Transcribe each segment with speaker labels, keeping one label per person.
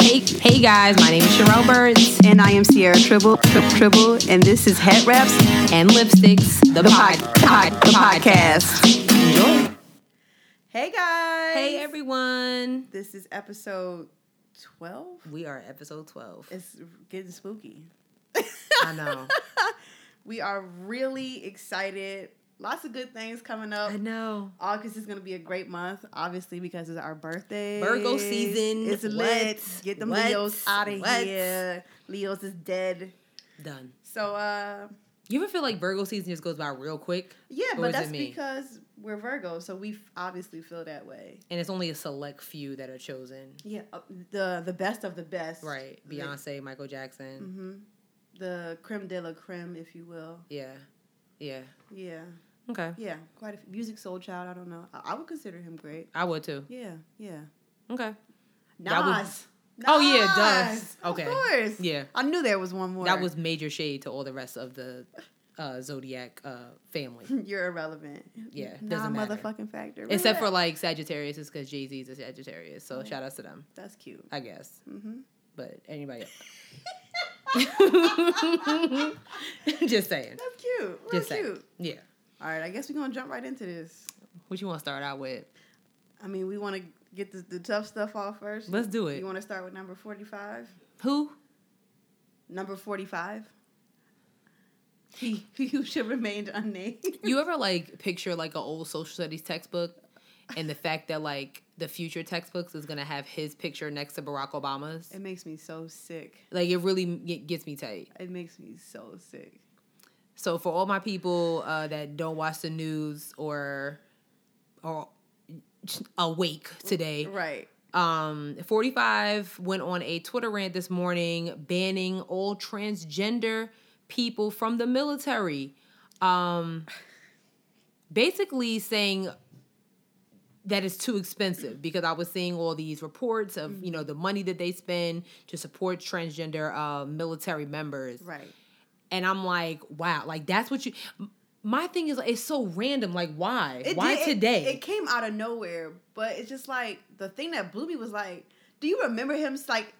Speaker 1: Hey guys, my name is Sharon Burns
Speaker 2: And I am Sierra Tribble, Tri- Tribble, and this is Head Wraps,
Speaker 1: and Lipsticks, the,
Speaker 2: the,
Speaker 1: pod,
Speaker 2: pod, pod, the podcast.
Speaker 1: Enjoy.
Speaker 2: Hey guys.
Speaker 1: Hey everyone.
Speaker 2: This is episode 12.
Speaker 1: We are at episode 12.
Speaker 2: It's getting spooky.
Speaker 1: I know.
Speaker 2: We are really excited. Lots of good things coming up.
Speaker 1: I know.
Speaker 2: August is going to be a great month, obviously, because it's our birthday.
Speaker 1: Virgo season.
Speaker 2: It's
Speaker 1: What?
Speaker 2: lit. Get them
Speaker 1: What?
Speaker 2: Leos out of
Speaker 1: What?
Speaker 2: here. Leos is dead.
Speaker 1: Done.
Speaker 2: So, uh,
Speaker 1: You ever feel like Virgo season just goes by real quick
Speaker 2: yeah,
Speaker 1: Or
Speaker 2: but
Speaker 1: is it
Speaker 2: that's
Speaker 1: me?
Speaker 2: because we're Virgo, so we f- obviously feel that way.
Speaker 1: and it's only a select few that are chosen?
Speaker 2: Yeah, uh, the the best of the best.
Speaker 1: Right. Beyonce, Michael Jackson.
Speaker 2: hmm The creme de la creme, if you will.
Speaker 1: Yeah. Yeah.
Speaker 2: Yeah,
Speaker 1: Okay.
Speaker 2: yeah. Quite a few. music soul child. I don't know. I, I would consider him great.
Speaker 1: I would too.
Speaker 2: Yeah, yeah.
Speaker 1: Okay. Y'all would-
Speaker 2: Nas.
Speaker 1: Oh, yeah, does.
Speaker 2: Nas!
Speaker 1: Okay.
Speaker 2: Of course.
Speaker 1: Yeah.
Speaker 2: I knew there was one more.
Speaker 1: That was major shade to all the rest of the uh, Zodiac uh, family.
Speaker 2: You're irrelevant.
Speaker 1: Yeah,
Speaker 2: Nah,
Speaker 1: doesn't matter.
Speaker 2: motherfucking factor.
Speaker 1: Except for
Speaker 2: Relax.
Speaker 1: like Sagittarius, is because Jay Z is a Sagittarius. So shout outs to them,
Speaker 2: that's cute.
Speaker 1: I guess.
Speaker 2: Mm-hmm.
Speaker 1: But anybody else? Just saying.
Speaker 2: That's cute. Real
Speaker 1: Just
Speaker 2: cute.
Speaker 1: saying. Yeah.
Speaker 2: All right, I guess we're gonna jump right into this.
Speaker 1: What you want to start out with?
Speaker 2: I mean, we want to get the, the tough stuff off first.
Speaker 1: Let's do it.
Speaker 2: You want to start with number forty-five?
Speaker 1: Who?
Speaker 2: Number forty-five. He who should remain unnamed.
Speaker 1: You ever like picture like an old social studies textbook and the fact that like the future textbooks is going to have his picture next to Barack Obama's?
Speaker 2: It makes me so sick.
Speaker 1: Like it really it gets me tight.
Speaker 2: It makes me so sick.
Speaker 1: So for all my people uh, that don't watch the news or or awake today,
Speaker 2: Right.
Speaker 1: um, 45 went on a Twitter rant this morning banning all transgender people from the military. Um, basically saying that it's too expensive because I was seeing all these reports of, you know, the money that they spend to support transgender uh, military members
Speaker 2: Right.
Speaker 1: and I'm like, wow, like that's what you. m- My thing is, it's so random. Like, why? why
Speaker 2: did-
Speaker 1: today?
Speaker 2: It, came out of nowhere, but it's just like the thing that blew me was like, do you remember him like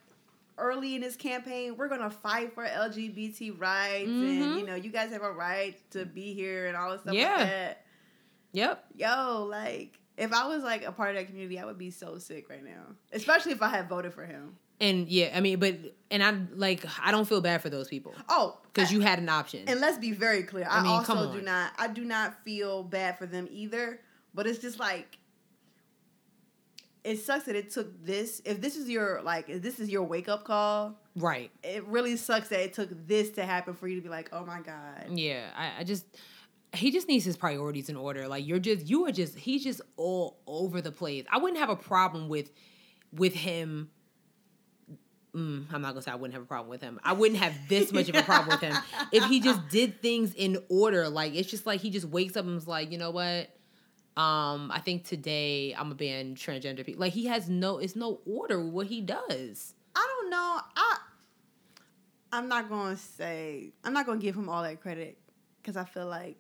Speaker 2: early in his campaign? We're gonna fight for LGBT rights, and
Speaker 1: Mhm.
Speaker 2: you know, you guys have a right to be here and all this stuff
Speaker 1: Yeah.
Speaker 2: like that.
Speaker 1: yep.
Speaker 2: Yo, like if I was like a part of that community, I would be so sick right now, especially if I had voted for him.
Speaker 1: And yeah, I mean, but and I like, I don't feel bad for those people
Speaker 2: Oh,
Speaker 1: because you had an option.
Speaker 2: And let's be very clear. I,
Speaker 1: I mean, come
Speaker 2: also do
Speaker 1: on.
Speaker 2: not. I do not feel bad for them either. But it's just like it sucks that it took this. If this is your like, if this is your wake up call,
Speaker 1: right?
Speaker 2: it really sucks that it took this to happen for you to be like, oh my god.
Speaker 1: Yeah. I, I just. He just needs his priorities in order. Like you're just, you are just, he's just all over the place. I wouldn't have a problem with, with him. Mm, I'm not gonna say I wouldn't have a problem with him. I wouldn't have this much of a problem with him if he just did things in order. Like it's just like he just wakes up and is like, you know what? Um, I think today I'm gonna ban transgender people. Like he has no, it's no order with what he does.
Speaker 2: I don't know. I I'm not gonna say. I'm not gonna give him all that credit because I feel like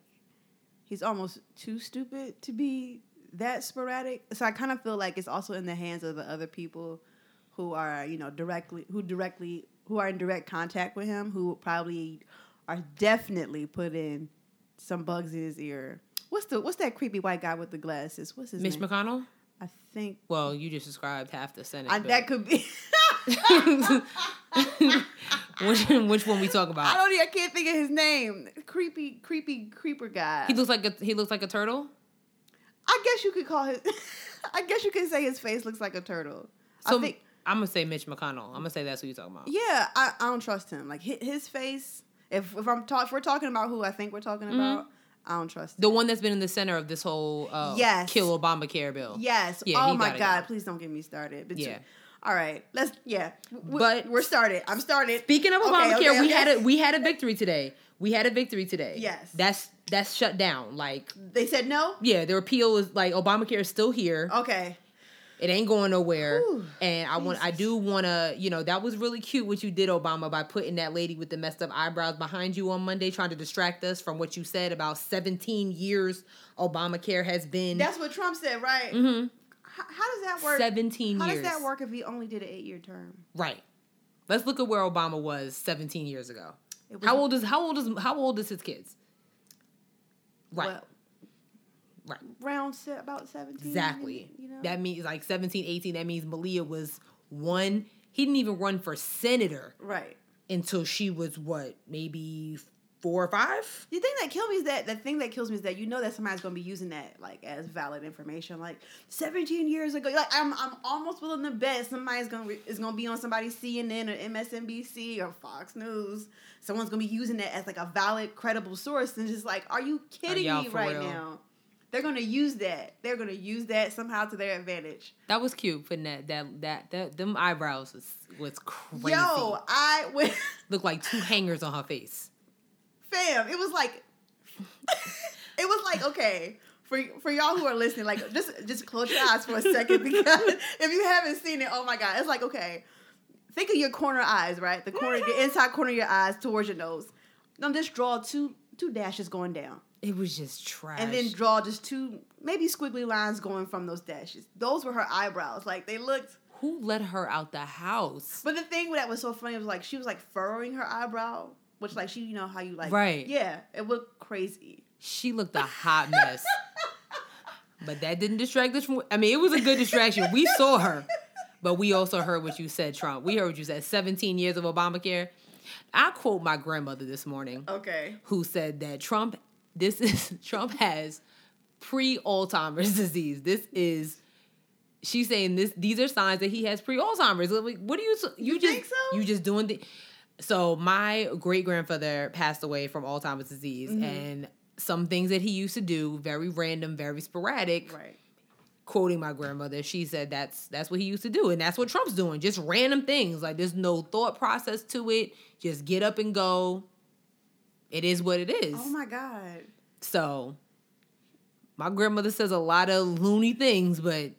Speaker 2: he's almost too stupid to be that sporadic. So I kind of feel like it's also in the hands of the other people who are you know directly who directly who are in direct contact with him who probably are definitely putting some bugs in his ear. What's the what's that creepy white guy with the glasses? What's his
Speaker 1: Mitch
Speaker 2: name?
Speaker 1: McConnell.
Speaker 2: I think
Speaker 1: Well, you just described half the Senate.
Speaker 2: I,
Speaker 1: but-
Speaker 2: that could be.
Speaker 1: which, which one we talk
Speaker 2: I
Speaker 1: about?
Speaker 2: don't. e- I can't think of his name. Creepy, creepy, creeper guy.
Speaker 1: He looks like a he looks like a turtle.
Speaker 2: I guess you could call his. I guess you could say his face looks like a turtle.
Speaker 1: So
Speaker 2: I think.
Speaker 1: I'm gonna say Mitch McConnell. I'm gonna say that's who you talking about.
Speaker 2: Yeah, I, I don't trust him. Like his, his face. If if I'm talk, if we're talking about who I think we're talking about, I don't trust.
Speaker 1: Mm-hmm. The
Speaker 2: him.
Speaker 1: one that's been in the center of this whole uh,
Speaker 2: Yes.
Speaker 1: kill Obamacare bill.
Speaker 2: Yes.
Speaker 1: Yeah,
Speaker 2: oh
Speaker 1: he
Speaker 2: my
Speaker 1: gotta
Speaker 2: God!
Speaker 1: go.
Speaker 2: Please don't get me started. But
Speaker 1: Yeah.
Speaker 2: All right. Let's. Yeah. W-
Speaker 1: But-
Speaker 2: we're started. I'm started.
Speaker 1: Speaking of
Speaker 2: Okay,
Speaker 1: Obamacare,
Speaker 2: okay,
Speaker 1: we
Speaker 2: okay.
Speaker 1: had a we had a victory today. We had a victory today.
Speaker 2: Yes.
Speaker 1: That's that's shut down. Like
Speaker 2: They said no.
Speaker 1: yeah, the repeal is like Obamacare is still here.
Speaker 2: Okay.
Speaker 1: It ain't going nowhere.
Speaker 2: Whew,
Speaker 1: and I want I
Speaker 2: Jesus.
Speaker 1: do want to, you know, that was really cute what you did Obama by putting that lady with the messed up eyebrows behind you on Monday trying to distract us from what you said about 17 years Obamacare has been
Speaker 2: That's what Trump said, right?
Speaker 1: Mhm.
Speaker 2: H- how does that work?
Speaker 1: 17
Speaker 2: How
Speaker 1: years.
Speaker 2: does that work if he only did an eight year term?
Speaker 1: Right. Let's look at where Obama was 17 years ago.
Speaker 2: It
Speaker 1: How old is how old is how old is his kids? Right.
Speaker 2: well,
Speaker 1: right.
Speaker 2: round se- about 17.
Speaker 1: Exactly.
Speaker 2: You know?
Speaker 1: That means like 17, 18, that means Malia was one. He didn't even run for senator
Speaker 2: right.
Speaker 1: until she was what, maybe four or five?
Speaker 2: The thing that killed me is that the thing that kills me is that you know that somebody's gonna be using that like as valid information. Like 17 years ago, like I'm I'm almost willing to bet somebody's gonna re- is gonna be on somebody's CNN or MSNBC or Fox News. Someone's gonna be using that as like a valid, credible source, and just like, are you kidding
Speaker 1: y'all
Speaker 2: me
Speaker 1: for
Speaker 2: right
Speaker 1: real?
Speaker 2: now? They're gonna use that. They're gonna use that somehow to their advantage.
Speaker 1: That was cute putting that that that, that them eyebrows was, was crazy.
Speaker 2: Yo, I went,
Speaker 1: Looked like two hangers on her face.
Speaker 2: fam. It was like, it was like okay. For, for y'all who are listening, like just just close your eyes for a second because if you haven't seen it, oh my god, it's like okay, think of your corner eyes, right? The corner, the inside corner of your eyes towards your nose. Now just draw two two dashes going down,
Speaker 1: It was just trash.
Speaker 2: and then draw just two maybe squiggly lines going from those dashes. Those were her eyebrows, like they looked.
Speaker 1: who let her out the house?
Speaker 2: But the thing that was so funny was like she was like furrowing her eyebrow, which like she, you know how you like,
Speaker 1: Right.
Speaker 2: Yeah, it looked crazy.
Speaker 1: She looked a hot mess. but that didn't distract us from. I mean, it was a good distraction. We saw her, but we also heard what you said, Trump. We heard what you said. 17 years of Obamacare. I quote my grandmother this morning,
Speaker 2: Okay,
Speaker 1: who said that Trump, this is Trump has pre Alzheimer's disease. This is. She's saying this. These are signs that he has pre Alzheimer's. What do you? You,
Speaker 2: You
Speaker 1: just
Speaker 2: think so?
Speaker 1: you just doing the. So my great grandfather passed away from Alzheimer's disease,
Speaker 2: Mm-hmm.
Speaker 1: and some things that he used to do, very random, very sporadic.
Speaker 2: right.
Speaker 1: Quoting my grandmother, she said that's that's what he used to do, and that's what Trump's doing. Just random things like there's no thought process to it. Just get up and go. It is what it is.
Speaker 2: Oh my god.
Speaker 1: so my grandmother says a lot of loony things, but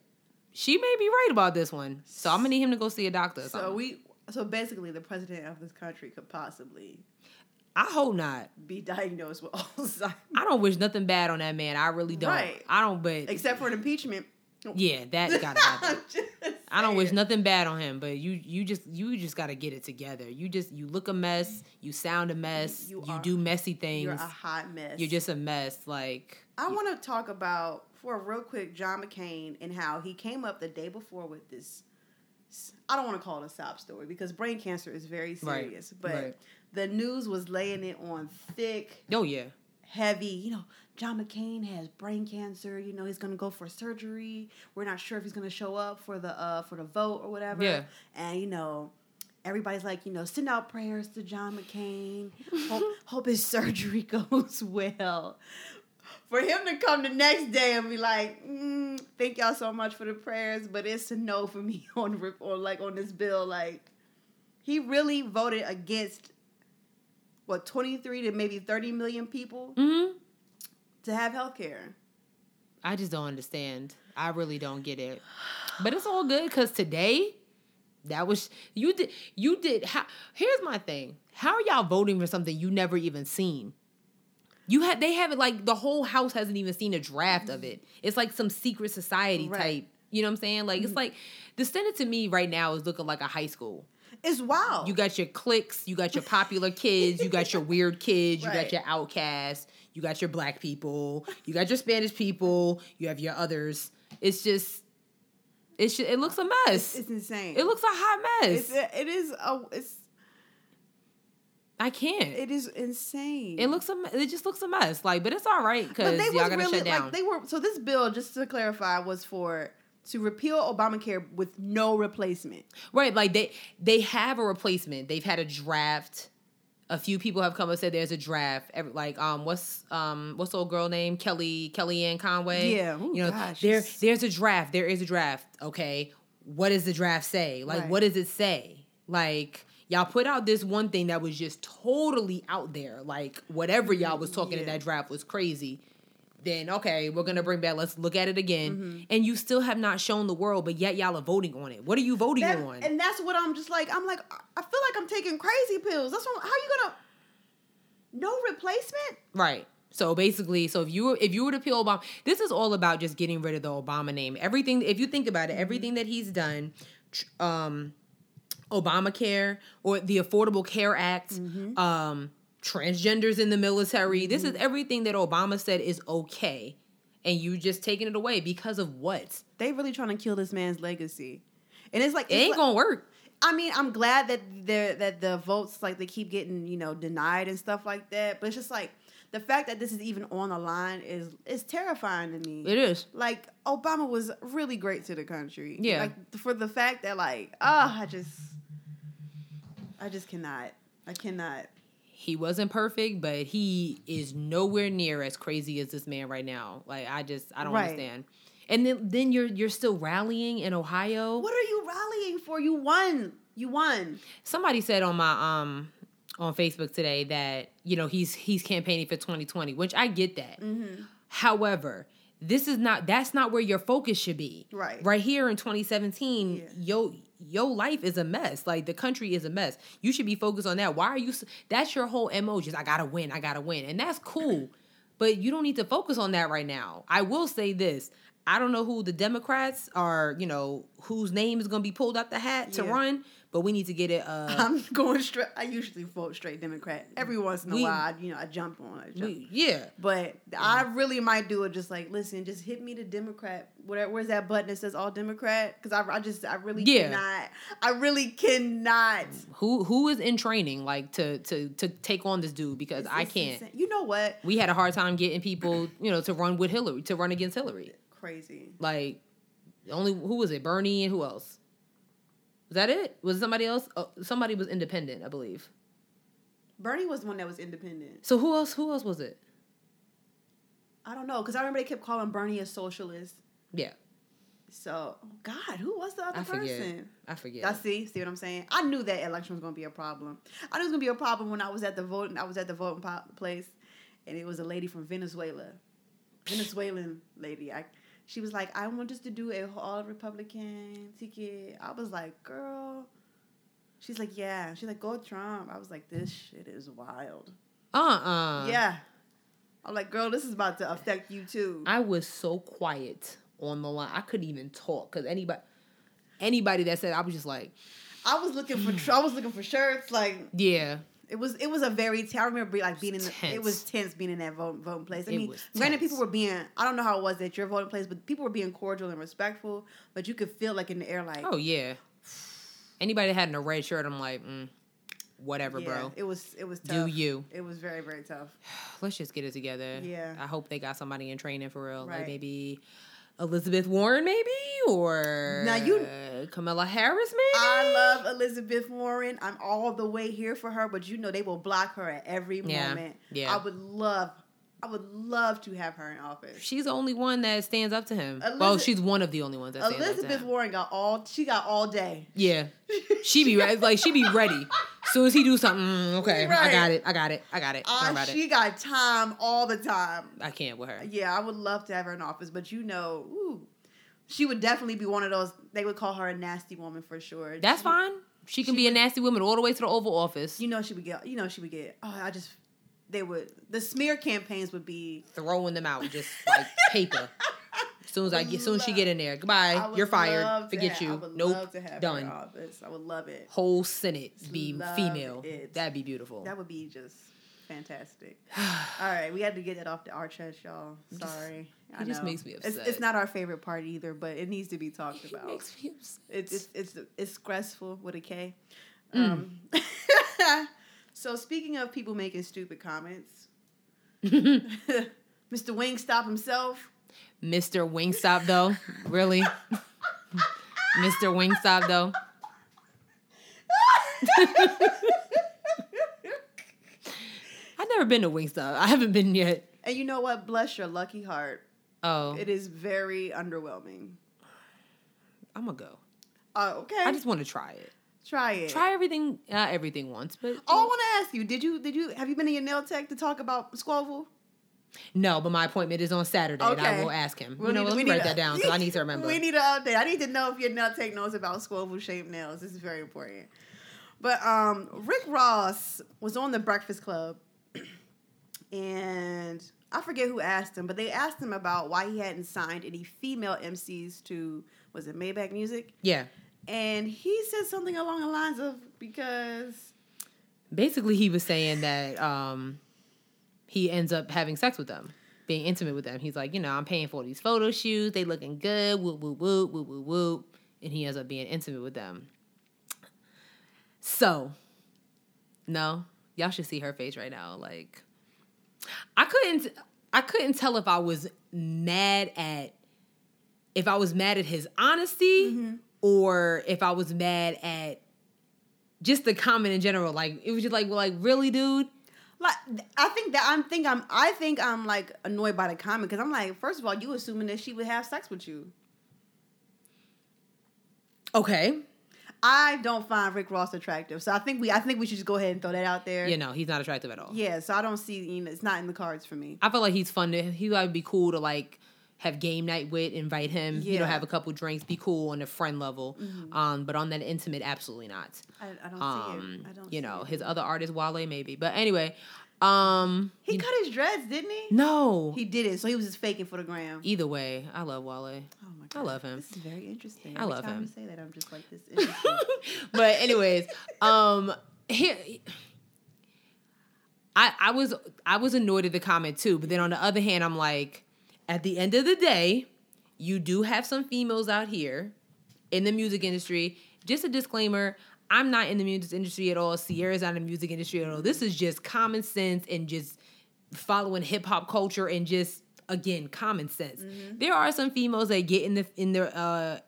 Speaker 1: she may be right about this one. So I'm gonna need him to go see a doctor. Or
Speaker 2: So
Speaker 1: something.
Speaker 2: we, so basically, the president of this country could possibly
Speaker 1: I hope not.
Speaker 2: be diagnosed with Alzheimer's,
Speaker 1: I don't wish nothing bad on that man. I really don't.
Speaker 2: Right.
Speaker 1: I don't, but
Speaker 2: except for an impeachment.
Speaker 1: yeah, that gotta happen.
Speaker 2: I'm just
Speaker 1: I don't wish
Speaker 2: saying.
Speaker 1: nothing bad on him, but you you just you just gotta get it together. You just you look a mess, you sound a mess, you,
Speaker 2: You are-
Speaker 1: do messy things.
Speaker 2: You're
Speaker 1: You're,
Speaker 2: a hot mess.
Speaker 1: just a mess. Like
Speaker 2: I want to talk about for a real quick John McCain and how he came up the day before with this. I don't want to call it a sob story because brain cancer is very
Speaker 1: Right,
Speaker 2: serious, but
Speaker 1: right.
Speaker 2: the news was laying it on thick,
Speaker 1: oh yeah,
Speaker 2: heavy. You know, John McCain has brain cancer. You know, he's going to go for surgery. We're not sure if he's going to show up for the uh, for the vote or whatever.
Speaker 1: Yeah.
Speaker 2: and you know. Everybody's like, you know, send out prayers to John McCain. Hope, hope his surgery goes well for him to come the next day and be like, mm, "Thank y'all so much for the prayers, but it's a no for me on re- on like on this bill." Like, he really voted against what twenty three to maybe thirty million people
Speaker 1: hmm
Speaker 2: to have health care.
Speaker 1: I just don't understand. I really don't get it. But it's all good because today, that was you did you did. How, here's my thing: How are y'all voting for something you never even seen? You had they haven't like the whole house hasn't even seen a draft of it. It's like some secret society
Speaker 2: Right.
Speaker 1: type. You know what I'm saying? Like it's like the Senate to me right now is looking like a high school.
Speaker 2: It's wild.
Speaker 1: You got your cliques, you got your popular kids, you got your weird kids, you got
Speaker 2: Right.
Speaker 1: your outcasts, you got your black people, you got your Spanish people, you have your others. It's just, it's ju- it looks a mess.
Speaker 2: it's insane.
Speaker 1: it looks a hot
Speaker 2: It's,
Speaker 1: mess.
Speaker 2: it is a, it's
Speaker 1: I can't. It,
Speaker 2: it is insane.
Speaker 1: looks a me- it just looks a mess. Like, but it's all right
Speaker 2: but
Speaker 1: because
Speaker 2: they
Speaker 1: y'all
Speaker 2: was
Speaker 1: gotta
Speaker 2: really
Speaker 1: shut down.
Speaker 2: like they were. So this bill, just to clarify, was for to repeal Obamacare with no replacement.
Speaker 1: Right, like they they have a replacement. They've had a draft. A few people have come and said there's a draft. Every, like um, what's um, what's the old girl name? Kelly Kellyanne Conway.
Speaker 2: Yeah. Ooh,
Speaker 1: you know
Speaker 2: gosh,
Speaker 1: there
Speaker 2: it's-
Speaker 1: there's a draft. There is a draft. Okay, what does the draft say? Like
Speaker 2: Right.
Speaker 1: what does it say? Like y'all put out this one thing that was just totally out there. Like whatever y'all was talking in
Speaker 2: Yeah.
Speaker 1: that draft was crazy. Then okay, we're gonna bring back. Let's look at it again.
Speaker 2: Mm-hmm.
Speaker 1: And you still have not shown the world, but yet y'all are voting on it. What are you voting
Speaker 2: That-
Speaker 1: on?
Speaker 2: And that's what I'm just like. I'm like, I- I feel like I'm taking crazy pills. That's what, how you gonna no replacement?
Speaker 1: Right. So basically, so if you were if you were to peel Obama, this is all about just getting Mm-hmm. rid of the Obama name. Everything, if you think about it, everything that he's done, tr- um, Obamacare or the Affordable Care Act, um, transgenders in the military. This is everything that Obama said is okay, and you just taking it away because of what?
Speaker 2: They really trying to kill this man's legacy, and it's like
Speaker 1: It
Speaker 2: it's
Speaker 1: ain't
Speaker 2: like-
Speaker 1: gonna work.
Speaker 2: I mean, I'm glad that they're that the votes like they keep getting you know denied and stuff like that. But it's just like the fact that this is even on the line is is terrifying to me.
Speaker 1: It is.
Speaker 2: like Obama was really great to the country.
Speaker 1: Yeah.
Speaker 2: like for the fact that like ah, I just, I just cannot. I cannot.
Speaker 1: He wasn't perfect, but he is nowhere near as crazy as this man right now. Like I just I don't
Speaker 2: Right.
Speaker 1: understand. And then then you're you're still rallying in Ohio.
Speaker 2: What are you rallying for? You won. You won.
Speaker 1: somebody said on my um on Facebook today that you know he's he's campaigning for 2020, which I get that.
Speaker 2: Mm-hmm.
Speaker 1: However, this is not that's not where your focus should be.
Speaker 2: Right.
Speaker 1: Right here in 2017,
Speaker 2: Yeah.
Speaker 1: yo yo life is a mess. Like the country is a mess. You should be focused on that. Why are you s- that's your whole MO just I got to win, I got to win. And that's cool. but you don't need to focus on that right now. I will say this. I don't know who the Democrats are, you know, whose name is going to be pulled out the hat to
Speaker 2: Yeah.
Speaker 1: run, but we need to get it uh
Speaker 2: I'm going straight. I usually vote straight Democrat. Every once in a
Speaker 1: We-
Speaker 2: while, I, you know, I jump on. I jump.
Speaker 1: We- yeah.
Speaker 2: But I really might do it. Just like, listen, just hit me the Democrat. Whatever, where's that button that says all Democrat? Because I, I just, I really
Speaker 1: Yeah. Mm,
Speaker 2: cannot. I really cannot.
Speaker 1: Who who is in training like to to to take on this dude because I
Speaker 2: It's
Speaker 1: can't.
Speaker 2: insane. You know what?
Speaker 1: We had a hard time getting people, you know, to run with Hillary, to run against Hillary.
Speaker 2: Crazy.
Speaker 1: Like only who was it? Bernie and who else? Was that it? Was it somebody else? Oh, somebody was independent, I believe.
Speaker 2: Bernie was the one that was independent.
Speaker 1: So who else? Who else was it?
Speaker 2: I don't know because I remember they kept calling Bernie a socialist.
Speaker 1: Yeah,
Speaker 2: So God, who was the other
Speaker 1: I
Speaker 2: person?
Speaker 1: forget. I forget.
Speaker 2: I see. See what I'm saying? I knew that election was gonna be a problem. I knew it was gonna be a problem when I was at the voting. I was at the voting po- place, and it was a lady from Venezuela, Venezuelan lady. I, she was like, "I want us to do a all Republican ticket." I was like, "Girl," she's like, "Yeah." She's like, "Go Trump." I was like, "This shit is wild."
Speaker 1: Uh uh
Speaker 2: yeah. I'm like, "Girl, this is about to affect you too."
Speaker 1: I was so quiet on the line. I couldn't even talk because anybody anybody that said I was just like,
Speaker 2: I was looking for tr- I was looking for shirts like.
Speaker 1: yeah,
Speaker 2: It was it was a very t- I remember be- like being in the, it
Speaker 1: Tense.
Speaker 2: was tense being in that vote, voting place. I
Speaker 1: It
Speaker 2: mean,
Speaker 1: was
Speaker 2: granted,
Speaker 1: tense.
Speaker 2: people were being I don't know how it was at your voting place, but people were being cordial and respectful. But you could feel like in the air, like
Speaker 1: Oh yeah. Anybody that had a red shirt, I'm like, mm, whatever,
Speaker 2: yeah,
Speaker 1: bro.
Speaker 2: It was it was
Speaker 1: Do
Speaker 2: tough.
Speaker 1: you?
Speaker 2: It was very very tough.
Speaker 1: Let's just get it together.
Speaker 2: Yeah.
Speaker 1: I hope they got somebody in training for real.
Speaker 2: Right.
Speaker 1: Like maybe Elizabeth Warren, maybe or
Speaker 2: Now you-
Speaker 1: Camilla Harris, maybe.
Speaker 2: I love Elizabeth Warren. I'm all the way here for her, but you know they will block her at every
Speaker 1: Yeah,
Speaker 2: moment.
Speaker 1: yeah.
Speaker 2: I would love, I would love to have her in office.
Speaker 1: She's the only one that stands up to him. well,
Speaker 2: Eliza-
Speaker 1: she's one of the only ones that stands up to
Speaker 2: Elizabeth
Speaker 1: him.
Speaker 2: Warren got all she got all day.
Speaker 1: yeah, she be re- like she be ready. Soon as he do something, mm, okay, I
Speaker 2: Right.
Speaker 1: got it, I got it, I got it. Don't worry
Speaker 2: Ah,
Speaker 1: about
Speaker 2: she Uh,
Speaker 1: it.
Speaker 2: got time all the time.
Speaker 1: I can't with her.
Speaker 2: Yeah, I would love to have her in office, but you know, ooh, she would definitely be one of those. They would call her a nasty woman for sure.
Speaker 1: That's
Speaker 2: She-
Speaker 1: fine. She can be a nasty woman all the way to the Oval Office,
Speaker 2: You know, she would get. You know, she would get. Oh, I just. They would. The smear campaigns would be.
Speaker 1: throwing them out just like paper. As soon as I get, soon as she get in there,
Speaker 2: I
Speaker 1: goodbye.
Speaker 2: would
Speaker 1: You're fired.
Speaker 2: love to
Speaker 1: Forget
Speaker 2: have- I
Speaker 1: you.
Speaker 2: would
Speaker 1: Nope.
Speaker 2: love to have her in
Speaker 1: Done.
Speaker 2: office. I would love it.
Speaker 1: Whole Senate be
Speaker 2: Love
Speaker 1: female.
Speaker 2: it.
Speaker 1: That'd be beautiful.
Speaker 2: That would be just fantastic. All right, we had to get that off the, our chest, y'all. Sorry. I
Speaker 1: it just
Speaker 2: know.
Speaker 1: makes me
Speaker 2: It's,
Speaker 1: upset.
Speaker 2: it's not our favorite part either, but it needs to be talked
Speaker 1: It
Speaker 2: about.
Speaker 1: makes me upset.
Speaker 2: It's it's it's, it's stressful with a K.
Speaker 1: Hmm.
Speaker 2: Um, so speaking of people making stupid comments, Mr. Wingstop himself,
Speaker 1: Mr. Wingstop though, really? Mr. Wingstop though. I've never been to Wingstop. I haven't been yet.
Speaker 2: and you know what? Bless your lucky heart.
Speaker 1: Oh,
Speaker 2: It is very underwhelming.
Speaker 1: I'm gonna go.
Speaker 2: Uh, okay,
Speaker 1: I just want to try it.
Speaker 2: try it.
Speaker 1: Try everything, not everything once, but
Speaker 2: Oh, I want to ask you: Did you did you have you been in your nail tech to talk about Squoval?
Speaker 1: No, but my appointment is on Saturday, and I
Speaker 2: Okay.
Speaker 1: will ask him.
Speaker 2: We'll
Speaker 1: you know,
Speaker 2: need-
Speaker 1: what?
Speaker 2: we
Speaker 1: let's
Speaker 2: need
Speaker 1: write
Speaker 2: a-
Speaker 1: that down because I need to remember.
Speaker 2: We need an update. I need to know if your nail tech knows about squoval shaped nails. This is very important. But um, Rick Ross was on the Breakfast Club, and I forget who asked him, but they asked him about why he hadn't signed any female MCs to was it Maybach Music,
Speaker 1: yeah,
Speaker 2: and he said something along the lines of because
Speaker 1: Basically, he was saying that um, he ends up having sex with them, being intimate with them. He's like, you know, I'm paying for all these photo shoots. They looking good. Whoop whoop whoop whoop whoop whoop. And he ends up being intimate with them. So, no, y'all should see her face right now. Like, I couldn't, I couldn't tell if I was mad at, if I was mad at his honesty, or if I was mad at just the comment in general. Like, it was just like, well, like, really, dude.
Speaker 2: like I think that I'm think I'm I think I'm like annoyed by the comment because I'm like first of all you assuming that she would have sex with you.
Speaker 1: Okay,
Speaker 2: I don't find Rick Ross attractive, so I think we I think we should just go ahead and throw that out there.
Speaker 1: you know, he's not attractive at all.
Speaker 2: Yeah, so I don't see you know, it's not in the cards for me.
Speaker 1: I feel like he's fun. To, he would be cool to like have game night with, invite him. You know,
Speaker 2: Yeah.
Speaker 1: have a couple drinks, be cool on a friend level. Um, but on that intimate, absolutely not.
Speaker 2: I, I don't see
Speaker 1: Um,
Speaker 2: it. I don't.
Speaker 1: you
Speaker 2: see
Speaker 1: know,
Speaker 2: it.
Speaker 1: his other artist Wale maybe, but anyway, um,
Speaker 2: he cut his dreads, didn't he?
Speaker 1: no.
Speaker 2: He did it, so he was just faking for the gram.
Speaker 1: Either way, I love Wale.
Speaker 2: Oh my
Speaker 1: I love him.
Speaker 2: This is very interesting.
Speaker 1: I
Speaker 2: Every
Speaker 1: love
Speaker 2: time
Speaker 1: him.
Speaker 2: You say that I'm just like this. interesting.
Speaker 1: but anyways, um here I I was I was annoyed at the comment too, but then on the other hand, I'm like, at the end of the day, you do have some females out here in the music industry. Just a disclaimer, I'm not in the music industry at all. Sierra's not in the music industry at all. This is just common sense and just following hip hop culture and just again common sense. There are some females that get in the in the uh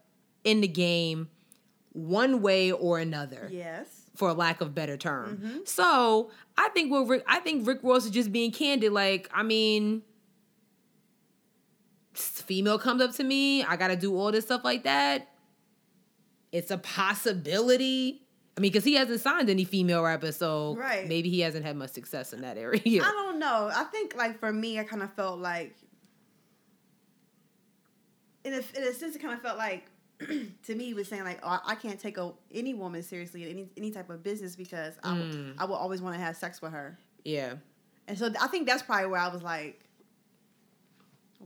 Speaker 1: in the game one way or another,
Speaker 2: yes.
Speaker 1: for lack of better term.
Speaker 2: Mm-hmm.
Speaker 1: So I think what Rick, I think Rick Ross is just being candid. Like, I mean, s- female comes up to me, I gotta do all this stuff like that. It's a possibility. I mean, because he hasn't signed any female rappers, so
Speaker 2: Right.
Speaker 1: maybe he hasn't had much success in that area.
Speaker 2: I don't know. I think like for me, I kind of felt like, in a, in a sense, it kind of felt like to me he was saying like, oh, I can't take a, any woman seriously in any any type of business because I will-
Speaker 1: Mm.
Speaker 2: I will always want to have sex with her,
Speaker 1: Yeah.
Speaker 2: and so I think that's probably where I was like,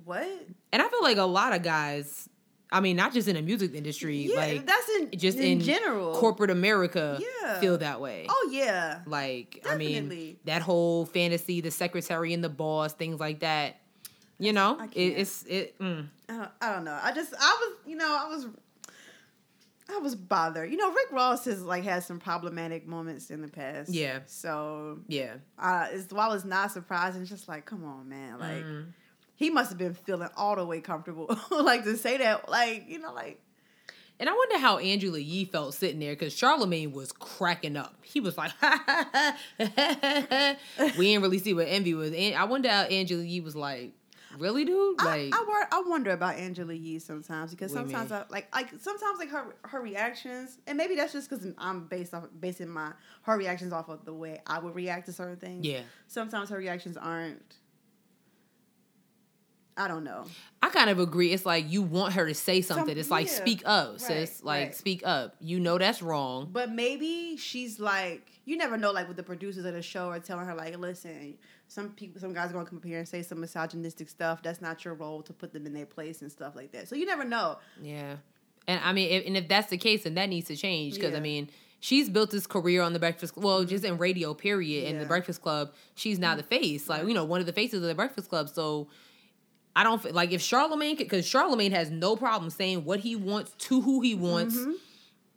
Speaker 2: what?
Speaker 1: And I feel like a lot of guys, I mean, not just in the music industry,
Speaker 2: Yeah,
Speaker 1: like
Speaker 2: that's in
Speaker 1: just in
Speaker 2: general.
Speaker 1: corporate America,
Speaker 2: Yeah.
Speaker 1: feel that way.
Speaker 2: oh yeah,
Speaker 1: Like, I mean,
Speaker 2: Definitely.
Speaker 1: that whole fantasy, the secretary and the boss, things like that. You know,
Speaker 2: I
Speaker 1: it, it's it. Mm.
Speaker 2: I don't, I don't know. I just I was you know I was I was bothered. You know Rick Ross has like had some problematic moments in the past.
Speaker 1: Yeah.
Speaker 2: So
Speaker 1: Yeah,
Speaker 2: uh, as while it's not surprising, it's just like come on man, like
Speaker 1: Mm.
Speaker 2: he must have been feeling all the way comfortable like to say that like you know like
Speaker 1: and I wonder how Angela Yee felt sitting there because Charlemagne was cracking up. He was like, "We didn't really see what envy was." And I wonder how Angela Yee was like, "Really, dude?" Like,
Speaker 2: I, I, wor- I wonder about Angela Yee sometimes because
Speaker 1: What do you
Speaker 2: sometimes
Speaker 1: mean?
Speaker 2: I like like sometimes like her her reactions and maybe that's just because I'm based off basing my her reactions off of the way I would react to certain things.
Speaker 1: yeah.
Speaker 2: sometimes her reactions aren't I don't know.
Speaker 1: I kind of agree. It's like you want her to say something. it's like
Speaker 2: yeah.
Speaker 1: speak up, sis.
Speaker 2: Right,
Speaker 1: Like
Speaker 2: right.
Speaker 1: speak up. You know that's wrong.
Speaker 2: But maybe she's like you never know like with the producers of the show are telling her like listen, some people some guys are gonna come up here and say some misogynistic stuff. That's not your role to put them in their place and stuff like that. So you never know.
Speaker 1: Yeah, and I mean, if, and if that's the case, then that needs to change because I
Speaker 2: Yeah.
Speaker 1: mean, she's built this career on the Breakfast Club. Well, just in radio, period. And the
Speaker 2: Yeah. Mm-hmm.
Speaker 1: Breakfast Club, she's now the face, like you know, one of the faces of the Breakfast Club. So I don't f- like if Charlemagne, because Charlemagne has no problem saying what he wants to who he wants.
Speaker 2: Mhm.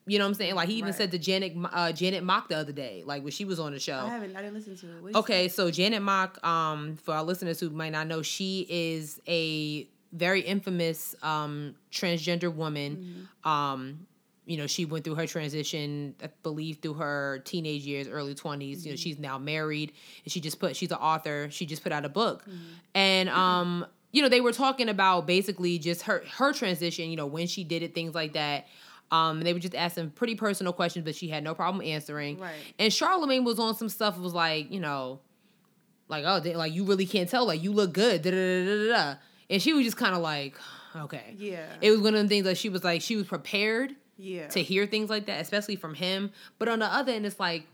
Speaker 1: You know what I'm saying? Like he even
Speaker 2: Right.
Speaker 1: said to Janet uh, Janet Mock the other day, like when she was on the show.
Speaker 2: I haven't I didn't listen to it. What is-
Speaker 1: Oh. Okay, so Janet Mock, um, for our listeners who might not know, she is a very infamous um, transgender woman.
Speaker 2: Mm-hmm.
Speaker 1: Um, you know, she went through her transition, I believe, through her teenage years, early 20s. You know,
Speaker 2: Mm-hmm.
Speaker 1: she's now married, and she just put she's an author. She just put out a book,
Speaker 2: Mm-hmm.
Speaker 1: and um, you know, they were talking about basically just her her transition. You know, when she did it, things like that. Um, and they were just asking pretty personal questions, but she had no problem answering.
Speaker 2: Right.
Speaker 1: And Charlemagne was on some stuff. Was like, you know, like oh, they, like you really can't tell. Like you look good. Da da da da da. And she was just kind of like, okay.
Speaker 2: Yeah.
Speaker 1: It was one of the things that she was like, she was prepared
Speaker 2: yeah.
Speaker 1: to hear things like that, especially from him. But on the other end, it's like,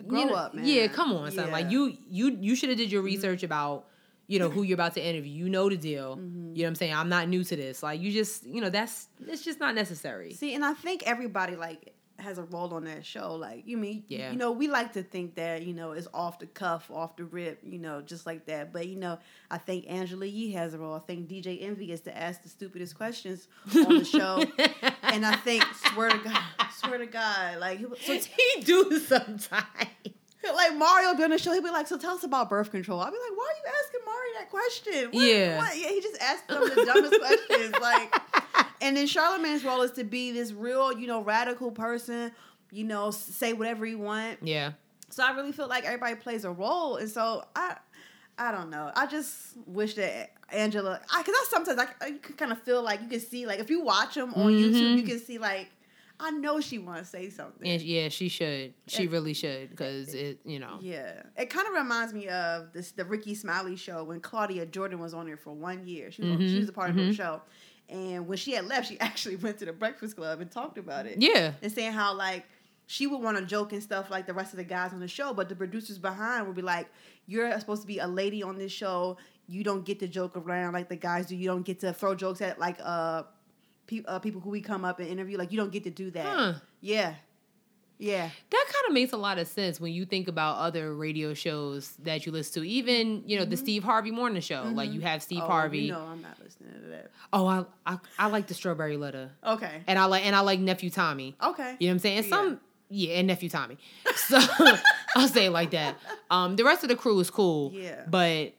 Speaker 1: you
Speaker 2: Grow
Speaker 1: know-
Speaker 2: up, man.
Speaker 1: Yeah, come on, son. Like
Speaker 2: Yeah. Mm-hmm.
Speaker 1: you, you, you should have did your research about,
Speaker 2: Mm-hmm.
Speaker 1: you know, who you're about to interview. You know the deal. You know what I'm saying? I'm not new to this. Like you just, you know, that's it's just not necessary.
Speaker 2: See, and I think everybody like has a role on that show. Like, you mean,
Speaker 1: Yeah.
Speaker 2: you know, we like to think that you know it's off the cuff, off the rip, you know, just like that. But you know, I think Angela Yee has a role. I think DJ Envy gets to ask the stupidest questions on the show, and I think, swear to God, swear to God, like he was- so
Speaker 1: he do sometimes.
Speaker 2: like Mario been on the show, he'd be like, "So tell us about birth control." I'd be like, "Why are you asking Mario that question?" What-
Speaker 1: Yeah.
Speaker 2: what? yeah. He just asked them the dumbest questions. Like, and then Charlamagne's role is to be this real, you know, radical person. You know, s- say whatever you want.
Speaker 1: Yeah.
Speaker 2: So I really feel like everybody plays a role, and so I, I don't know. I just wish that Angela, I because I sometimes I, I- you can kind of feel like you can see like if you watch them on YouTube,
Speaker 1: Mhm.
Speaker 2: you can see like I know she want to say something.
Speaker 1: And yeah, she should. She
Speaker 2: It-
Speaker 1: really should because it, you know.
Speaker 2: Yeah, it kind of reminds me of this the Ricky Smiley show when Claudia Jordan was on there for one year. She was, on, she
Speaker 1: Mhm,
Speaker 2: was a part of the
Speaker 1: mhm.
Speaker 2: show, and when she had left, she actually went to the Breakfast Club and talked about it
Speaker 1: Yeah.
Speaker 2: and saying how like she would want to joke and stuff like the rest of the guys on the show, but the producers behind would be like, "You're supposed to be a lady on this show. You don't get to joke around like the guys do. You don't get to throw jokes at like uh, pe- uh people who we come up and interview. Like you don't get to do that.
Speaker 1: Huh.
Speaker 2: Yeah, yeah."
Speaker 1: That kind of makes a lot of sense when you think about other radio shows that you listen to. Even, you know, the Steve Harvey Morning Show. Like you have Steve
Speaker 2: Mm-hmm. Oh,
Speaker 1: Harvey.
Speaker 2: You know I'm not listening to that.
Speaker 1: Oh, I, I I like the Strawberry Letter.
Speaker 2: Okay.
Speaker 1: And I like and I like Nephew Tommy.
Speaker 2: Okay.
Speaker 1: You know what I'm saying? And
Speaker 2: Yeah.
Speaker 1: some yeah, and nephew Tommy. So I'll say it like that. Um, the rest of the crew is cool.
Speaker 2: Yeah.
Speaker 1: But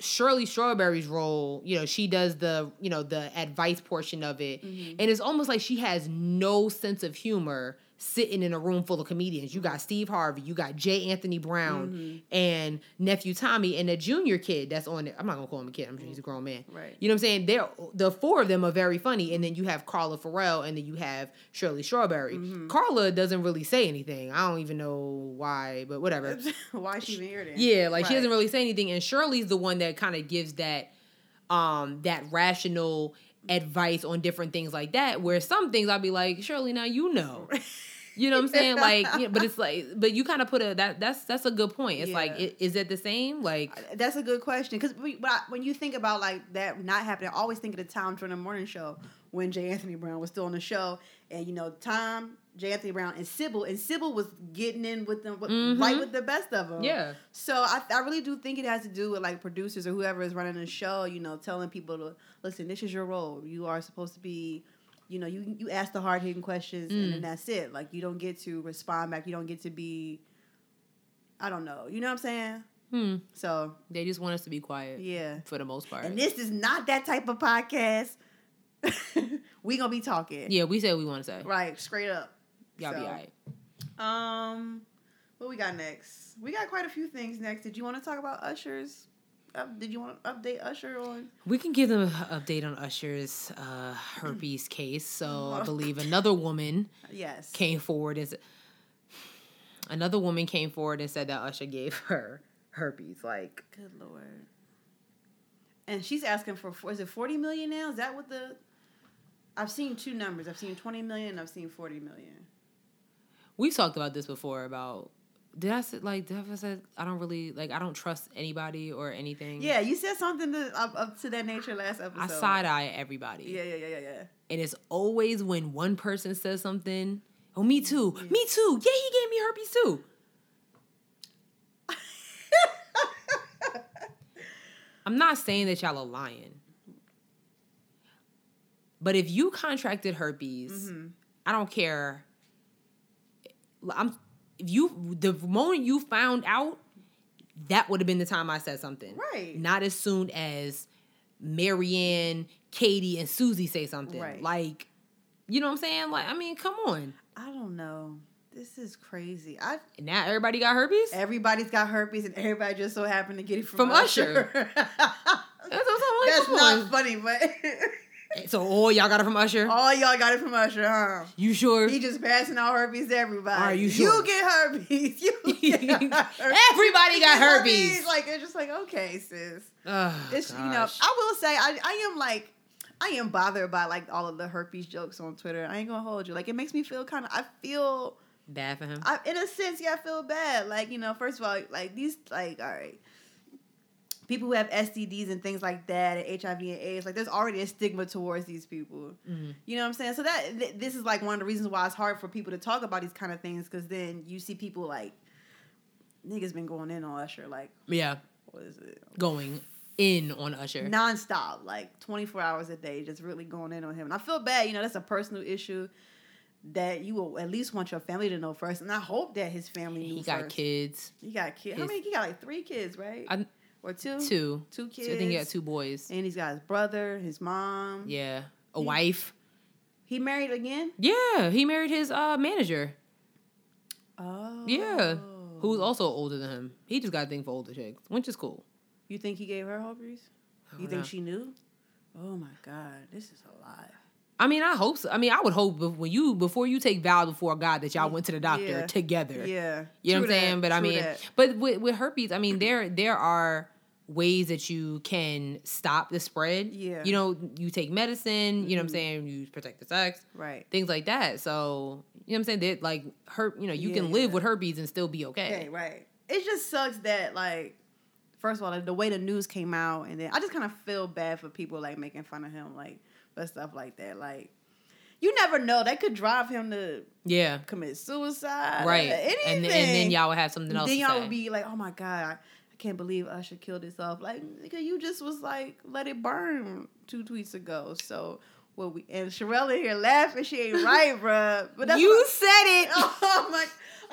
Speaker 1: Shirley Strawberry's role, you know, she does the, you know, the advice portion of it.
Speaker 2: Mm-hmm.
Speaker 1: And it's almost like she has no sense of humor sitting in a room full of comedians. You got Steve Harvey, you got J. Anthony Brown
Speaker 2: Mm-hmm.
Speaker 1: and nephew Tommy and the junior kid that's on it. I'm not gonna call him a kid, I'm
Speaker 2: Mm.
Speaker 1: sure he's a grown man.
Speaker 2: Right.
Speaker 1: You know what I'm saying? They're the four of them are very funny, and then you have Carla Farrell, and then you have Shirley Strawberry.
Speaker 2: Mm-hmm.
Speaker 1: Carla doesn't really say anything. I don't even know why, but whatever.
Speaker 2: Why is she even here then?
Speaker 1: Yeah, like she doesn't
Speaker 2: Right.
Speaker 1: really say anything, and Shirley's the one that kind of gives that, um, that rational advice on different things like that. Where some things I'll be like, Shirley, now you know. You know what I'm saying? Like, you know, but it's like, but you kind of put a that that's that's a good point. It's like,
Speaker 2: Yeah.
Speaker 1: i- is it the same? Like,
Speaker 2: That's a good question because when you think about like that not happening, I always think of the time during the morning show when J. Anthony Brown was still on the show, and you know Tom, J. Anthony Brown, and Sybil, and Sybil was getting in with them, with,
Speaker 1: Mhm.
Speaker 2: right with the best of them.
Speaker 1: yeah,
Speaker 2: So I, I really do think it has to do with like producers or whoever is running the show, you know, telling people to listen, this is your role. You are supposed to be, you know, you you ask the hard hitting questions and then that's it. Like you don't get to respond back. You don't get to be I don't know. You know what I'm saying?
Speaker 1: hmm.
Speaker 2: So
Speaker 1: They just want us to be quiet
Speaker 2: yeah.
Speaker 1: for the most part.
Speaker 2: And this is not that type of podcast. we gonna be talking.
Speaker 1: yeah, we said we want to say.
Speaker 2: Right, straight up.
Speaker 1: Y'all be
Speaker 2: So,
Speaker 1: all right.
Speaker 2: Um, what we got next? We got quite a few things next. Did you want to talk about Usher's? Up, did you want to update Usher on?
Speaker 1: We can give them an update on Usher's uh, herpes case. So I
Speaker 2: Oh.
Speaker 1: believe another woman
Speaker 2: Yes.
Speaker 1: came forward and s- another woman came forward and said that Usher gave her herpes. Like,
Speaker 2: Good lord. And she's asking for four- is it forty million now? Is that what the? I've seen two numbers. I've seen twenty million. and I've seen forty million.
Speaker 1: Mm-hmm. we've talked about this before. About did I say like did I said I don't really like I don't trust anybody or anything.
Speaker 2: Yeah, you said something to, up, up to that nature last episode.
Speaker 1: I side eye everybody.
Speaker 2: Yeah, yeah, yeah, yeah, yeah.
Speaker 1: and it's always when one person says something. Oh, me too. Me too. Yeah, he gave me herpes too. I'm not saying that y'all are lying. But if you contracted herpes,
Speaker 2: Mm-hmm.
Speaker 1: I don't care. I'm if you the moment you found out, that would have been the time I said something.
Speaker 2: Right.
Speaker 1: Not as soon as Marianne, Katie, and Susie say something.
Speaker 2: Right.
Speaker 1: Like, you know what I'm saying? Like, I mean, come on.
Speaker 2: I don't know. This is crazy. I
Speaker 1: And now everybody got herpes?
Speaker 2: Eh. everybody's got herpes, and everybody just so happened to get it from,
Speaker 1: From Usher. Oh,
Speaker 2: Usher.
Speaker 1: That's what I'm like,
Speaker 2: That's
Speaker 1: come on.
Speaker 2: not Oh. funny, but
Speaker 1: So all y'all got it from Usher?
Speaker 2: all y'all got it from Usher, huh?
Speaker 1: You sure?
Speaker 2: He just passing out herpes to everybody.
Speaker 1: Are you sure?
Speaker 2: You get herpes. You get
Speaker 1: Everybody
Speaker 2: herpes.
Speaker 1: got herpes.
Speaker 2: Like it's just like okay, sis.
Speaker 1: Oh,
Speaker 2: It's you know,
Speaker 1: gosh.
Speaker 2: I will say I I am like I am bothered by like all of the herpes jokes on Twitter. I ain't gonna hold you. Like it makes me feel kind of. I feel
Speaker 1: bad for him.
Speaker 2: I, in a sense, yeah, I feel bad. Like you know, first of all, like these, like all right, people who have STDs and things like that, and HIV and AIDS, like there's already a stigma towards these people.
Speaker 1: Mhm.
Speaker 2: You know what I'm saying? So that th- this is like one of the reasons why it's hard for people to talk about these kind of things because then you see people like niggas been going in on Usher like
Speaker 1: Yeah,
Speaker 2: what is it
Speaker 1: going in on Usher.
Speaker 2: nonstop like 24 hours a day just really going in on him and I feel bad you know that's a personal issue that you will at least want your family to know first and I hope that his family knew
Speaker 1: he got
Speaker 2: first.
Speaker 1: kids
Speaker 2: he got kids how
Speaker 1: His-
Speaker 2: many he got like three kids right
Speaker 1: I-
Speaker 2: or two
Speaker 1: too.
Speaker 2: two
Speaker 1: So
Speaker 2: kids
Speaker 1: I think he had two boys.
Speaker 2: and he's got his brother his mom
Speaker 1: Yeah, a
Speaker 2: Yeah.
Speaker 1: wife.
Speaker 2: he married again
Speaker 1: Yeah, he married his uh manager,
Speaker 2: oh
Speaker 1: who's also older than him. He just got a thing for older chicks, which is cool.
Speaker 2: you think he gave her herpes
Speaker 1: I
Speaker 2: you
Speaker 1: don't
Speaker 2: think
Speaker 1: know.
Speaker 2: she knew oh my god this is a lot
Speaker 1: I mean, I hope. so. I mean, I would hope bef- when you before you take vow before God that y'all went to the doctor
Speaker 2: Yeah.
Speaker 1: together.
Speaker 2: yeah
Speaker 1: You know what
Speaker 2: True
Speaker 1: I'm
Speaker 2: that,
Speaker 1: saying? But I
Speaker 2: true
Speaker 1: mean,
Speaker 2: that.
Speaker 1: but with, with herpes, I mean there there are ways that you can stop the spread.
Speaker 2: Yeah.
Speaker 1: You know, you take medicine. You know what I'm
Speaker 2: Mhm.
Speaker 1: saying? You protect the sex,
Speaker 2: right
Speaker 1: things like that. So you know what I'm saying? That like her, you know, you can
Speaker 2: Yeah.
Speaker 1: live with herpes and still be
Speaker 2: Okay,
Speaker 1: okay.
Speaker 2: right. It just sucks that like first of all, like, the way the news came out and then I just kind of feel bad for people like making fun of him like for stuff like that. Like you never know. That could drive him to
Speaker 1: Yeah.
Speaker 2: commit suicide. or
Speaker 1: Right.
Speaker 2: Uh, Anything.
Speaker 1: And and then y'all would have something else.
Speaker 2: Then
Speaker 1: to
Speaker 2: y'all
Speaker 1: say.
Speaker 2: would be like, "Oh my god, I can't believe Usher killed himself." Like, nigga, you just was like, "Let it burn" two tweets ago. So, what we and Sherelle in here laughing, she ain't right, bruh. But that's
Speaker 1: You
Speaker 2: what-
Speaker 1: said it.
Speaker 2: oh my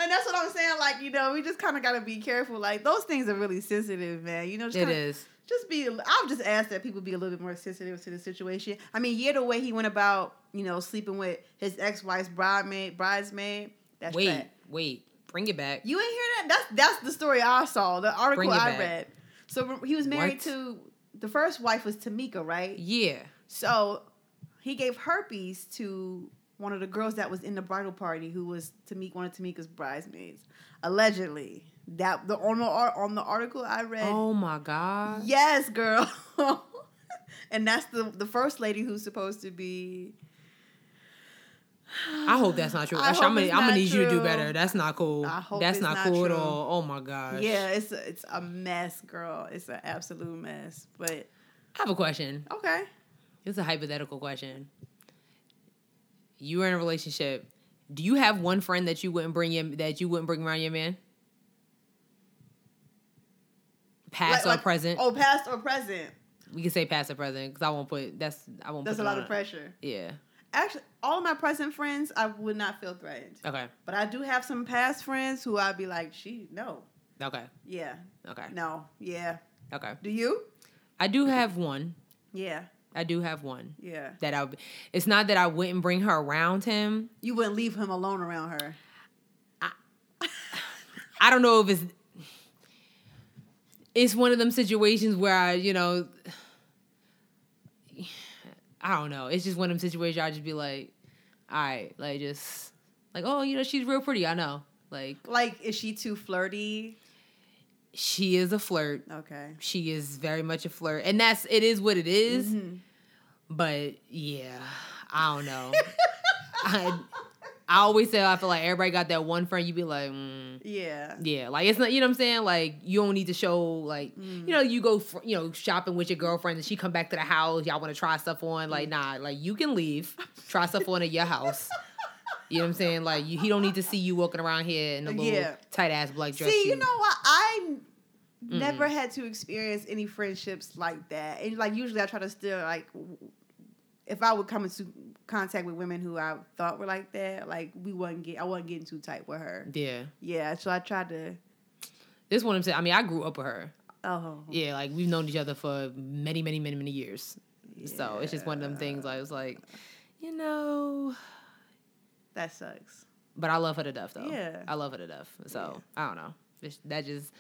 Speaker 2: and that's what I'm saying. Like, you know, we just kind of got to be careful. Like, those things are really sensitive, man. You know, just,
Speaker 1: It
Speaker 2: kinda,
Speaker 1: is.
Speaker 2: just be. I'll just ask that people be a little bit more sensitive to the situation. I mean, yeah, the way he went about, you know, sleeping with his ex wife's bridesmaid, bridesmaid. That's
Speaker 1: Wait,
Speaker 2: that.
Speaker 1: wait. Bring it back.
Speaker 2: You ain't hear that? That's that's the story I saw. The article
Speaker 1: it
Speaker 2: I
Speaker 1: back.
Speaker 2: read. So he was married
Speaker 1: What?
Speaker 2: to the first wife was Tamika, right?
Speaker 1: yeah.
Speaker 2: So he gave herpes to one of the girls that was in the bridal party, who was Tamika, one of Tamika's bridesmaids, allegedly. That the on the ar- on the article I read.
Speaker 1: Oh my god.
Speaker 2: Yes, girl. and that's the the first lady who's supposed to be.
Speaker 1: I hope that's not true.
Speaker 2: I
Speaker 1: Usher,
Speaker 2: hope
Speaker 1: I'm gonna,
Speaker 2: it's
Speaker 1: I'm gonna
Speaker 2: not
Speaker 1: need you to do
Speaker 2: true.
Speaker 1: better. That's not cool.
Speaker 2: I hope
Speaker 1: that's
Speaker 2: it's
Speaker 1: not,
Speaker 2: not
Speaker 1: cool at
Speaker 2: true.
Speaker 1: all. Oh my gosh.
Speaker 2: Yeah, it's a, it's a mess, girl. It's an absolute mess. But
Speaker 1: I have a question.
Speaker 2: okay,
Speaker 1: It's a hypothetical question. You are in a relationship. Do you have one friend that you wouldn't bring in, that you wouldn't bring around your man? Past
Speaker 2: Like-
Speaker 1: or
Speaker 2: like-
Speaker 1: present?
Speaker 2: Oh, past or present?
Speaker 1: We can say past or present because I won't put that's I won't.
Speaker 2: That's
Speaker 1: put
Speaker 2: a
Speaker 1: it
Speaker 2: lot
Speaker 1: on
Speaker 2: of pressure.
Speaker 1: Yeah.
Speaker 2: Actually, all of my present friends, I would not feel threatened.
Speaker 1: Okay.
Speaker 2: But I do have some past friends who I'd be like, she, no,
Speaker 1: Okay.
Speaker 2: yeah,
Speaker 1: Okay.
Speaker 2: no, yeah.
Speaker 1: Okay.
Speaker 2: Do you?
Speaker 1: I do have one.
Speaker 2: Yeah,
Speaker 1: I do have one
Speaker 2: yeah.
Speaker 1: that I. would- It's not that I wouldn't bring her around him.
Speaker 2: You wouldn't leave him alone around her.
Speaker 1: I don't know if it's it's one of them situations where I, you know, I don't know. It's just one of them situations where I just be like, all right, like just like, oh, you know, she's real pretty. I know. Like
Speaker 2: Like, is she too flirty?
Speaker 1: she is a flirt.
Speaker 2: Okay.
Speaker 1: She is very much a flirt. And that's it is what it is.
Speaker 2: Mhm.
Speaker 1: But yeah, I don't know. I I always say I feel like everybody got that one friend you be like, mm,
Speaker 2: Yeah.
Speaker 1: Yeah, like it's not. You know what I'm saying? Like you don't need to show like you know you go fr- you know shopping with your girlfriend and she come back to the house. Y'all want to try stuff on? Like nah, like you can leave. Try stuff on at your house. You know what I'm saying? Like you, he don't need to see you walking around here in a little
Speaker 2: Yeah.
Speaker 1: tight ass black dress.
Speaker 2: See, you
Speaker 1: suit.
Speaker 2: know what? I n-
Speaker 1: Mm-hmm.
Speaker 2: never had to experience any friendships like that. And, like, usually I try to still, like, w- if I would come into contact with women who I thought were like that, like, we wasn't get, I wasn't getting too tight with her.
Speaker 1: Yeah,
Speaker 2: Yeah, so I tried to,
Speaker 1: this one I'm saying. I mean, I grew up with her.
Speaker 2: oh.
Speaker 1: Yeah, like we've known each other for many, many, many, many years. So it's just one of them things. I was like, you know,
Speaker 2: That sucks.
Speaker 1: But I love her to death though.
Speaker 2: Yeah.
Speaker 1: I love her to death. So I don't know. It's- That just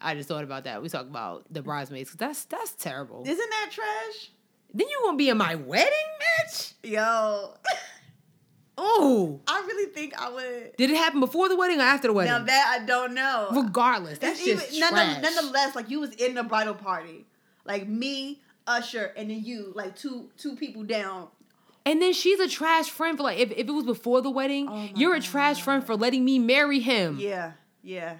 Speaker 1: I just thought about that. We talked about the bridesmaids. That's that's terrible.
Speaker 2: Isn't that trash?
Speaker 1: then you gonna be in my wedding, bitch?
Speaker 2: Yo,
Speaker 1: Oh.
Speaker 2: I really think I would.
Speaker 1: Did it happen before the wedding or after the
Speaker 2: Now
Speaker 1: wedding?
Speaker 2: that I don't know.
Speaker 1: Regardless,
Speaker 2: It's
Speaker 1: that's just
Speaker 2: none-
Speaker 1: trash.
Speaker 2: nonetheless, like you was in the bridal party, like me, Usher, and then you, like two two people down.
Speaker 1: and then she's a trash friend for like if, if it was before the wedding,
Speaker 2: Oh my
Speaker 1: you're a trash friend for letting me marry him.
Speaker 2: Yeah, yeah.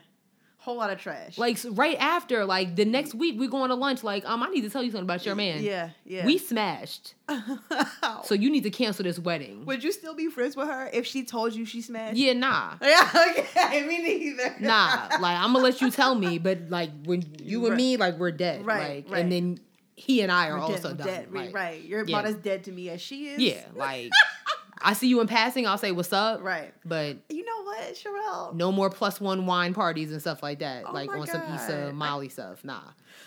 Speaker 2: whole lot of trash.
Speaker 1: Um, Like s- right after, like the next week, we going to lunch. Like, um, I need to tell you something about your man.
Speaker 2: Yeah, yeah.
Speaker 1: We smashed, so you need to cancel this wedding.
Speaker 2: would you still be friends with her if she told you she smashed?
Speaker 1: yeah, nah,
Speaker 2: Yeah, okay. Me neither.
Speaker 1: nah. Like I'm gonna let you tell me, but like when you and
Speaker 2: Right.
Speaker 1: me, like we're dead.
Speaker 2: Right,
Speaker 1: Like,
Speaker 2: right.
Speaker 1: and then he and I are
Speaker 2: We're dead-
Speaker 1: also
Speaker 2: we're
Speaker 1: done.
Speaker 2: dead. We-
Speaker 1: like,
Speaker 2: right. You're
Speaker 1: yeah.
Speaker 2: about as dead to me as she is.
Speaker 1: Yeah, like I see you in passing, I'll say what's up.
Speaker 2: Right.
Speaker 1: But
Speaker 2: You know what, Sherelle?
Speaker 1: no more plus one wine parties and stuff like that.
Speaker 2: Oh
Speaker 1: like
Speaker 2: my
Speaker 1: on some Issa
Speaker 2: God.
Speaker 1: Molly stuff. Nah.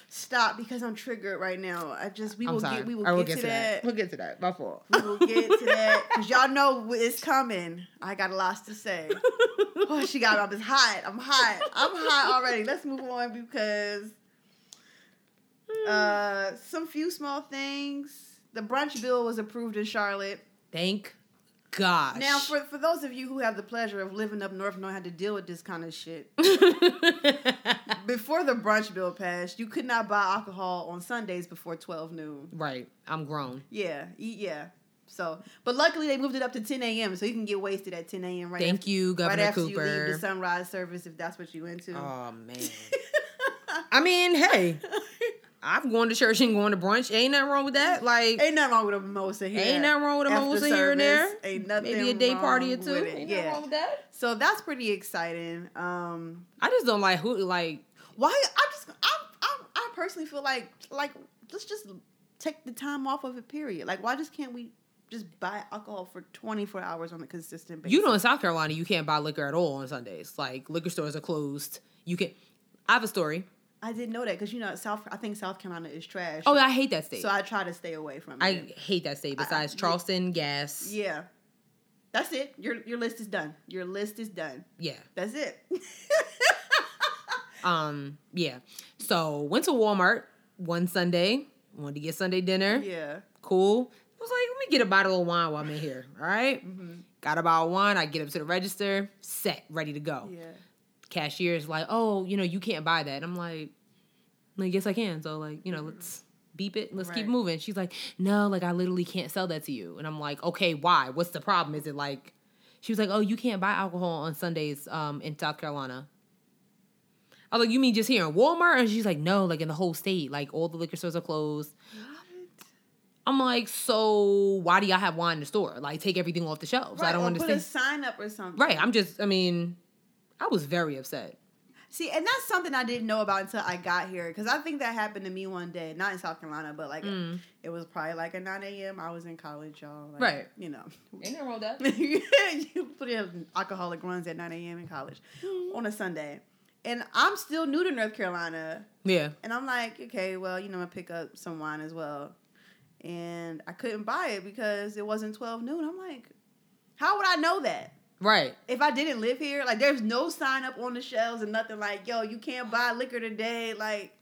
Speaker 2: Stop because I'm triggered right now. I just we
Speaker 1: I'm
Speaker 2: will
Speaker 1: sorry.
Speaker 2: get we will,
Speaker 1: I
Speaker 2: get, to that.
Speaker 1: We'll get to that. My fault.
Speaker 2: We will get to that because y'all know wh- it's coming. I got lots to say. Oh, she got up. It's hot. I'm hot. I'm hot already. Let's move on because
Speaker 1: Mm.
Speaker 2: uh some few small things. The brunch bill was approved in Charlotte.
Speaker 1: Thank gosh.
Speaker 2: Now, for for those of you who have the pleasure of living up north, knowing how to deal with this kind of shit, before the brunch bill passed, you could not buy alcohol on Sundays before twelve noon.
Speaker 1: Right. I'm grown.
Speaker 2: Yeah, y- yeah. So, but luckily they moved it up to 10 a.m. so you can get wasted at 10 a.m. right.
Speaker 1: Thank
Speaker 2: after,
Speaker 1: you,
Speaker 2: Right
Speaker 1: Governor
Speaker 2: after you leave
Speaker 1: Cooper.
Speaker 2: the sunrise service, if that's what you into.
Speaker 1: oh man. I mean, hey, I'm going to church and going to brunch. Ain't nothing wrong with that. Like
Speaker 2: Ain't nothing Mm-hmm. wrong with a mimosa here.
Speaker 1: Ain't nothing wrong with a
Speaker 2: After
Speaker 1: mimosa here and
Speaker 2: service,
Speaker 1: there.
Speaker 2: Ain't nothing
Speaker 1: maybe a day
Speaker 2: wrong
Speaker 1: party or two.
Speaker 2: with it,
Speaker 1: Ain't nothing
Speaker 2: yeah.
Speaker 1: wrong with that.
Speaker 2: So that's pretty exciting. Um,
Speaker 1: I just don't like who like
Speaker 2: why? I just I, I I personally feel like like let's just take the time off of it. Period. Like why just can't we just buy alcohol for 24 hours on a consistent basis?
Speaker 1: You know, in South Carolina, you can't buy liquor at all on Sundays. Like liquor stores are closed. You can. I have a story.
Speaker 2: I didn't know that because you know South. I think South Carolina is trash.
Speaker 1: Oh, I hate that state.
Speaker 2: So I try to stay away from it.
Speaker 1: I, hate that state. Besides
Speaker 2: I-
Speaker 1: Charleston, Gas. Yeah.
Speaker 2: yeah. That's it. Your your list is done. Your list is done. That's it.
Speaker 1: Um. Yeah. So went to Walmart one Sunday. Wanted to get Sunday dinner.
Speaker 2: yeah.
Speaker 1: Cool. I was like, let me get a bottle of wine while I'm in here. All right?
Speaker 2: Mm-hmm.
Speaker 1: Got a bottle of wine. I get up to the register. Set. Ready to go.
Speaker 2: Yeah.
Speaker 1: cashier's like, oh, you know, you can't buy that. I'm like, like, yes, I can. So like, you know, let's beep it. Let's keep
Speaker 2: Mm-hmm. Right.
Speaker 1: moving. She's like, no, like I literally can't sell that to you. And I'm like, okay, why? What's the problem? Is it like? She was like, oh, you can't buy alcohol on Sundays um, in South Carolina. I was like, you mean just here in Walmart? And she's like, no, like in the whole state, like all the liquor stores are closed. I'm like, so why do y'all have wine in the store? Like, take everything off the shelves. I
Speaker 2: Right,
Speaker 1: don't
Speaker 2: or Put a
Speaker 1: understand.
Speaker 2: sign up or something.
Speaker 1: Right. I'm just, I mean, I was very upset.
Speaker 2: See, and that's something I didn't know about until I got here because I think that happened to me one day, not in South Carolina, but like
Speaker 1: Mm.
Speaker 2: it was probably like a 9 a.m. I was in college, y'all. Like,
Speaker 1: Right.
Speaker 2: You know.
Speaker 1: Ain't nothing wrong with that.
Speaker 2: you put in alcoholic runs at 9 a.m. in college
Speaker 1: Mm.
Speaker 2: on a Sunday. And I'm still new to North Carolina.
Speaker 1: Yeah.
Speaker 2: And I'm like, okay, well, you know, I'm gonna pick up some wine as well. And I couldn't buy it because it wasn't 12 noon. I'm like, how would I know that?
Speaker 1: Right.
Speaker 2: If I didn't live here, like, there's no sign up on the shelves and nothing like, yo, you can't buy liquor today. Like,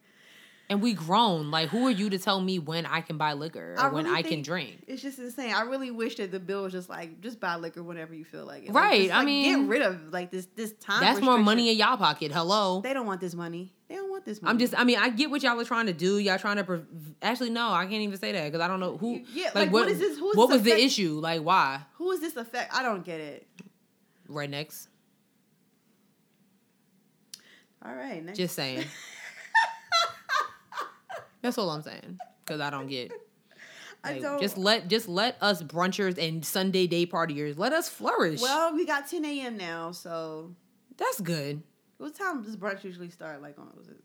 Speaker 1: And we grown. Like, who are you to tell me when I can buy liquor or
Speaker 2: I
Speaker 1: when
Speaker 2: really
Speaker 1: I can
Speaker 2: think-
Speaker 1: drink?
Speaker 2: it's just insane. I really wish that the bill was just like, just buy liquor whenever you feel like it. Like,
Speaker 1: Right,
Speaker 2: just,
Speaker 1: I
Speaker 2: like,
Speaker 1: mean,
Speaker 2: get rid of like this this time.
Speaker 1: That's more
Speaker 2: restriction.
Speaker 1: money in y'all pocket. Hello.
Speaker 2: They don't want this money. They don't want this money.
Speaker 1: I'm just. I mean, I get what y'all are trying to do. Y'all trying to. Pre- actually, no, I can't even say that because I don't know who.
Speaker 2: Yeah, like, what is this- who is
Speaker 1: what
Speaker 2: this
Speaker 1: was the
Speaker 2: affect-
Speaker 1: issue? Like, why
Speaker 2: Who is this affect? I don't get it.
Speaker 1: rednecks?
Speaker 2: All right, next.
Speaker 1: Just saying. That's all I'm saying because I don't get.
Speaker 2: I
Speaker 1: like,
Speaker 2: don't.
Speaker 1: Just let just let us brunchers and Sunday day partiers let us flourish.
Speaker 2: Well, we got 10 a.m. now, so
Speaker 1: that's good.
Speaker 2: what time does brunch usually start? Like on was it?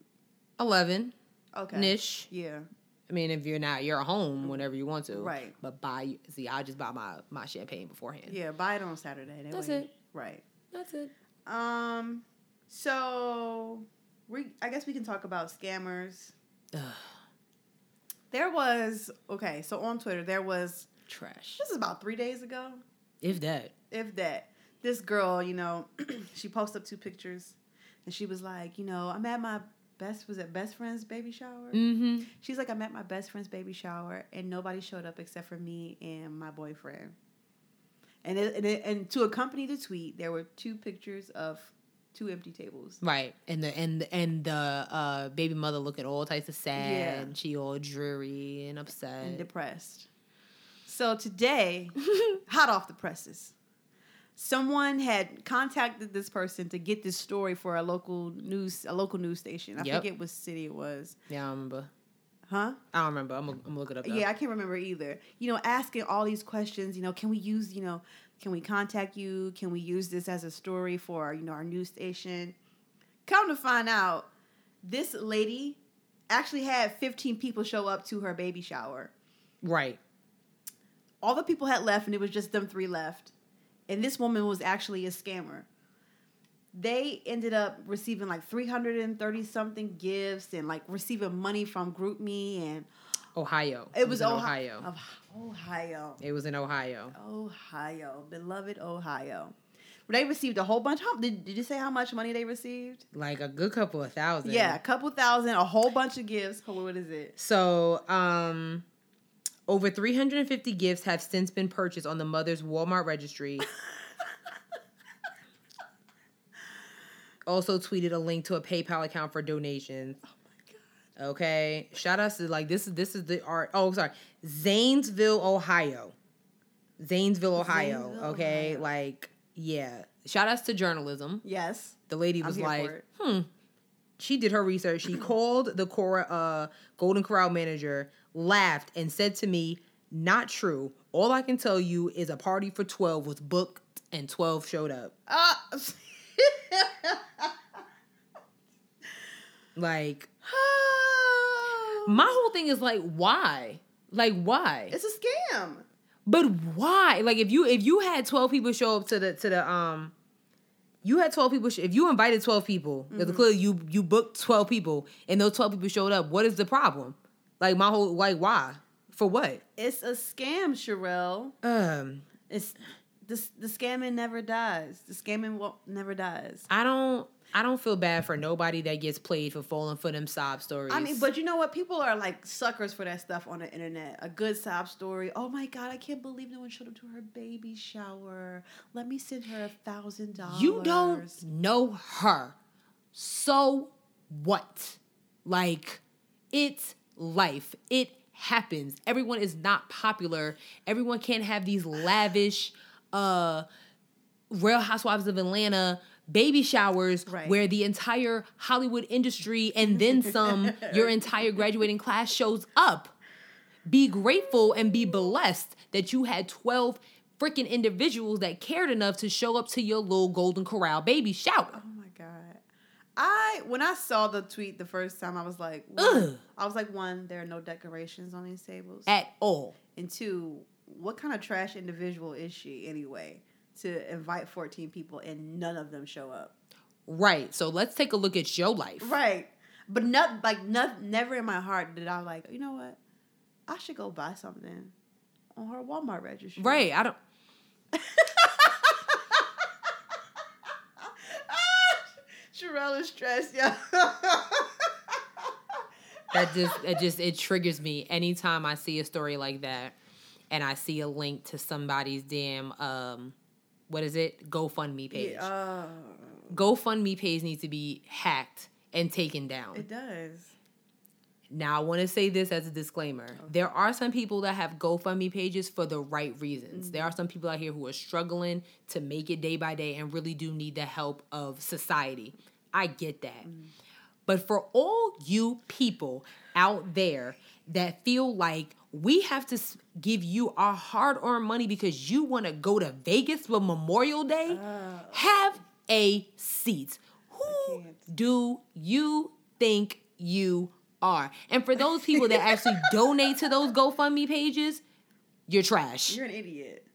Speaker 1: Eleven
Speaker 2: Okay.
Speaker 1: nish.
Speaker 2: Yeah.
Speaker 1: I mean, if you're not, you're at home whenever you want to.
Speaker 2: Right.
Speaker 1: But buy, see, I just buy my my champagne beforehand.
Speaker 2: Yeah. Buy it on Saturday. That
Speaker 1: That's
Speaker 2: way-
Speaker 1: it.
Speaker 2: Right.
Speaker 1: That's it.
Speaker 2: Um. So we. I guess we can talk about scammers.
Speaker 1: Ugh,
Speaker 2: There was okay. So on Twitter, there was
Speaker 1: trash.
Speaker 2: this is about three days ago,
Speaker 1: If that.
Speaker 2: if that. This girl, you know, she posted up two pictures, and she was like, you know, I'm at my best was it best friend's baby shower.
Speaker 1: Mm-hmm.
Speaker 2: She's like, I'm at my best friend's baby shower, and nobody showed up except for me and my boyfriend. And it, and, it, and to accompany the tweet, there were two pictures of two empty tables.
Speaker 1: Right. And the and the, and the uh, baby mother looking all types of sad.
Speaker 2: Yeah.
Speaker 1: And she all dreary and
Speaker 2: and
Speaker 1: upset.
Speaker 2: depressed. So today, hot off the presses, someone had contacted this person to get this story for a local news a local news station. I
Speaker 1: Yep.
Speaker 2: forget what city it was.
Speaker 1: Yeah, I don't remember.
Speaker 2: Huh?
Speaker 1: I don't remember. I'm gonna I'm gonna look it up. Though.
Speaker 2: Yeah, I can't remember either. You know, asking all these questions, you know, can we use, you know, can we contact you? Can we use this as a story for, you know, our news station? Come to find out, this lady actually had 15 people show up to her baby shower.
Speaker 1: Right.
Speaker 2: All the people had left and it was just them three left. And this woman was actually a scammer. They ended up receiving like 330 something gifts and like receiving money from GroupMe and
Speaker 1: Ohio.
Speaker 2: it was Oh.
Speaker 1: in
Speaker 2: Ohio. Ohio.
Speaker 1: It was in Ohio.
Speaker 2: Ohio, beloved Ohio. They received a whole bunch. How, did, did you say how much money they received?
Speaker 1: Like a good couple of thousand.
Speaker 2: Yeah, a couple thousand, a whole bunch of gifts. Hold on, What is it?
Speaker 1: So, um, over 350 gifts have since been purchased on the mother's Walmart registry. also tweeted a link to a PayPal account for donations.
Speaker 2: Oh my god!
Speaker 1: Okay, shout outs to like this is this is the art. Oh, sorry, Zanesville, Ohio. Zanesville, Ohio.
Speaker 2: Zanesville,
Speaker 1: okay,
Speaker 2: Ohio.
Speaker 1: like yeah. Shout outs to journalism.
Speaker 2: Yes,
Speaker 1: The lady
Speaker 2: I'm
Speaker 1: was
Speaker 2: here for
Speaker 1: like,
Speaker 2: it.
Speaker 1: hmm. She did her research. She called the Cora uh, Golden Corral manager, laughed, and said to me, "Not true. All I can tell you is a party for twelve was booked and twelve showed up.
Speaker 2: Uh,
Speaker 1: Like my whole thing is like, why? Like why?
Speaker 2: it's a scam.
Speaker 1: But why? Like if you if you had twelve people show up to the to the um, you had twelve people. Sh- if you invited twelve people, 'cause clearly you you booked twelve people, and those twelve people showed up. What is the problem? Like my whole like why for what?
Speaker 2: It's a scam, Sherelle.
Speaker 1: Um,
Speaker 2: It's this the scamming never dies. The scamming will never dies.
Speaker 1: I don't I don't feel bad for nobody that gets played for falling for them sob stories.
Speaker 2: I mean, but you know what? People are like suckers for that stuff on the internet. A good sob story. Oh my god, I can't believe no one showed up to her baby shower. Let me send her a thousand dollars.
Speaker 1: you don't know her, so what? Like it's life. It happens. Everyone is not popular. Everyone can't have these lavish uh Real Housewives of Atlanta baby showers
Speaker 2: Right.
Speaker 1: where the entire Hollywood industry and then some, your entire graduating class shows up. Be grateful and be blessed that you had 12 freaking individuals that cared enough to show up to your little Golden Corral baby shower.
Speaker 2: Oh my god. I when I saw the tweet the first time, I was like,
Speaker 1: Ugh.
Speaker 2: one, I was like, one, there are no decorations on these tables,
Speaker 1: At all.
Speaker 2: and two, what kind of trash individual is she anyway to invite fourteen people and none of them show up?
Speaker 1: Right. So let's take a look at your life.
Speaker 2: Right. But not like not never in my heart did I like, you know what? I should go buy something on her Walmart registry.
Speaker 1: Right. I don't.
Speaker 2: Sherelle is stressed, yeah.
Speaker 1: that just it just it triggers me anytime I see a story like that and I see a link to somebody's damn um what is it? GoFundMe page.
Speaker 2: Yeah, uh,
Speaker 1: GoFundMe page needs to be hacked and taken down.
Speaker 2: it does.
Speaker 1: Now I want to say this as a disclaimer.
Speaker 2: Oh.
Speaker 1: There are some people that have GoFundMe pages for the right
Speaker 2: Mm-hmm.
Speaker 1: reasons. There are some people out here who are struggling to make it day by day and really do need the help of society. I get that.
Speaker 2: Mm-hmm.
Speaker 1: But for all you people out there that feel like we have to s- give you our hard earned money because you want to go to Vegas for Memorial Day,
Speaker 2: Oh.
Speaker 1: have a seat. Who
Speaker 2: can't.
Speaker 1: do you think you are? And for those people that actually donate to those GoFundMe pages, you're trash. You're,
Speaker 2: You're an idiot.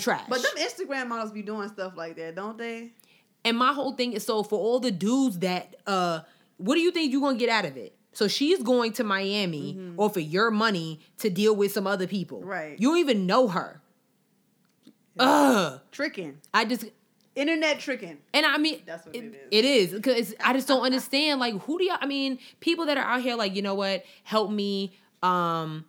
Speaker 1: trash.
Speaker 2: But them Instagram models be doing stuff like that, don't they?
Speaker 1: And my whole thing is so for all the dudes that uh what do you think you're gonna get out of it? So she's going to Miami or for your money to deal with some other people.
Speaker 2: Right.
Speaker 1: You don't even know her. Ugh.
Speaker 2: Tricking.
Speaker 1: I just
Speaker 2: Internet tricking.
Speaker 1: and I mean
Speaker 2: That's what it
Speaker 1: It is because I just don't understand. Like who do y'all I mean, people that are out here like, you know what, help me um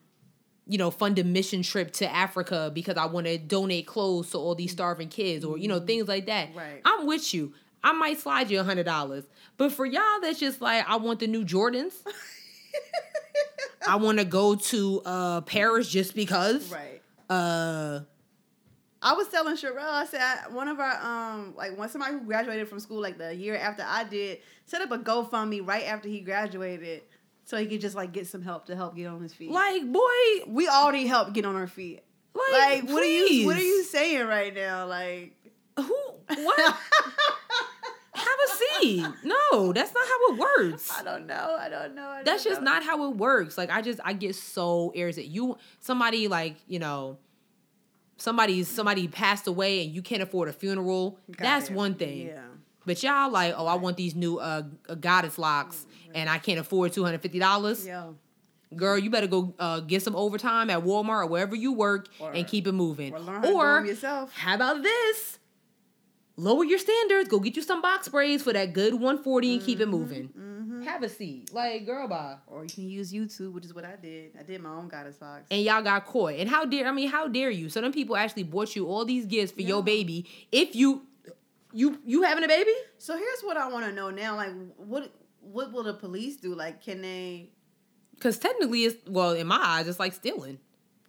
Speaker 1: you know, fund a mission trip to Africa because I want to donate clothes to all these starving kids or, you know, things like that.
Speaker 2: Mm-hmm. Right.
Speaker 1: I'm with you. I might slide you a hundred dollars. But for y'all that's just like, I want the new Jordans. I want to go to uh Paris just because.
Speaker 2: Right.
Speaker 1: Uh
Speaker 2: I was telling Sherelle, I said I- one of our um like one somebody who graduated from school like the year after I did set up a GoFundMe right after he graduated so he could just like get some help to help get on his feet.
Speaker 1: Like, boy,
Speaker 2: we all need help get on our feet.
Speaker 1: like,
Speaker 2: Like what are you what are
Speaker 1: please.
Speaker 2: you saying right now? Like
Speaker 1: Who? What? Have a seat. No, that's not how it works.
Speaker 2: I don't know. I don't know. I
Speaker 1: That's
Speaker 2: don't
Speaker 1: just
Speaker 2: know.
Speaker 1: not how it works. Like I just I get so irritated. You somebody like you know, somebody somebody passed away and you can't afford a funeral. that's
Speaker 2: Goddamn.
Speaker 1: one thing.
Speaker 2: Yeah.
Speaker 1: But y'all like, oh, I want these new uh, uh, goddess locks, and I can't afford two hundred fifty dollars.
Speaker 2: Mm-hmm. Yeah.
Speaker 1: Girl, you better go uh, get some overtime at Walmart or wherever you work,
Speaker 2: Or-
Speaker 1: and keep it moving.
Speaker 2: Or learn how to do
Speaker 1: Or
Speaker 2: 'em yourself.
Speaker 1: how about this? Lower your standards. Go get you some box braids for that good one forty, and keep it moving. Have a seat, like girl, bye.
Speaker 2: Mm-hmm. Or you can use YouTube, which is what I did. I did my own goddess box.
Speaker 1: and y'all got caught. And how dare I mean, how dare you? So them people actually bought you all these gifts for your
Speaker 2: Yeah.
Speaker 1: baby. If you you you having a baby?
Speaker 2: So here's what I want to know now. Like, what what will the police do? Like, can they?
Speaker 1: Because technically, it's well in my eyes, it's like stealing,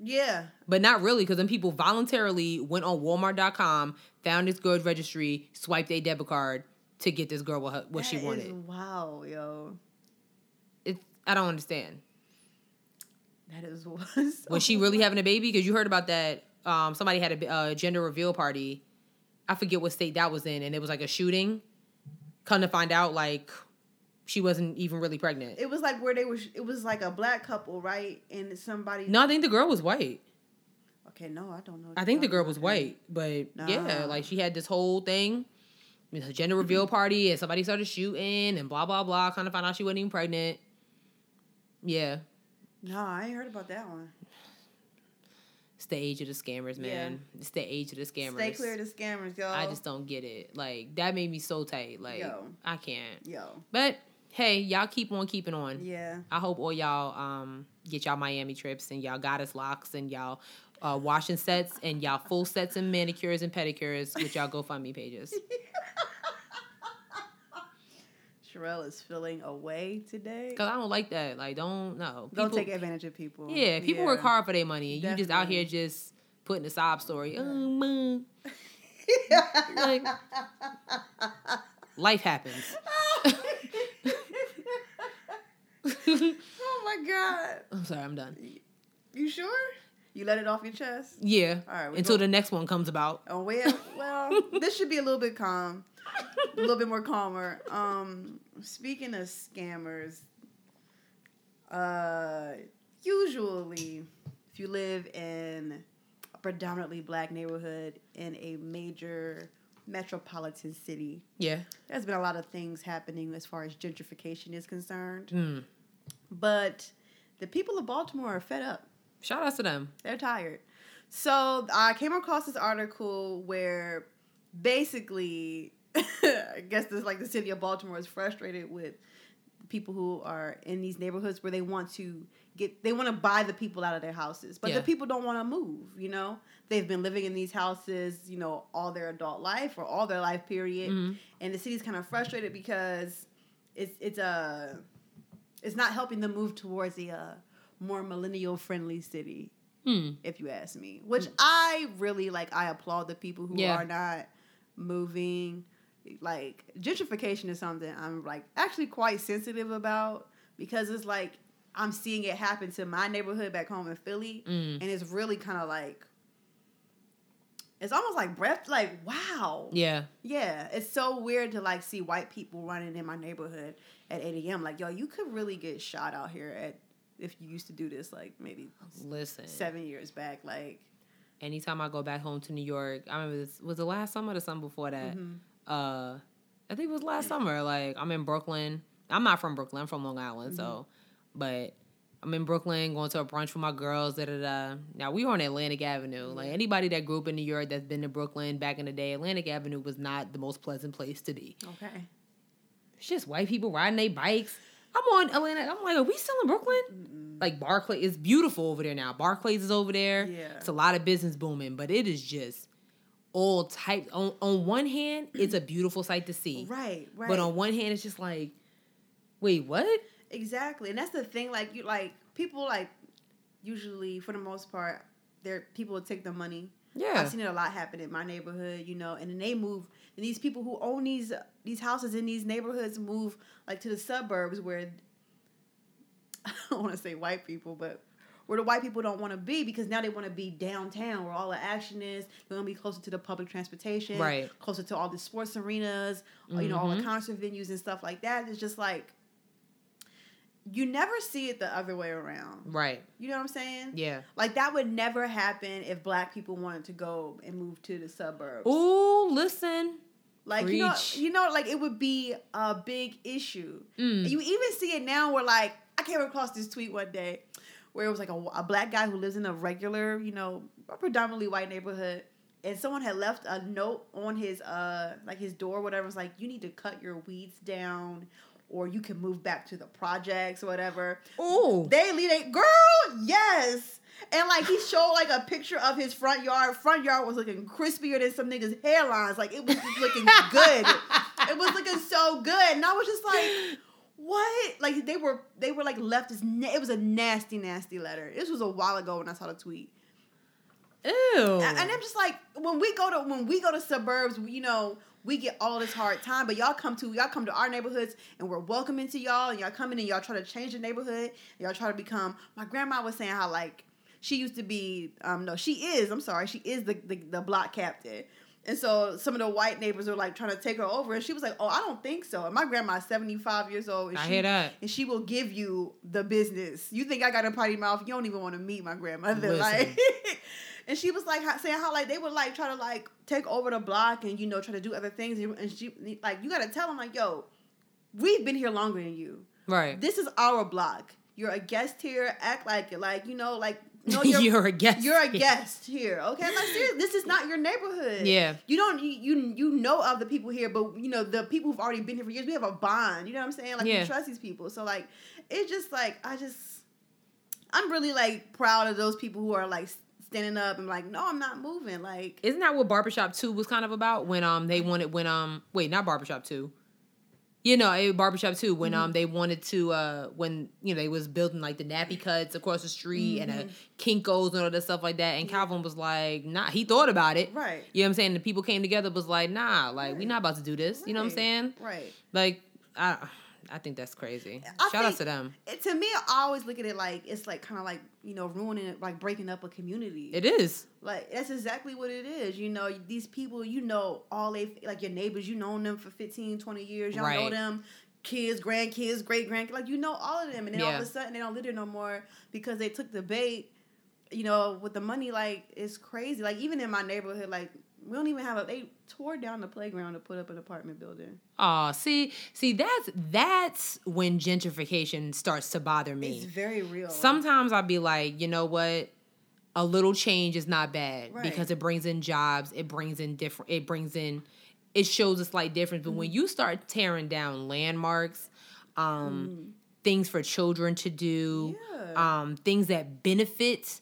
Speaker 2: Yeah.
Speaker 1: but not really. Because then people voluntarily went on Walmart.com, found this girl's registry, swiped a debit card to get this girl what, her- what she
Speaker 2: That is
Speaker 1: wanted.
Speaker 2: Wow, yo,
Speaker 1: It I don't understand.
Speaker 2: that is was.
Speaker 1: Was she really having a baby? Because you heard about that. Um, somebody had a uh, gender reveal party. I forget what state that was in, and it was like a shooting. Come to find out, like she wasn't even really pregnant.
Speaker 2: It was like where they were. It was like a black couple, right? And somebody.
Speaker 1: No, I think the girl was white.
Speaker 2: Okay, no, I don't know.
Speaker 1: I think the girl was white, but yeah,
Speaker 2: Nah.
Speaker 1: like she had this whole thing, it was a gender
Speaker 2: Mm-hmm.
Speaker 1: reveal party, and somebody started shooting, and blah blah blah. Kind of found out she wasn't even pregnant. Yeah,
Speaker 2: No, I ain't heard about that one.
Speaker 1: it's the age of the scammers,
Speaker 2: Yeah.
Speaker 1: man. It's the age of the scammers.
Speaker 2: Stay clear of the scammers, yo.
Speaker 1: I just don't get it. Like that made me so tight. Like
Speaker 2: Uh-huh. Yo.
Speaker 1: I can't.
Speaker 2: Yo.
Speaker 1: But hey, y'all keep on keeping on.
Speaker 2: Yeah.
Speaker 1: I hope all y'all um get y'all Miami trips and y'all goddess locks and y'all uh, washing sets and y'all full sets and manicures and pedicures with y'all GoFundMe pages.
Speaker 2: Sherelle is feeling away today.
Speaker 1: Cause I don't like that. Like don't no.
Speaker 2: Don't
Speaker 1: People-
Speaker 2: take advantage of people.
Speaker 1: Yeah, people work hard for their money. You just out here
Speaker 2: Definitely.
Speaker 1: just putting a sob story. Oh, man. Like- Life happens.
Speaker 2: oh my god.
Speaker 1: I'm sorry, I'm done.
Speaker 2: You sure? You let it off your chest?
Speaker 1: Yeah.
Speaker 2: All right, we
Speaker 1: Until
Speaker 2: go-
Speaker 1: the next one comes about.
Speaker 2: Oh well, well, this should be a little bit calm, a little bit more calmer. Um, speaking of scammers, uh, usually if you live in a predominantly black neighborhood in a major metropolitan city,
Speaker 1: Yeah.
Speaker 2: there's been a lot of things happening as far as gentrification is concerned.
Speaker 1: Mm.
Speaker 2: But the people of Baltimore are fed up.
Speaker 1: Shout outs to them.
Speaker 2: They're tired. So I came across this article where basically, I guess this like the city of Baltimore is frustrated with people who are in these neighborhoods where they want to get they want to buy the people out of their houses but
Speaker 1: Yeah.
Speaker 2: the people don't want to move you know they've been living in these houses you know all their adult life or all their life period
Speaker 1: Mhm.
Speaker 2: and the city's kind of frustrated because it's it's a it's not helping them move towards a uh, more millennial friendly city
Speaker 1: Hmm.
Speaker 2: if you ask me. Which I really like. I applaud the people who
Speaker 1: Mm. Yeah.
Speaker 2: are not moving. Like gentrification is something I'm like actually quite sensitive about because it's like I'm seeing it happen to my neighborhood back home in Philly,
Speaker 1: Mm.
Speaker 2: and it's really kind of like it's almost like breath. Like wow,
Speaker 1: Yeah.
Speaker 2: yeah, it's so weird to like see white people running in my neighborhood at 8 a.m. Like yo, you could really get shot out here at if you used to do this like maybe
Speaker 1: Listen.
Speaker 2: seven years back. Like,
Speaker 1: Anytime I go back home to New York, I remember this was the last summer or the summer before that.
Speaker 2: mm-hmm,
Speaker 1: Uh, I think it was last summer. Like I'm in Brooklyn. I'm not from Brooklyn. I'm from Long Island. So, but I'm in Brooklyn going to a brunch with my girls. Da da da. Now we were on Atlantic Avenue. Like anybody that grew up in New York that's been to Brooklyn back in the day, Atlantic Avenue was not the most pleasant place to be.
Speaker 2: okay.
Speaker 1: It's just white people riding their bikes. I'm on Atlanta. I'm like, are we still in Brooklyn? Like Barclay it's beautiful over there now. Barclays is over there.
Speaker 2: Yeah.
Speaker 1: It's a lot of business booming, but it is just all types. On, on one hand, it's a beautiful sight to see.
Speaker 2: Right, right.
Speaker 1: E-, But on one hand, it's just like, wait, what?
Speaker 2: exactly. And that's the thing, like, you like people, like, usually for the most part, they're people will take the money
Speaker 1: Yeah.
Speaker 2: I've seen it a lot happen in my neighborhood, you know, and then they move and these people who own these these houses in these neighborhoods move like to the suburbs where I don't want to say white people, but where the white people don't want to be because now they want to be downtown where all the action is. They want to be closer to the public transportation,
Speaker 1: Right. Mm-hmm.
Speaker 2: Closer to all the sports arenas, uh, you know, all the concert venues and stuff like that. It's just like you never see it the other way around.
Speaker 1: Right.
Speaker 2: You know what I'm saying?
Speaker 1: Yeah.
Speaker 2: Like that would never happen if black people wanted to go and move to the suburbs.
Speaker 1: Ooh, listen.
Speaker 2: like you know,
Speaker 1: preach.
Speaker 2: you know, like it would be a big issue.
Speaker 1: Mm.
Speaker 2: You even see it now where like I came across this tweet one day where it was like a, a black guy who lives in a regular, you know, a predominantly white neighborhood, and someone had left a note on his uh like his door, whatever. It was like you need to cut your weeds down, or you can move back to the projects, or whatever.
Speaker 1: Ooh.
Speaker 2: They lead a girl, yes. And like he showed like a picture of his front yard. Front yard was looking crispier than some niggas' hairlines. Like it was just looking good. It was looking so good. And I was just like, what? Like they were they were like left this na- it was a nasty, nasty letter. This was a while ago when I saw the tweet.
Speaker 1: Ew.
Speaker 2: And, and I'm just like, when we go to when we go to suburbs, you know, we get all this hard time. But y'all come to y'all come to our neighborhoods, and we're welcoming to y'all. And y'all come in and y'all try to change the neighborhood. Y'all try to become. My grandma was saying how like she used to be. Um, no, she is. I'm sorry, she is the the, the block captain. And so some of the white neighbors were like trying to take her over, and she was like, "Oh, I don't think so." And my grandma's 75 years old. And
Speaker 1: I
Speaker 2: she,
Speaker 1: hear that.
Speaker 2: And she will give you the business. You think I got a potty mouth? You don't even want to meet my grandmother.
Speaker 1: Listen.
Speaker 2: Like, and she was like how- saying how like they would like try to like take over the block and you know try to do other things and and she like you gotta tell them like yo we've been here longer than you
Speaker 1: right.
Speaker 2: this is our block you're a guest here act like it like you know like no
Speaker 1: you're,
Speaker 2: you're you're,
Speaker 1: a guest.
Speaker 2: a guest here okay like seriously this is not your neighborhood
Speaker 1: Yeah.
Speaker 2: you don't you, you you know of the people here but you know the people who've already been here for years we have a bond you know what i'm saying like
Speaker 1: Yeah.
Speaker 2: we trust these people so like it's just like i just i'm really like proud of those people who are like standing up and like no i'm not moving like
Speaker 1: Isn't that what Barbershop 2 was kind of about? When um they wanted when um wait, not Barbershop 2. You know, it was Barbershop 2 when
Speaker 2: Mm-hmm.
Speaker 1: um they wanted to uh when you know they was building like the nappy cuts across the street and uh
Speaker 2: Mm-hmm.
Speaker 1: Kinkos and all that stuff like that. And Calvin was like, nah, he thought about it.
Speaker 2: right
Speaker 1: You know what I'm saying? The people came together was like, nah, like we not about to do this. You know what I'm
Speaker 2: Right.
Speaker 1: saying?
Speaker 2: right
Speaker 1: Like I I think that's crazy.
Speaker 2: I
Speaker 1: Shout out
Speaker 2: think-
Speaker 1: to them.
Speaker 2: it, to me i always look at it like it's like kind of like you know ruining it like breaking up a community
Speaker 1: It is.
Speaker 2: Like that's exactly what it is. You know, these people, you know, all they like your neighbors, you known them for 15, 20 years. Y'all all know
Speaker 1: Right.
Speaker 2: them, kids, grandkids, great grand, like you know all of them, and then all of
Speaker 1: Yeah.
Speaker 2: a sudden they don't live there no more because they took the bait. You know, with the money, like it's crazy. Like even in my neighborhood, like we don't even have a. They tore down the playground to put up an apartment building.
Speaker 1: Oh, see, see, that's that's when gentrification starts to bother me.
Speaker 2: It's very real.
Speaker 1: Sometimes I'll be like, you know what? A little change is not bad
Speaker 2: Right.
Speaker 1: because it brings in jobs, it brings in different it brings in it shows a slight difference. But
Speaker 2: Mm-hmm.
Speaker 1: when you start tearing down landmarks, um, things for children to do,
Speaker 2: Mm. Yeah. Mm-hmm.
Speaker 1: um, things that benefit,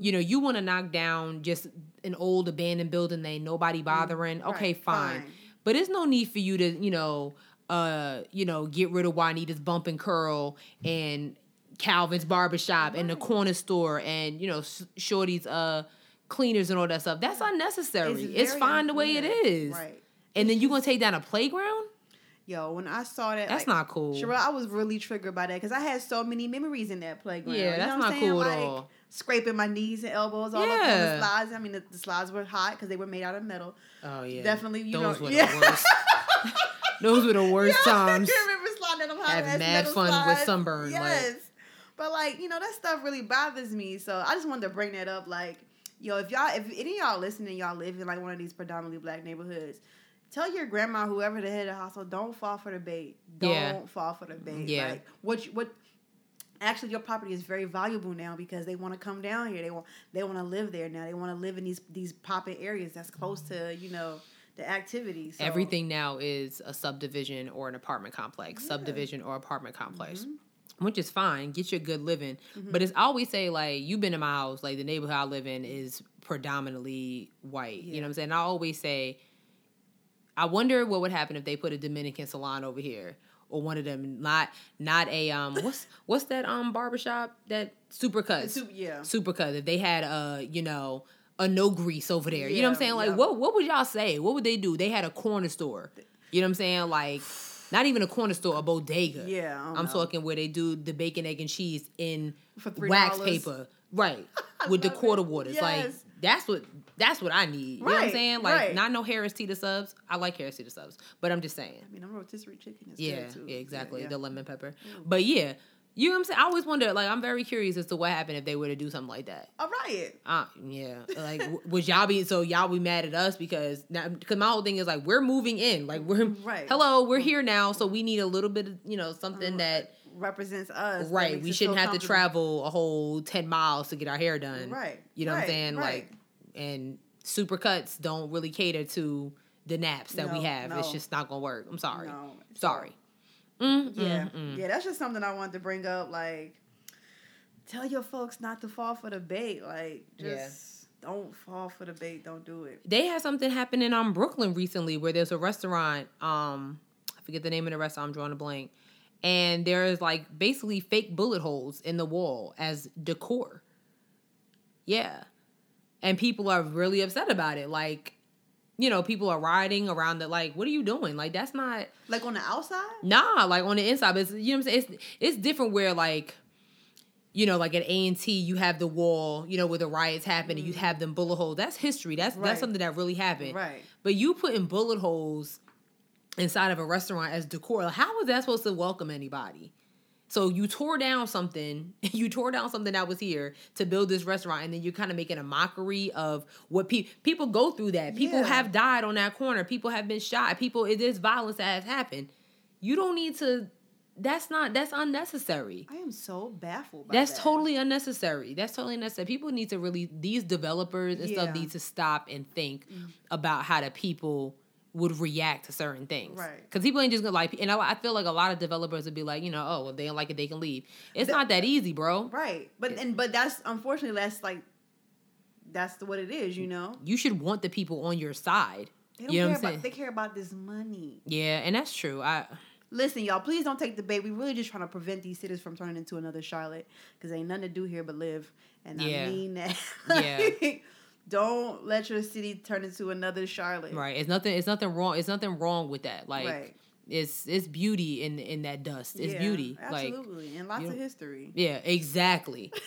Speaker 1: you know, you want to knock down just an old abandoned building that ain't
Speaker 2: Mm-hmm.
Speaker 1: nobody bothering. Okay,
Speaker 2: Right,
Speaker 1: fine.
Speaker 2: fine.
Speaker 1: But there's no need for you to, you know, uh, you know, get rid of Juanita's bump and curl and Calvin's barbershop and the corner store and, you know, Sh- Shorty's uh cleaners and all that stuff. That's unnecessary. It's,
Speaker 2: very
Speaker 1: fine the way it
Speaker 2: unfair.
Speaker 1: is.
Speaker 2: Right.
Speaker 1: And then you're gonna take down a playground?
Speaker 2: Yo, when I saw that,
Speaker 1: That's
Speaker 2: like,
Speaker 1: not cool.
Speaker 2: Sherelle, I was really triggered by that because I had so many memories in that playground.
Speaker 1: Yeah,
Speaker 2: You know
Speaker 1: that's
Speaker 2: what I'm
Speaker 1: not
Speaker 2: saying?
Speaker 1: cool at
Speaker 2: Like,
Speaker 1: all.
Speaker 2: Scraping my knees and elbows all up on
Speaker 1: Yeah.
Speaker 2: the slides. I mean, the, the slides were hot because they were made out of metal.
Speaker 1: Oh yeah,
Speaker 2: Definitely, you
Speaker 1: those
Speaker 2: know-
Speaker 1: were the
Speaker 2: yeah.
Speaker 1: worst. those were the worst
Speaker 2: Yeah,
Speaker 1: times.
Speaker 2: I can remember sliding them hot
Speaker 1: Having mad
Speaker 2: ass metal
Speaker 1: fun with
Speaker 2: slides.
Speaker 1: sunburn, like-
Speaker 2: Yes, but like you know that stuff really bothers me. So I just wanted to bring that up. Like, yo, if y'all, if any of y'all listening, y'all live in like one of these predominantly black neighborhoods. Tell your grandma, whoever the head of the household, don't fall for the bait. Don't
Speaker 1: Yeah.
Speaker 2: fall for the bait.
Speaker 1: Yeah.
Speaker 2: Like, what you, what actually your property is very valuable now because they want to come down here. They want they want to live there now. They want to live in these these popping areas that's close to, you know, the activities. So-
Speaker 1: Everything now is a subdivision or an apartment complex, subdivision or apartment complex,
Speaker 2: Mm-hmm.
Speaker 1: which is fine. Get your good living, but it's I always say like you've been in my house. Like the neighborhood I live in is predominantly white. You know
Speaker 2: Yeah.
Speaker 1: what I'm saying? I always say, I wonder what would happen if they put a Dominican salon over here. Or one of them, not not a um, what's what's that um barbershop that supercuts?
Speaker 2: It's- yeah.
Speaker 1: Supercut. If they had a, uh, you know, a no grease over there. you know what I'm
Speaker 2: Yeah,
Speaker 1: saying? Like,
Speaker 2: yeah.
Speaker 1: what what would y'all say? What would they do? They had a corner store. You know what I'm saying? Like, not even a corner store, a bodega.
Speaker 2: Yeah, I don't
Speaker 1: I'm
Speaker 2: know.
Speaker 1: talking where they do the bacon, egg, and cheese in
Speaker 2: For $3.
Speaker 1: wax paper, right? With the
Speaker 2: love it.
Speaker 1: quarter waters, like
Speaker 2: Yes.
Speaker 1: that's what that's what I need. You know what I'm
Speaker 2: Right,
Speaker 1: saying? Like,
Speaker 2: right.
Speaker 1: not no Harris Teeter subs. I like Harris Teeter subs, but I'm just saying.
Speaker 2: I mean, I'm rotisserie chicken. Is
Speaker 1: Yeah,
Speaker 2: good too.
Speaker 1: yeah, exactly.
Speaker 2: yeah. Mm.
Speaker 1: The lemon pepper. But yeah, you know what I'm saying? I always wonder, like, I'm very curious as to what happened if they were to do something like that.
Speaker 2: a riot.
Speaker 1: Uh, yeah, like, w- would y'all be, so y'all be mad at us because, because my whole thing is like, we're moving in. Like, we're,
Speaker 2: Right.
Speaker 1: hello, we're here now. So we need a little bit of, you know, something that,
Speaker 2: Represents us. that
Speaker 1: right,
Speaker 2: makes
Speaker 1: we
Speaker 2: us
Speaker 1: shouldn't have
Speaker 2: feel
Speaker 1: to
Speaker 2: comfortable.
Speaker 1: travel a whole 10 miles to get our hair done.
Speaker 2: Right,
Speaker 1: You know what I'm
Speaker 2: right,
Speaker 1: saying?
Speaker 2: right.
Speaker 1: Like, and supercuts don't really cater to the naps that we
Speaker 2: No,
Speaker 1: have. It's
Speaker 2: no.
Speaker 1: just not going to work. I'm sorry.
Speaker 2: No, it's
Speaker 1: Sorry.
Speaker 2: Yeah, yeah, that's just something I wanted to bring up. Like, tell your folks not to fall for the bait. Like,
Speaker 1: Yeah.
Speaker 2: just don't fall for the bait. Don't do it.
Speaker 1: they had something happen in um Brooklyn recently where there's a restaurant. Um, I forget the name of the restaurant. I'm drawing a blank. And there's like basically fake bullet holes in the wall as decor. Yeah, and people are really upset about it. Like, you know, people are riding around the like, what are you doing? Like, that's not
Speaker 2: Like on the outside.
Speaker 1: Nah, like on the inside, but it's you know what I'm saying. It's it's different where like, you know, like at A and T, you have the wall, you know, where the riots happen, and you have them bullet holes. That's history. That's
Speaker 2: Right.
Speaker 1: that's something that really happened.
Speaker 2: Right.
Speaker 1: But you putting bullet holes inside of a restaurant as decor. like, How was that supposed to welcome anybody? So you tore down something, you tore down something that was here to build this restaurant, and then you're kind of making a mockery of what people people go through. That people
Speaker 2: Yeah.
Speaker 1: have died on that corner, people have been shot, people it is violence that has happened. You don't need to. That's not. That's unnecessary.
Speaker 2: I am so baffled. By
Speaker 1: That's
Speaker 2: that.
Speaker 1: totally unnecessary. That's totally unnecessary. People need to really these developers and
Speaker 2: Yeah. Mm-hmm.
Speaker 1: stuff need to stop and think about how the people would react to certain things.
Speaker 2: Right.
Speaker 1: Because people ain't just gonna like and I, I feel like a lot of developers would be like, you know, oh if they don't like it, they can leave. It's not that easy, bro.
Speaker 2: right. But and but that's unfortunately that's like that's the, what it is.
Speaker 1: Mm.
Speaker 2: You know.
Speaker 1: You should want the people on your side.
Speaker 2: They don't
Speaker 1: you know
Speaker 2: care
Speaker 1: what I'm saying?
Speaker 2: about. They care about this money.
Speaker 1: yeah, and that's true. I
Speaker 2: Listen, y'all, please don't take the bait. We really just trying to prevent these cities from turning into another Charlotte because ain't nothing to do here but live. And
Speaker 1: Yeah.
Speaker 2: I mean that.
Speaker 1: Yeah.
Speaker 2: don't let your city turn into another Charlotte.
Speaker 1: right. It's nothing it's nothing wrong it's nothing wrong with that. Like
Speaker 2: Right.
Speaker 1: it's it's beauty in in that dust. It's
Speaker 2: Yeah,
Speaker 1: beauty. Like
Speaker 2: Absolutely. and lots
Speaker 1: you-
Speaker 2: of history.
Speaker 1: Yeah, exactly.
Speaker 2: Lots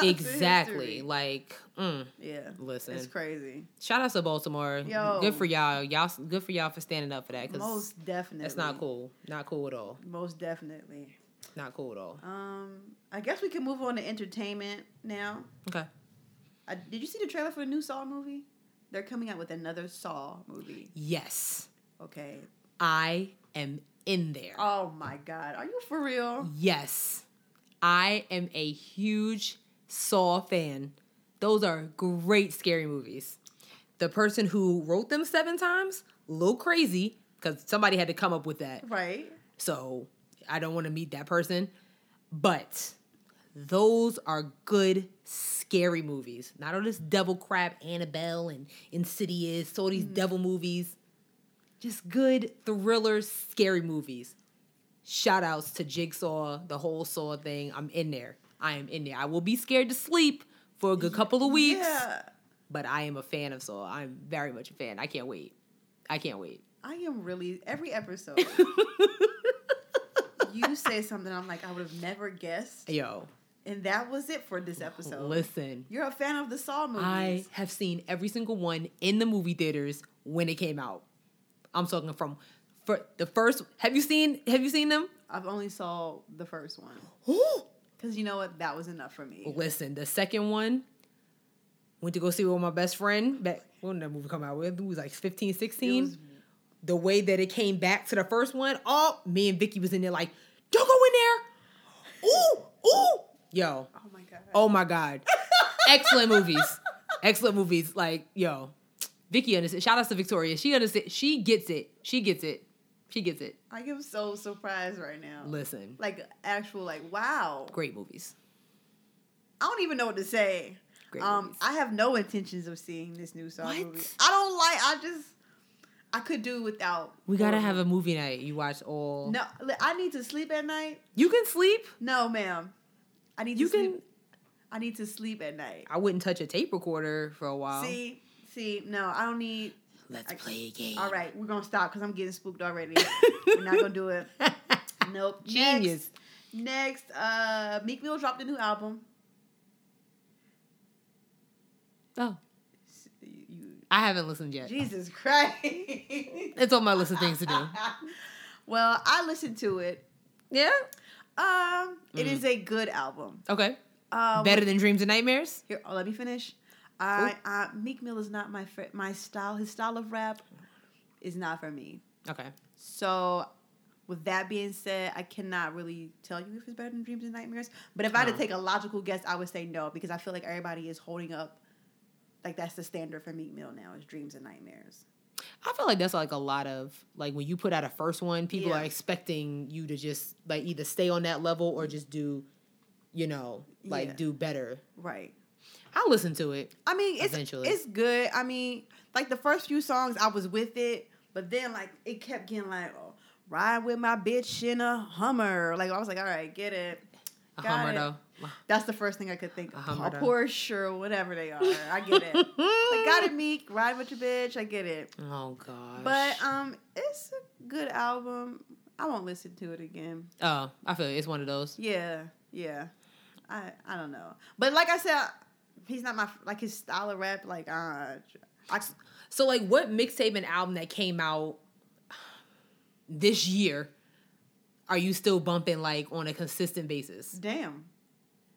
Speaker 2: of
Speaker 1: exactly.
Speaker 2: history.
Speaker 1: Like, mm,
Speaker 2: Yeah.
Speaker 1: listen.
Speaker 2: It's crazy.
Speaker 1: shout out to Baltimore.
Speaker 2: Yo.
Speaker 1: Good for y'all. Y'all good for y'all for standing up for that cuz
Speaker 2: Most definitely.
Speaker 1: that's not cool. Not cool at all.
Speaker 2: Most definitely.
Speaker 1: Not cool at all.
Speaker 2: Um, I guess we can move on to entertainment now.
Speaker 1: Okay.
Speaker 2: I, did you see the trailer for the new Saw movie? They're coming out with another Saw movie.
Speaker 1: Yes.
Speaker 2: Okay.
Speaker 1: I am in there.
Speaker 2: Oh my God. Are you for real?
Speaker 1: Yes. I am a huge Saw fan. Those are great scary movies. The person who wrote them 7 times, a little crazy cuz somebody had to come up with that.
Speaker 2: Right.
Speaker 1: So I don't want to meet that person. But those are good, scary movies. Not all this devil crap, Annabelle and Insidious, all these devil movies. Just good thriller, scary movies. Shout outs to Jigsaw, the whole Saw thing. I'm in there. I am in there. I will be scared to sleep for a good couple of weeks,
Speaker 2: Yeah.
Speaker 1: but I am a fan of Saw. I'm very much a fan. I can't wait. I can't wait.
Speaker 2: I am really every episode. you say something I'm like I would have never guessed,
Speaker 1: Yo,
Speaker 2: and that was it for this episode.
Speaker 1: listen.
Speaker 2: You're a fan of the Saw movies.
Speaker 1: I have seen every single one in the movie theaters when it came out. I'm talking from for the first. Have you seen? Have you seen them?
Speaker 2: I've only saw the first one because you know what? That was enough for me.
Speaker 1: Listen, the second one went to go see it with my best friend. Back when did that movie come out? We was like 15, 16.
Speaker 2: was-
Speaker 1: the way that it came back to the first one, oh, me and Vicky was in there like, don't go in there. Ooh, ooh, yo.
Speaker 2: Oh my god!
Speaker 1: Oh my god. Excellent movies. Excellent movies. Like, yo. Vicky understands. Shout outs to Victoria. She understands. She gets it. She gets it. She gets it.
Speaker 2: I am so surprised right now.
Speaker 1: Listen.
Speaker 2: Like actual, like wow.
Speaker 1: Great movies.
Speaker 2: I don't even know what to say.
Speaker 1: Great
Speaker 2: um,
Speaker 1: movies.
Speaker 2: I have no intentions of seeing this new Saw
Speaker 1: What?
Speaker 2: movie. I don't like. I just I could do without.
Speaker 1: We gotta
Speaker 2: horror
Speaker 1: have a movie night. You watch all
Speaker 2: No, li- I need to sleep at night.
Speaker 1: You can sleep.
Speaker 2: No, ma'am. I need
Speaker 1: You
Speaker 2: to sleep.
Speaker 1: can
Speaker 2: I need to sleep at night.
Speaker 1: I wouldn't touch a tape recorder for a while.
Speaker 2: See, see, no, I don't need.
Speaker 1: Let's
Speaker 2: I-
Speaker 1: play a game.
Speaker 2: All right, we're gonna stop because I'm getting spooked already. we're not gonna do it. Nope.
Speaker 1: Genius.
Speaker 2: Next, next uh, Meek Mill dropped a new album.
Speaker 1: Oh,
Speaker 2: S- you-
Speaker 1: I haven't listened yet.
Speaker 2: Jesus Christ.
Speaker 1: It's on my list of things to do.
Speaker 2: well, I listened to it.
Speaker 1: yeah.
Speaker 2: Um, it
Speaker 1: Mm.
Speaker 2: is a good album.
Speaker 1: Okay.
Speaker 2: Um,
Speaker 1: Better than Dreams and Nightmares.
Speaker 2: Here, oh, let me finish. I, I Meek Mill is not my fr- my style. His style of rap is not for me.
Speaker 1: Okay.
Speaker 2: So, with that being said, I cannot really tell you if it's better than Dreams and Nightmares. But if I had to
Speaker 1: No.
Speaker 2: take a logical guess, I would say no because I feel like everybody is holding up. Like that's the standard for Meek Mill now is Dreams and Nightmares.
Speaker 1: I feel like that's like a lot of like when you put out a first one, people
Speaker 2: Yeah.
Speaker 1: are expecting you to just like either stay on that level or just do, you know, like
Speaker 2: Yeah.
Speaker 1: do better.
Speaker 2: Right.
Speaker 1: I'll listen to it.
Speaker 2: I mean, it's
Speaker 1: Eventually.
Speaker 2: it's good. I mean, like the first few songs, I was with it, but then like it kept getting like, oh, ride with my bitch in a Hummer. Like I was like, all right, get it.
Speaker 1: A
Speaker 2: Got
Speaker 1: Hummer
Speaker 2: it.
Speaker 1: though.
Speaker 2: That's the first thing I could think
Speaker 1: A
Speaker 2: of.
Speaker 1: Hummer,
Speaker 2: A
Speaker 1: though.
Speaker 2: Porsche or whatever they are. I get it. I got it, Meek. Ride with your bitch. I get it.
Speaker 1: Oh gosh.
Speaker 2: But um, it's a good album. I won't listen to it again.
Speaker 1: oh, I feel it's one of those.
Speaker 2: Yeah, yeah. I I don't know. But like I said, he's not my like his style of rap. Like uh, I,
Speaker 1: So like, what mixtape and album that came out this year are you still bumping like on a consistent basis?
Speaker 2: damn.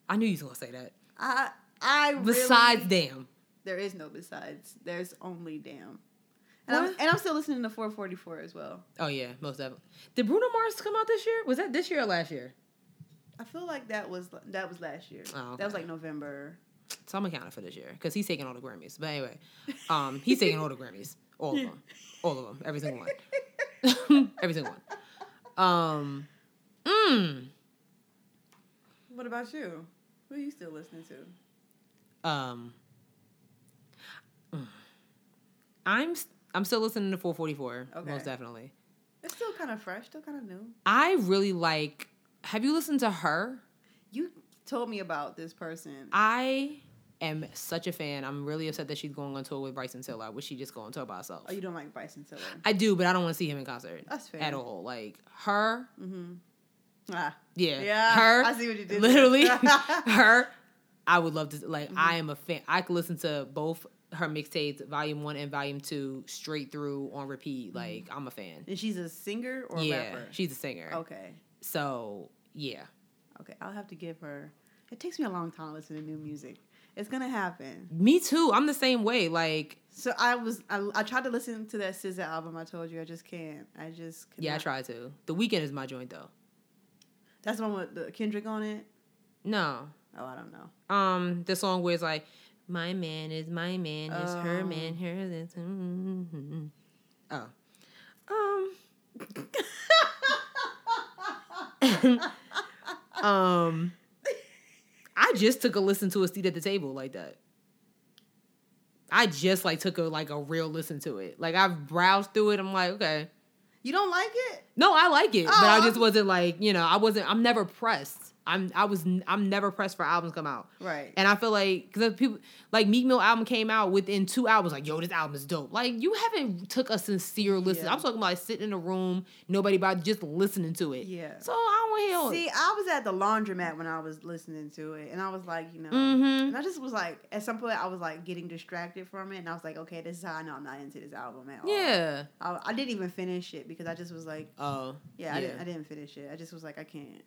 Speaker 1: I knew you was gonna say that.
Speaker 2: I I
Speaker 1: Besides,
Speaker 2: really,
Speaker 1: damn.
Speaker 2: there is no besides. There's only damn. And I'm,
Speaker 1: What?
Speaker 2: and I'm still listening to 444 as well.
Speaker 1: Oh yeah, most definitely. Did Bruno Mars come out this year? Was that this year or last year?
Speaker 2: I feel like that was that was last year.
Speaker 1: Oh,
Speaker 2: That was
Speaker 1: okay.
Speaker 2: like November.
Speaker 1: So I'm accounting for this year because he's taking all the Grammys. But anyway, um, he's taking all the Grammys, all of them, all of them, every single one, every single one. Um, mm,
Speaker 2: What about you? Who are you still listening to?
Speaker 1: um, mm. I'm s- I'm still listening to 444,
Speaker 2: Okay.
Speaker 1: most definitely.
Speaker 2: It's still kind of fresh, still kind of new.
Speaker 1: I really like. Have you listened to her?
Speaker 2: You told me about this person.
Speaker 1: I am such a fan. I'm really upset that she's going on tour with Bryson Tiller, which she just go on tour by herself.
Speaker 2: oh, you don't like Bryson Tiller.
Speaker 1: I do, but I don't want to see him in concert
Speaker 2: That's fair.
Speaker 1: at all. Like her,
Speaker 2: Mm-hmm. Ah,
Speaker 1: yeah,
Speaker 2: yeah.
Speaker 1: her,
Speaker 2: I see what you did. there. Mm-hmm.
Speaker 1: literally her. I would love to like. I am a fan. I could listen to both her mixtapes, Volume One and Volume Two, straight through on repeat. Like I'm a fan.
Speaker 2: and she's a singer Mm-hmm. or a
Speaker 1: yeah,
Speaker 2: rapper. Oh.
Speaker 1: she's a singer.
Speaker 2: Okay.
Speaker 1: So yeah,
Speaker 2: Okay. I'll have to give her. It takes me a long time to listen to new music. It's gonna happen.
Speaker 1: me too. I'm the same way. Like
Speaker 2: So I was I, I tried to listen to that SZA album. I told you I just can't. I just could
Speaker 1: yeah, I
Speaker 2: not.
Speaker 1: try to. The weekend is my joint though.
Speaker 2: That's the one with the Kendrick on it.
Speaker 1: No,
Speaker 2: Oh, I don't know.
Speaker 1: um the song where it's like my man is my man is her
Speaker 2: Oh.
Speaker 1: man her this mm-hmm. oh um um i just took a listen to a seat at the table like that i just like took a like a real listen to it like i've browsed through it i'm like okay
Speaker 2: You don't like it?
Speaker 1: no, I like it, but I
Speaker 2: Oh.
Speaker 1: just wasn't like you know I wasn't. I'm never pressed. I'm I was n- I'm never pressed for albums come out,
Speaker 2: Right.
Speaker 1: and I feel like because people like Meek Mill album came out within two hours. Like yo, this album is dope. Like you haven't took a sincere listen.
Speaker 2: Yeah.
Speaker 1: I'm talking about like, sitting in a room, nobody about just listening to it.
Speaker 2: Yeah.
Speaker 1: So oh. I don't want to hear.
Speaker 2: See, I was at the laundromat when I was listening to it, and I was like, you know,
Speaker 1: Mm-hmm.
Speaker 2: and I just was like, at some point, I was like getting distracted from it, and I was like, okay, this is how I know I'm not into this album at all.
Speaker 1: Yeah.
Speaker 2: I, I didn't even finish it because I just was like,
Speaker 1: Oh.
Speaker 2: yeah, I,
Speaker 1: Yeah.
Speaker 2: didn't, I didn't finish it. I just was like, I can't.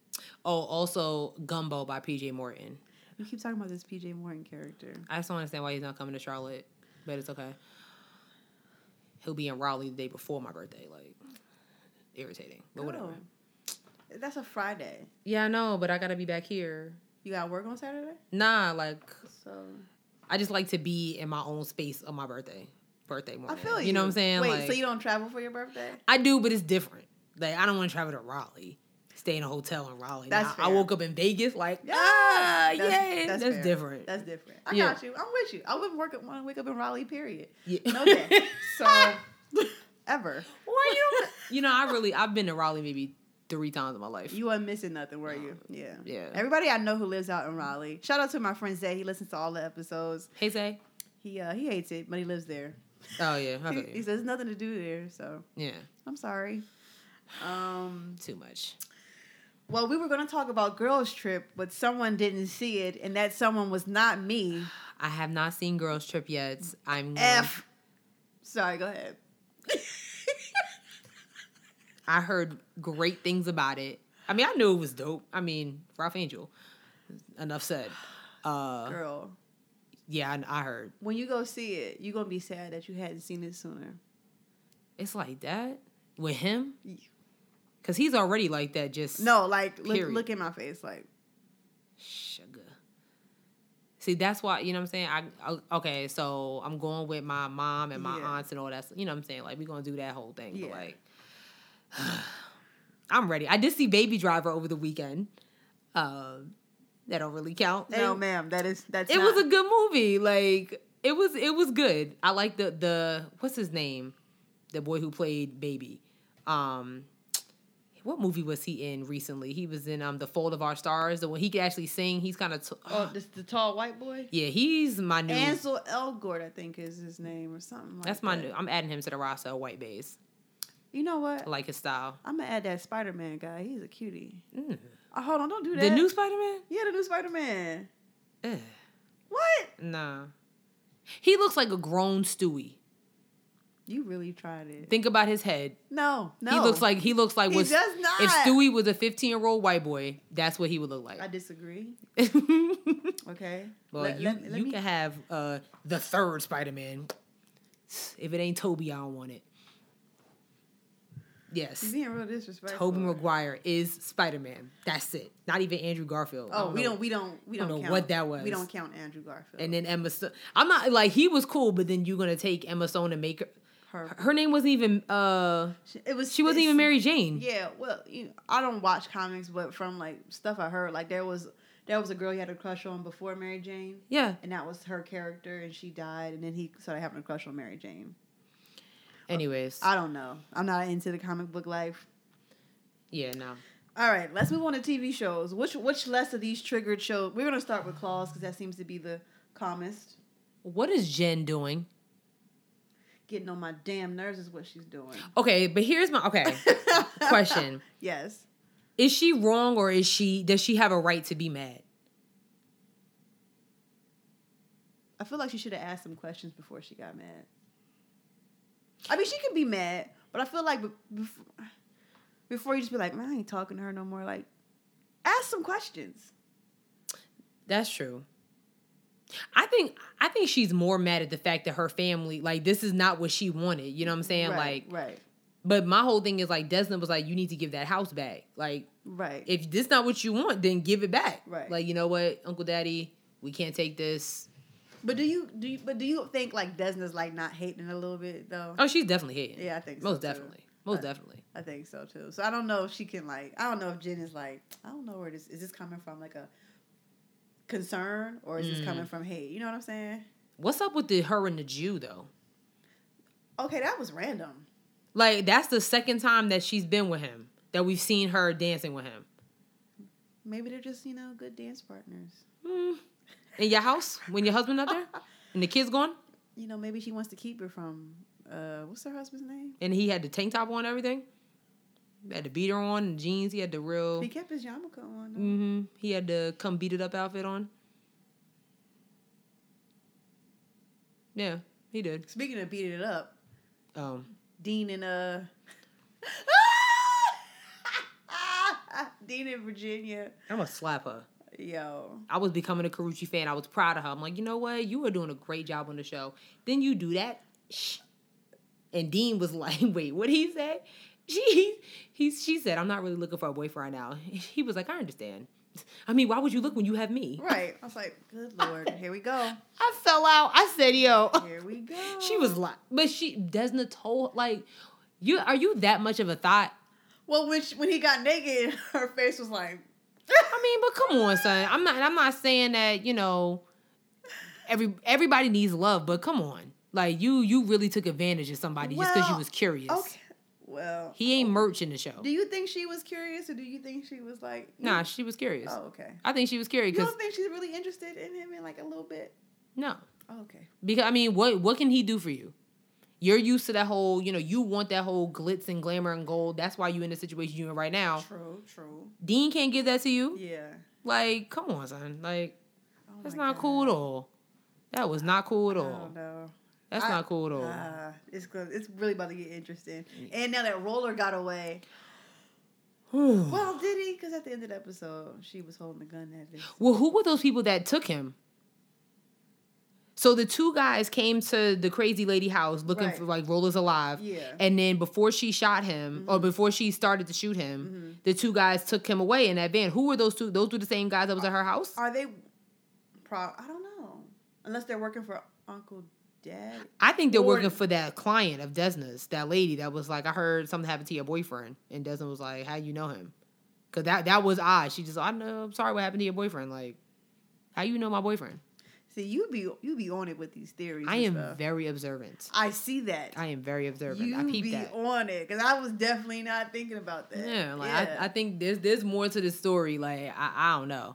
Speaker 1: Oh, also Gumbo by PJ Morton.
Speaker 2: You keep talking about this PJ Morton character.
Speaker 1: I just don't understand why he's not coming to Charlotte, but it's okay. He'll be in Raleigh the day before my birthday. Like, irritating, but
Speaker 2: Oh.
Speaker 1: whatever.
Speaker 2: Go. That's a Friday.
Speaker 1: Yeah, I know, but I gotta be back here.
Speaker 2: You got to work on Saturday,
Speaker 1: Nah, like
Speaker 2: so
Speaker 1: I just like to be in my own space on my birthday, birthday
Speaker 2: I
Speaker 1: morning.
Speaker 2: feel you.
Speaker 1: know what I'm saying?
Speaker 2: Wait,
Speaker 1: like,
Speaker 2: so you don't travel for your birthday?
Speaker 1: I do, but it's different. Like, I don't want to travel to Raleigh, stay in a hotel in Raleigh.
Speaker 2: That's
Speaker 1: Now, I
Speaker 2: fair.
Speaker 1: woke up in Vegas, like,
Speaker 2: Yeah,
Speaker 1: ah,
Speaker 2: that's-
Speaker 1: yeah,
Speaker 2: that's
Speaker 1: that's,
Speaker 2: fair.
Speaker 1: different.
Speaker 2: That's different. I
Speaker 1: Yeah.
Speaker 2: got you. I'm with you. I wouldn't work want to wake up in Raleigh. Period.
Speaker 1: yeah.
Speaker 2: No day. so ever.
Speaker 1: Why you? don't- you know, I really I've been to Raleigh maybe three times in my life.
Speaker 2: You weren't missing nothing, were you? Yeah.
Speaker 1: Yeah.
Speaker 2: Everybody I know who lives out in Raleigh. Shout out to my friend Zay. He listens to all the episodes.
Speaker 1: Hey Zay.
Speaker 2: He uh he hates it, but he lives there.
Speaker 1: Oh yeah, I
Speaker 2: He,
Speaker 1: feel
Speaker 2: he
Speaker 1: you.
Speaker 2: says nothing to do there, so
Speaker 1: yeah.
Speaker 2: I'm sorry. Um
Speaker 1: Too much.
Speaker 2: well we were gonna talk about girls trip, but someone didn't see it, and that someone was not me.
Speaker 1: I have not seen Girls Trip yet. I'm going-
Speaker 2: F sorry, go ahead.
Speaker 1: I heard great things about it. I mean, I knew it was dope. I mean, Ralph Angel. Enough said. Uh,
Speaker 2: Girl.
Speaker 1: yeah, I, I heard.
Speaker 2: When you go see it, you're gonna be sad that you hadn't seen it sooner.
Speaker 1: It's like that with him,
Speaker 2: Yeah.
Speaker 1: cause he's already like that. Just
Speaker 2: No, like look,
Speaker 1: Period.
Speaker 2: look in my face, like
Speaker 1: sugar. See, that's why you know what I'm saying. I, I okay, so I'm going with my mom and my
Speaker 2: Yeah.
Speaker 1: aunts and all that. You know what I'm saying. Like we're gonna do that whole thing.
Speaker 2: Yeah.
Speaker 1: But like, I'm ready. I did see Baby Driver over the weekend. Um, that don't really count.
Speaker 2: No,
Speaker 1: And-
Speaker 2: ma'am, that is that's
Speaker 1: it
Speaker 2: not-
Speaker 1: was a good movie. Like it was it was good. I like the the what's his name? The boy who played Baby. Um what movie was he in recently? He was in um The Fold of Our Stars, the one he could actually sing. He's kind of t-
Speaker 2: Oh, this the tall white boy.
Speaker 1: Yeah, he's my new
Speaker 2: Ansel Elgort, I think is his name or something. Like
Speaker 1: That's my
Speaker 2: that.
Speaker 1: new I'm adding him to the roster of White Bays.
Speaker 2: You know
Speaker 1: I
Speaker 2: what?
Speaker 1: like his style.
Speaker 2: I'm gonna add that Spider Man guy. He's a cutie.
Speaker 1: Mm.
Speaker 2: Oh, hold on, don't do that.
Speaker 1: The new Spider-Man?
Speaker 2: yeah, the new Spider Man.
Speaker 1: Ugh,
Speaker 2: What?
Speaker 1: nah. He looks like a grown Stewie.
Speaker 2: You really tried it?
Speaker 1: Think about his head.
Speaker 2: No, no.
Speaker 1: He looks like he looks like
Speaker 2: he
Speaker 1: what's
Speaker 2: does not.
Speaker 1: If Stewie was a 15 year old white boy, that's what he would look like.
Speaker 2: I disagree.
Speaker 1: well,
Speaker 2: Okay.
Speaker 1: you, you can have uh, the third Spider Man. If it ain't Toby, I don't want it.
Speaker 2: You're
Speaker 1: Yes.
Speaker 2: being real disrespectful.
Speaker 1: Toby Maguire is Spider Man. That's it. Not even Andrew Garfield. I
Speaker 2: Oh, we
Speaker 1: know.
Speaker 2: don't, we don't, we
Speaker 1: I don't
Speaker 2: don't,
Speaker 1: know
Speaker 2: count.
Speaker 1: what that was.
Speaker 2: We don't count Andrew Garfield.
Speaker 1: And then Emma. Stone. I'm not like he was cool, but then you're gonna take Emma Stone and make her.
Speaker 2: her,
Speaker 1: Her name wasn't even. uh
Speaker 2: it was
Speaker 1: She wasn't
Speaker 2: it's-
Speaker 1: even Mary Jane.
Speaker 2: Yeah, well, you know, I don't watch comics, but from like stuff I heard, like there was there was a girl he had a crush on before Mary Jane,
Speaker 1: Yeah.
Speaker 2: and that was her character, and she died, and then he started having a crush on Mary Jane.
Speaker 1: Anyways.
Speaker 2: I don't know. I'm not into the comic book life.
Speaker 1: yeah. No.
Speaker 2: All right, let's move on to TV shows. Which which less of these triggered shows? We're gonna start with Claws because that seems to be the calmest.
Speaker 1: What is Jen doing?
Speaker 2: Getting on my damn nerves is what she's doing.
Speaker 1: Okay, but here's my okay question.
Speaker 2: Yes.
Speaker 1: is she wrong or is she does she have a right to be mad
Speaker 2: I feel like she should have asked some questions before she got mad. I mean, she can be mad, but I feel like before, before you just be like, man, I ain't talking to her no more. Like, ask some questions.
Speaker 1: that's true i think i think she's more mad at the fact that her family like this is not what she wanted you know what i'm saying
Speaker 2: right,
Speaker 1: like
Speaker 2: right,
Speaker 1: but my whole thing is like desmond was like you need to give that house back like
Speaker 2: right,
Speaker 1: if this not what you want then give it back
Speaker 2: Right.
Speaker 1: like you know what uncle daddy we can't take this
Speaker 2: But do you do? You, but do you think like Desna's like not hating a little bit though?
Speaker 1: oh she's definitely hating
Speaker 2: Yeah, I think so,
Speaker 1: most
Speaker 2: too.
Speaker 1: definitely most
Speaker 2: Uh,
Speaker 1: definitely
Speaker 2: I think so too. So I don't know if she can like. I don't know if Jen is like. I don't know where this is. This coming from like a concern or is this
Speaker 1: Mm.
Speaker 2: coming from hate? You know what I'm saying?
Speaker 1: what's up with the her and the jew though
Speaker 2: Okay, that was random.
Speaker 1: like that's the second time that she's been with him that we've seen her dancing with him
Speaker 2: Maybe they're just you know good dance partners.
Speaker 1: Mm. In your house when your husband not there and the kids gone
Speaker 2: you know, maybe she wants to keep her from uh what's her husband's name?
Speaker 1: and he had the tank top on and everything. He had the beater on and jeans. He had the real.
Speaker 2: He kept his yarmulke on. though.
Speaker 1: hmm He had the come beat it up outfit on. Yeah, he did.
Speaker 2: Speaking of beating it up,
Speaker 1: Um,
Speaker 2: Dean and uh Dean in Virginia.
Speaker 1: I'm gonna slap her.
Speaker 2: Yo.
Speaker 1: I was becoming a Karuchi fan. I was proud of her. I'm like, you know what? You are doing a great job on the show. Then you do that. Shh. And Dean was like, wait, what he say? She, he, she said, I'm not really looking for a boyfriend right now. He was like, I understand. I mean, why would you look when you have me?
Speaker 2: Right. I was like, good lord, here we go.
Speaker 1: I fell out. I said, yo.
Speaker 2: Here we go.
Speaker 1: She was like, but she, Desna told, like, you, are you that much of a thought?
Speaker 2: Well when she, when he got naked, her face was like
Speaker 1: I mean, but come on, son. I'm not. I'm not saying that. You know, every everybody needs love, but come on. Like you, you really took advantage of somebody just because you
Speaker 2: Well,
Speaker 1: was curious.
Speaker 2: Okay. Well, Well,
Speaker 1: He ain't merch in the show.
Speaker 2: do you think she was curious, or do you think she was like,
Speaker 1: Nah, she was curious.
Speaker 2: Oh, okay.
Speaker 1: I think she was curious
Speaker 2: You
Speaker 1: because
Speaker 2: don't think she's really interested in him in like a little bit?
Speaker 1: no,
Speaker 2: Oh, okay.
Speaker 1: because I mean, what what can he do for you? You're used to that whole, you know, you want that whole glitz and glamour and gold. That's why you in the situation you're in right now.
Speaker 2: True. True.
Speaker 1: Dean can't give that to you.
Speaker 2: Yeah.
Speaker 1: Like, come on, son. Like,
Speaker 2: Oh
Speaker 1: that's
Speaker 2: my
Speaker 1: not
Speaker 2: God.
Speaker 1: cool at all. That was not cool at
Speaker 2: I
Speaker 1: all.
Speaker 2: don't know.
Speaker 1: That's
Speaker 2: I-
Speaker 1: not cool at all.
Speaker 2: Ah, it's gonna, it's really about to get interesting. And now that roller got away. Well, did he? Because at the end of the episode, she was holding the gun at him.
Speaker 1: Well, who were those people that took him? So the two guys came to the crazy lady house looking
Speaker 2: Right.
Speaker 1: for like rollers alive.
Speaker 2: Yeah. Mm-hmm.
Speaker 1: And then before she shot him, or before she started to shoot him, the two guys took him away in that van. Who were those two? Those were the same guys that was at her house.
Speaker 2: Are they? Pro. I don't know. Unless they're working for Uncle Dad.
Speaker 1: I think they're
Speaker 2: Or-
Speaker 1: working for that client of Desna's, that lady that was like, I heard something happened to your boyfriend, and Desna was like, How you know him? Because that that was odd. She just, I know, I'm sorry, what happened to your boyfriend? Like, how you know my boyfriend?
Speaker 2: See, you be you be on it with these theories.
Speaker 1: I
Speaker 2: and
Speaker 1: am
Speaker 2: stuff.
Speaker 1: very observant.
Speaker 2: I see that.
Speaker 1: I am very observant.
Speaker 2: you
Speaker 1: I peeped
Speaker 2: be
Speaker 1: that.
Speaker 2: on it because I was definitely not thinking about that.
Speaker 1: Yeah, like I, I think there's there's more to the story. Like I, I don't know,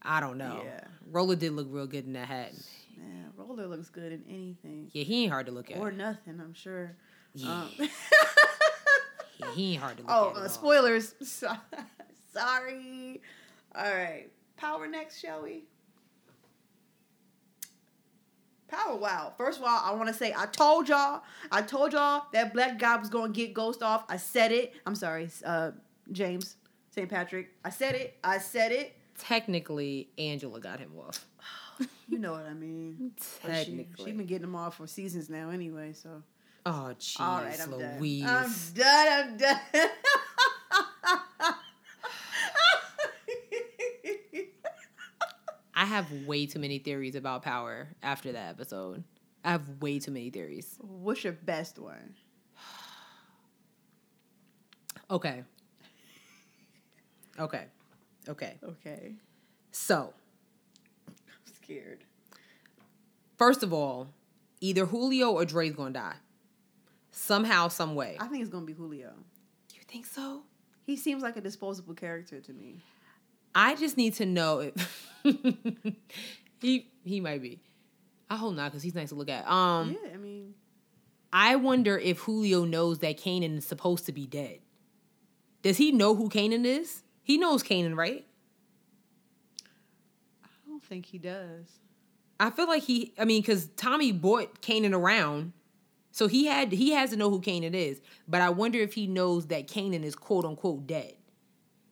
Speaker 1: I don't know.
Speaker 2: Yeah.
Speaker 1: Roller did look real good in that hat.
Speaker 2: Man, roller looks good in anything
Speaker 1: Yeah, he ain't hard to look at.
Speaker 2: or nothing. I'm sure.
Speaker 1: yeah,
Speaker 2: Um,
Speaker 1: yeah, he ain't hard to look
Speaker 2: oh,
Speaker 1: at.
Speaker 2: uh,
Speaker 1: at all.
Speaker 2: spoilers. So- Sorry. All right, power next, shall we? Power wow. First of all, I want to say I told y'all, I told y'all that black guy was gonna get ghost off. I said it. I'm sorry, uh, James St. Patrick. I said it. I said it.
Speaker 1: Technically, Angela got him off.
Speaker 2: You know what I mean. But Oh, she,
Speaker 1: Technically.
Speaker 2: she been getting them all for seasons now anyway, so.
Speaker 1: oh, jeez,
Speaker 2: All right, I'm
Speaker 1: Louise.
Speaker 2: done. Um, I'm done. I'm done.
Speaker 1: I have way too many theories about power after that episode. I have way too many theories.
Speaker 2: What's your best one?
Speaker 1: Okay. Okay. Okay.
Speaker 2: Okay.
Speaker 1: So,
Speaker 2: I'm scared.
Speaker 1: First of all, either Julio or Dre's gonna die. Somehow, some way.
Speaker 2: I think it's going to be Julio.
Speaker 1: You think so?
Speaker 2: He seems like a disposable character to me.
Speaker 1: I just need to know if he he might be. I hope not, because he's nice to look at. Um,
Speaker 2: yeah, I mean,
Speaker 1: I wonder if Julio knows that Kanan is supposed to be dead. Does he know who Kanan is? He knows Kanan, right?
Speaker 2: I don't think he does.
Speaker 1: I feel like he. I mean, because Tommy bought Kanan around, so he had he has to know who Kanan is. But I wonder if he knows that Kanan is quote unquote dead,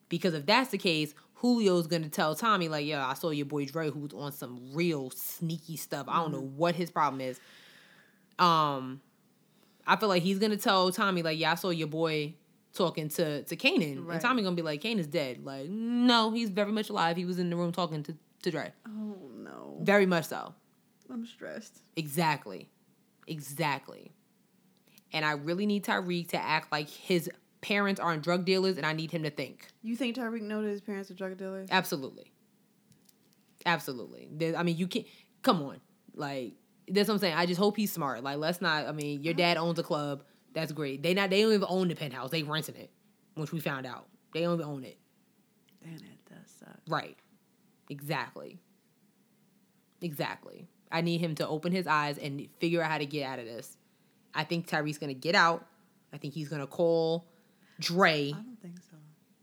Speaker 1: because if that's the case, Julio's gonna tell Tommy like, "Yeah, I saw your boy Dre who's on some real sneaky stuff. I don't know what his problem is." Um, I feel like he's gonna tell Tommy like, "Yeah, I saw your boy." Talking to to Kanan,
Speaker 2: Right.
Speaker 1: and Tommy gonna be like, "Kanan's dead." Like, no, he's very much alive. He was in the room talking to to Dre,
Speaker 2: Oh, no.
Speaker 1: very much so.
Speaker 2: I'm stressed.
Speaker 1: Exactly. Exactly. And I really need Tyreek to act like his parents aren't drug dealers and I need him to think.
Speaker 2: You think Tyreek know that his parents are drug dealers?
Speaker 1: Absolutely. Absolutely. There- I mean, you can't, come on. Like, that's what I'm saying. I just hope he's smart. Like, let's not, I mean, your dad owns a club. That's great. They not, they don't even own the penthouse. They renting it, which we found out. They don't even own it.
Speaker 2: Damn, that does suck.
Speaker 1: Right. Exactly. Exactly. I need him to open his eyes and figure out how to get out of this. I think Tyree's gonna get out. I think he's gonna call Dre.
Speaker 2: I don't think so.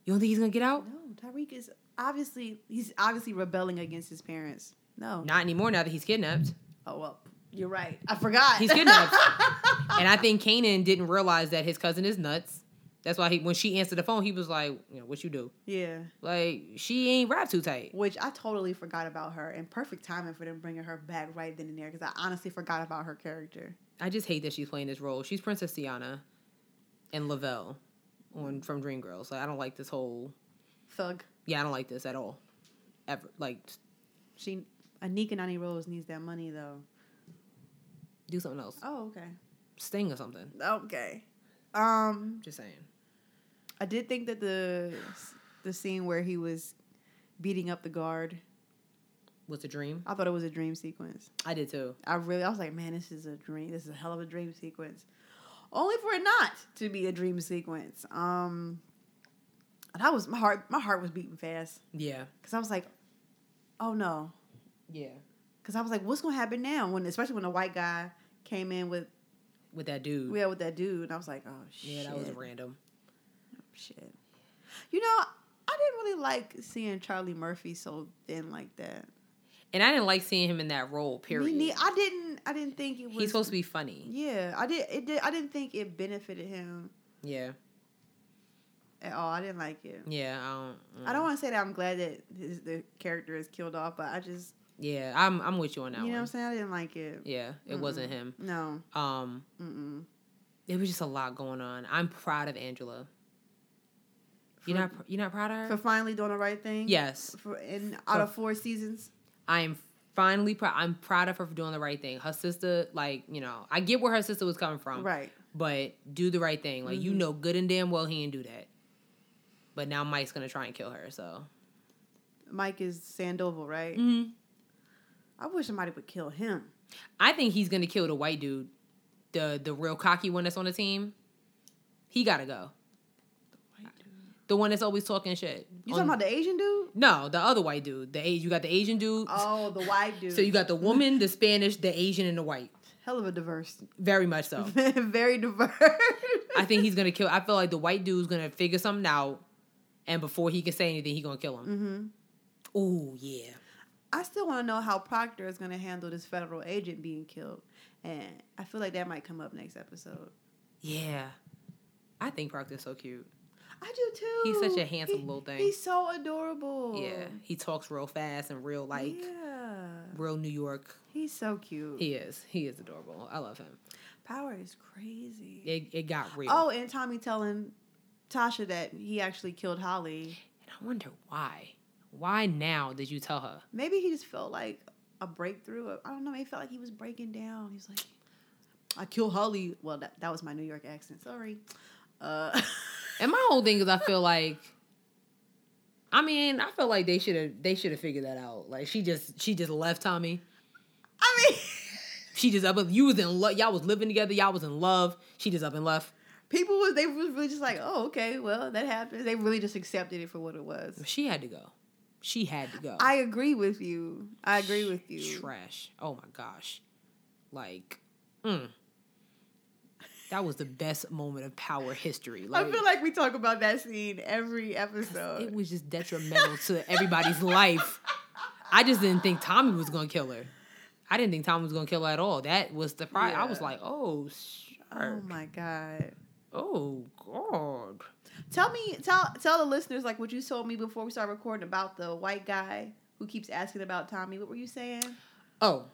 Speaker 1: You don't think he's gonna get out?
Speaker 2: No, Tyreek is obviously he's obviously rebelling against his parents. No.
Speaker 1: Not anymore now that he's kidnapped.
Speaker 2: oh well, you're right. I forgot.
Speaker 1: He's kidnapped. and I think Kanan didn't realize that his cousin is nuts. That's why he when she answered the phone, he was like, you know, what you do?
Speaker 2: yeah,
Speaker 1: Like, she ain't wrapped too tight.
Speaker 2: which I totally forgot about her, and perfect timing for them bringing her back right then and there because I honestly forgot about her character.
Speaker 1: I just hate that she's playing this role. She's Princess Tiana and Lavelle on from Dreamgirls. Like I don't like this whole
Speaker 2: Thug.
Speaker 1: yeah, I don't like this at all. Ever. Like, just
Speaker 2: She Anika Nani Rose needs that money though.
Speaker 1: do something else.
Speaker 2: Oh okay.
Speaker 1: Sting or something.
Speaker 2: Okay. Um,
Speaker 1: Just saying.
Speaker 2: I did think that the the scene where he was beating up the guard,
Speaker 1: What's a dream?
Speaker 2: I thought it was a dream sequence.
Speaker 1: I did too.
Speaker 2: I really, I was like, man, this is a dream. This is a hell of a dream sequence. only for it not to be a dream sequence. Um, and I was my heart, my heart was beating fast
Speaker 1: Yeah.
Speaker 2: because I was like, oh no,
Speaker 1: Yeah.
Speaker 2: because I was like, what's gonna happen now? When especially when the white guy came in with
Speaker 1: With that dude.
Speaker 2: yeah with that dude, and I was like, oh shit,
Speaker 1: Mm. yeah, that was random.
Speaker 2: shit. You know, I didn't really like seeing Charlie Murphy so thin like that.
Speaker 1: And I didn't like seeing him in that role,
Speaker 2: Me
Speaker 1: period.
Speaker 2: nei- I didn't. I didn't think it was.
Speaker 1: He's supposed to be funny.
Speaker 2: Yeah, I did. It did. I didn't think it benefited him
Speaker 1: Yeah.
Speaker 2: at all. I didn't like it.
Speaker 1: Yeah. I don't, mm.
Speaker 2: I don't want to say that I'm glad that his, the character is killed off, but I just,
Speaker 1: Yeah, I'm I'm with you on
Speaker 2: you
Speaker 1: that
Speaker 2: know
Speaker 1: one.
Speaker 2: what I'm saying? I didn't like it.
Speaker 1: Yeah, it
Speaker 2: Mm-mm.
Speaker 1: wasn't him.
Speaker 2: No.
Speaker 1: Um,
Speaker 2: Mm-mm.
Speaker 1: it was just a lot going on. I'm proud of Angela. You're
Speaker 2: For-
Speaker 1: not pr- you're not proud of her?
Speaker 2: For finally doing the right thing?
Speaker 1: yes,
Speaker 2: For, in out of four seasons?
Speaker 1: I am finally proud. I'm proud of her for doing the right thing. Her sister, like you know, I get where her sister was coming from,
Speaker 2: Right.
Speaker 1: but do the right thing. Like you
Speaker 2: Mhm.
Speaker 1: know, good and damn well he didn't do that. But now Mike's gonna try and kill her. So
Speaker 2: Mike is Sandoval, right?
Speaker 1: Mhm.
Speaker 2: I wish somebody would kill him.
Speaker 1: I think he's gonna kill the white dude, the the real cocky one that's on the team. He gotta go. The one that's always talking shit.
Speaker 2: You
Speaker 1: on-
Speaker 2: talking about the Asian dude?
Speaker 1: No, the other white dude. The A- you got the Asian dude.
Speaker 2: Oh, the white dude.
Speaker 1: So you got the woman, the Spanish, the Asian, and the white.
Speaker 2: hell of a diverse,
Speaker 1: Very much so.
Speaker 2: very diverse.
Speaker 1: I think he's gonna kill. I feel like the white dude's gonna figure something out, and before he can say anything, he gonna kill him.
Speaker 2: hmm
Speaker 1: Ooh yeah.
Speaker 2: I still want to know how Proctor is going to handle this federal agent being killed, and I feel like that might come up next episode.
Speaker 1: Yeah. I think Proctor's so cute.
Speaker 2: I do too.
Speaker 1: He's such a handsome
Speaker 2: He-
Speaker 1: little thing.
Speaker 2: He's so adorable.
Speaker 1: Yeah. He talks real fast and real like
Speaker 2: Yeah.
Speaker 1: real New York.
Speaker 2: He's so cute.
Speaker 1: He is. He is adorable. I love him.
Speaker 2: Power is crazy.
Speaker 1: It, it got real.
Speaker 2: Oh, and Tommy telling Tasha that he actually killed Holly.
Speaker 1: And I wonder why. Why now did you tell her?
Speaker 2: Maybe he just felt like a breakthrough. I don't know. Maybe he felt like he was breaking down. He's like, I killed Holly. Well, that, that was my New York accent. Sorry. Uh,
Speaker 1: And my whole thing is, I feel like, I mean, I feel like they should have they should have figured that out. Like she just she just left Tommy.
Speaker 2: I mean,
Speaker 1: She just up. and- You was in love. Y'all was living together. Y'all was in love. She just up and left.
Speaker 2: people was they was really just like, oh, okay, well, that happened. They really just accepted it for what it was.
Speaker 1: She had to go. She had to go.
Speaker 2: I agree with you. I agree with you.
Speaker 1: Trash. Oh my gosh. Like, mm. that was the best moment of power history.
Speaker 2: I feel like we talk about that scene every
Speaker 1: it
Speaker 2: episode.
Speaker 1: was just detrimental to everybody's life. I just didn't think Tommy was gonna kill her. I didn't think Tommy was gonna kill her at all. That was the pri I was
Speaker 2: Yeah.
Speaker 1: like, oh,
Speaker 2: Oh
Speaker 1: sure.
Speaker 2: my god!
Speaker 1: Oh, god.
Speaker 2: Tell me, tell tell the listeners like what you told me before we started recording about the white guy who keeps asking about Tommy. What were you saying?
Speaker 1: Oh,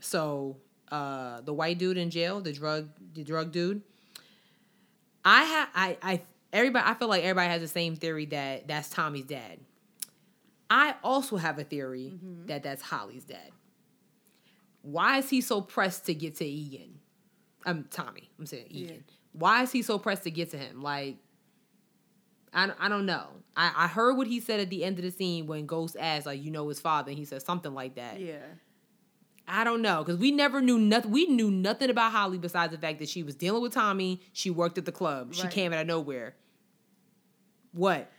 Speaker 1: so uh, the white dude in jail, the drug, the drug dude. I ha I, I, everybody. I feel like everybody has the same theory that that's Tommy's dad. I also have a theory that that's Holly's dad. Why is he so pressed to get to Egan? Um, Tommy. I'm saying
Speaker 2: Yeah.
Speaker 1: Egan. Why is he so pressed to get to him? Like, I, don't- I don't know. I, I heard what he said at the end of the scene when Ghost asked, like, you know his father, and he said something like that.
Speaker 2: Yeah,
Speaker 1: I don't know because we never knew nothing. We knew nothing about Holly besides the fact that she was dealing with Tommy. She worked at the club. She
Speaker 2: Right.
Speaker 1: came out of nowhere. What?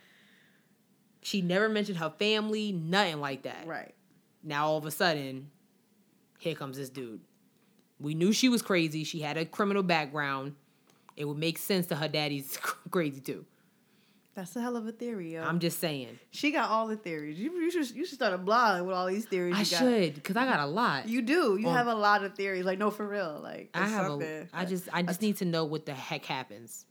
Speaker 1: She never mentioned her family, nothing like that.
Speaker 2: right.
Speaker 1: Now all of a sudden, here comes this dude. We knew she was crazy. She had a criminal background. It would make sense that her daddy's crazy too.
Speaker 2: That's a hell of a theory. Yo.
Speaker 1: I'm just saying.
Speaker 2: she got all the theories. You, you should you should start a blog with all these theories.
Speaker 1: I
Speaker 2: you got.
Speaker 1: should because I got a lot.
Speaker 2: You do. You
Speaker 1: On-
Speaker 2: have a lot of theories. Like no, for real. Like
Speaker 1: I
Speaker 2: it's
Speaker 1: have
Speaker 2: something.
Speaker 1: a. I just I just need to know what the heck happens.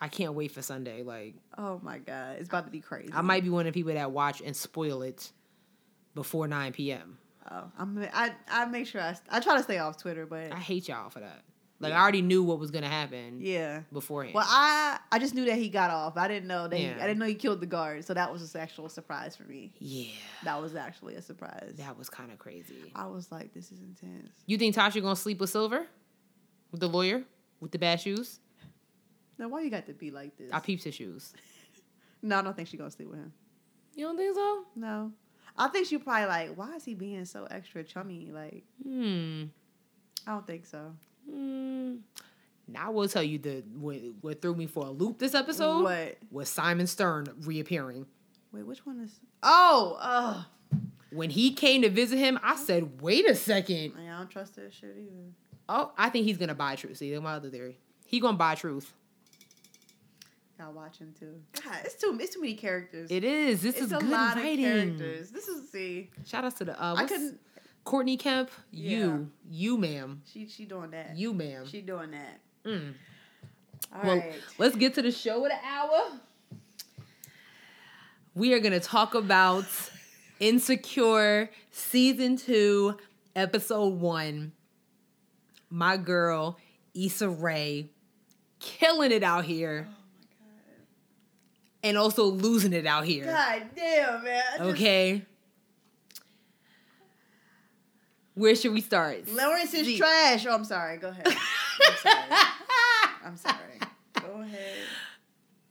Speaker 1: I can't wait for Sunday. Like
Speaker 2: Oh my god, it's about to be crazy.
Speaker 1: I might be one of the people that watch and spoil it before nine p.m.
Speaker 2: Oh, I'm. I I make sure I. I try to stay off Twitter, but
Speaker 1: I hate y'all for that. Like I already knew what was gonna happen
Speaker 2: yeah.
Speaker 1: beforehand.
Speaker 2: Well, I I just knew that he got off. I didn't know that. He,
Speaker 1: Yeah.
Speaker 2: I didn't know he killed the guard. So that was just actual surprise for me.
Speaker 1: yeah,
Speaker 2: That was actually a surprise.
Speaker 1: that was kind of crazy.
Speaker 2: I was like, this is intense.
Speaker 1: You think Tasha gonna sleep with Silver, with the lawyer, with the bad shoes?
Speaker 2: Now why you got to be like this?
Speaker 1: I peeps his shoes.
Speaker 2: no, I don't think she gonna sleep with him.
Speaker 1: You don't think so?
Speaker 2: No, I think she probably like, why is he being so extra chummy? Like,
Speaker 1: Hmm.
Speaker 2: I don't think so.
Speaker 1: Hmm. Now I will tell you the what, what threw me for a loop this episode
Speaker 2: What?
Speaker 1: was Simon Stern reappearing.
Speaker 2: Wait, which one is? Oh, ugh.
Speaker 1: When he came to visit him, I said, "Wait a second.
Speaker 2: Man, I don't trust that shit either.
Speaker 1: Oh, I think he's gonna buy truth. See, that's my other theory. He gonna buy truth.
Speaker 2: Gotta watch him too. God, it's too it's too many characters.
Speaker 1: It is. This
Speaker 2: it's
Speaker 1: is
Speaker 2: a
Speaker 1: good
Speaker 2: lot
Speaker 1: writing.
Speaker 2: of characters. This is see,
Speaker 1: Shout out to the uh,
Speaker 2: I
Speaker 1: what's-
Speaker 2: couldn't.
Speaker 1: Courtney Kemp.
Speaker 2: Yeah.
Speaker 1: You, you, ma'am.
Speaker 2: She she doing that.
Speaker 1: You, ma'am.
Speaker 2: she doing that.
Speaker 1: Mm.
Speaker 2: All
Speaker 1: well,
Speaker 2: right.
Speaker 1: let's get to the show of the hour. We are going to talk about Insecure Season 2, Episode 1. My girl, Issa Rae, killing it out here
Speaker 2: Oh my
Speaker 1: and also losing it out here.
Speaker 2: god. God damn man. I just-
Speaker 1: Okay. Where should we start?
Speaker 2: Lawrence is
Speaker 1: See-
Speaker 2: trash. Oh, I'm sorry. Go ahead. I'm sorry. I'm sorry. Go ahead.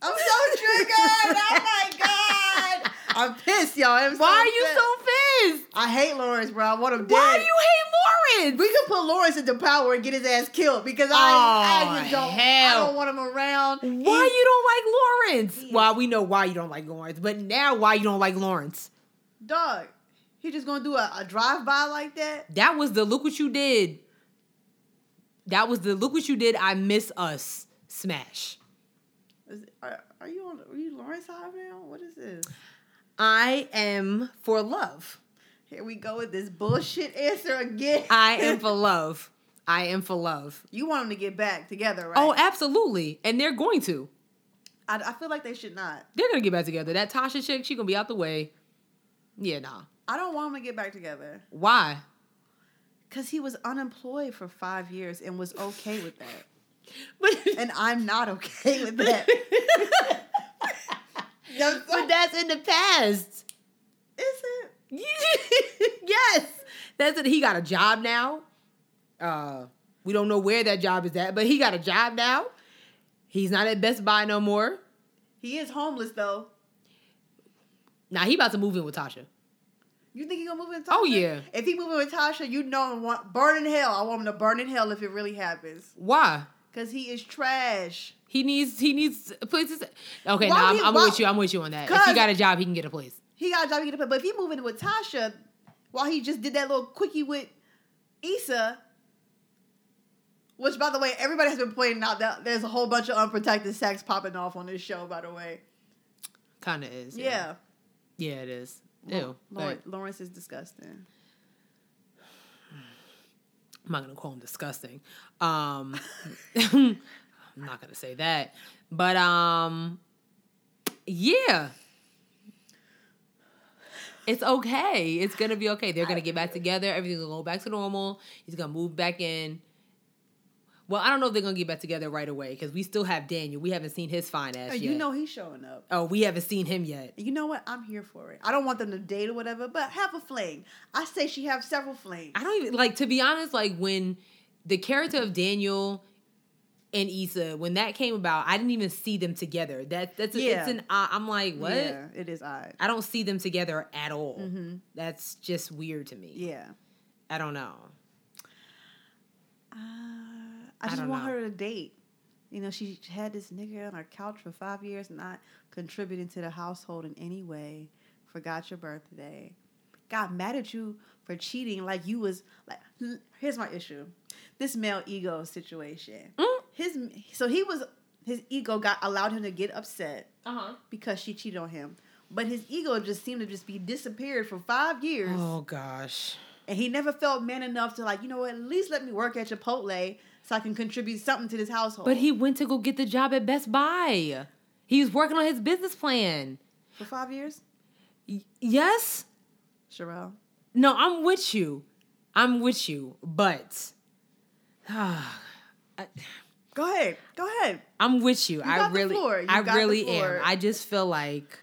Speaker 2: I'm so triggered. Oh my god. I'm pissed, y'all. I'm so
Speaker 1: Why are you
Speaker 2: upset.
Speaker 1: so pissed?
Speaker 2: I hate Lawrence, bro. I want him dead.
Speaker 1: Why do you hate Lawrence?
Speaker 2: We can put Lawrence into power and get his ass killed because I, I
Speaker 1: Oh,
Speaker 2: just don't. I
Speaker 1: hell.
Speaker 2: don't want him
Speaker 1: Why
Speaker 2: around. He-
Speaker 1: you don't like Lawrence?
Speaker 2: He-
Speaker 1: Well, we know why you don't like Lawrence, but now why you don't like Lawrence?
Speaker 2: dog? He just gonna do a, a drive by like that?
Speaker 1: That was the look what you did. That was the look what you did. I miss us. Smash.
Speaker 2: Is, are, are you on? Are you Lawrence high now? What is this?
Speaker 1: I am for love.
Speaker 2: Here we go with this bullshit answer again.
Speaker 1: I am for love. I am for love.
Speaker 2: you want them to get back together, right?
Speaker 1: Oh, absolutely. And they're going to.
Speaker 2: I, I feel like they should not.
Speaker 1: They're gonna get back together. That Tasha chick, she gonna be out the way. Yeah, nah.
Speaker 2: I don't want them to get back together
Speaker 1: Why?
Speaker 2: because he was unemployed for five years and was okay with that,
Speaker 1: But,
Speaker 2: and I'm not okay with that. I'm
Speaker 1: but
Speaker 2: sorry.
Speaker 1: that's in the past.
Speaker 2: Is it?
Speaker 1: yes, that's it. He got a job now. Uh, we don't know where that job is at, but he got a job now. He's not at Best Buy no more.
Speaker 2: He is homeless though.
Speaker 1: Now he about to move in with Tasha.
Speaker 2: You think he gonna move in? Tasha?
Speaker 1: Oh, yeah.
Speaker 2: If he moving with Tasha, you know, him want, burn in hell. I want him to burn in hell if it really happens,
Speaker 1: Why?
Speaker 2: cause he is trash.
Speaker 1: He needs he needs places. Okay,
Speaker 2: Why
Speaker 1: no, I'm,
Speaker 2: he-
Speaker 1: I'm
Speaker 2: why-
Speaker 1: with you. I'm with you on that. If he
Speaker 2: Cause-
Speaker 1: got a job, he can get a place.
Speaker 2: He got a job. He get a pay. But if he moving with Tasha, while he just did that little quickie with Issa, which by the way, everybody has been pointing out that there's a whole bunch of unprotected sex popping off on this show. By the way,
Speaker 1: Kind of is.
Speaker 2: yeah,
Speaker 1: Yeah, it is.
Speaker 2: Law-
Speaker 1: Ew.
Speaker 2: Law-
Speaker 1: Like,
Speaker 2: Lawrence is disgusting.
Speaker 1: I'm not gonna call him disgusting. Um, I'm not gonna say that, but um, yeah, it's okay. It's gonna be okay. They're gonna get back together. Everything's gonna go back to normal. He's gonna move back in. Well, I don't know if they're gonna get back together right away because we still have Daniel. We haven't seen his fine ass
Speaker 2: And
Speaker 1: yet.
Speaker 2: You know he's showing up.
Speaker 1: oh, we haven't seen him yet.
Speaker 2: You know what? I'm here for it. I don't want them to date or whatever, but have a fling. I say she have several flings.
Speaker 1: I don't even like to be honest. Like when the character of Daniel and Issa, when that came about, I didn't even see them together. That that's a,
Speaker 2: Yeah.
Speaker 1: it's an uh, I'm like what?
Speaker 2: Yeah, it is odd.
Speaker 1: I don't see them together at all.
Speaker 2: Mm-hmm.
Speaker 1: That's just weird to me.
Speaker 2: Yeah.
Speaker 1: I don't know.
Speaker 2: Uh, I just
Speaker 1: don't
Speaker 2: want
Speaker 1: know.
Speaker 2: her to date. You know, she had this nigga on her couch for five years, not contributing to the household in any way. Forgot your birthday. Got mad at you for cheating, like you was like. Here's my issue: this male ego situation.
Speaker 1: Mm.
Speaker 2: His so he was his ego got allowed him to get upset
Speaker 1: Uh huh.
Speaker 2: because she cheated on him. But his ego just seemed to just be disappeared for five years.
Speaker 1: Oh gosh.
Speaker 2: And he never felt man enough to like, you know what, at least let me work at Chipotle so I can contribute something to this household.
Speaker 1: But he went to go get the job at Best Buy. He was working on his business plan.
Speaker 2: for five years?
Speaker 1: Y- yes.
Speaker 2: Sherelle.
Speaker 1: No, I'm with you. I'm with you. But. ah, I-
Speaker 2: Go ahead. Go ahead.
Speaker 1: I'm with you. I
Speaker 2: got the
Speaker 1: really,
Speaker 2: floor. You
Speaker 1: I
Speaker 2: got the
Speaker 1: really am.
Speaker 2: floor.
Speaker 1: I just feel like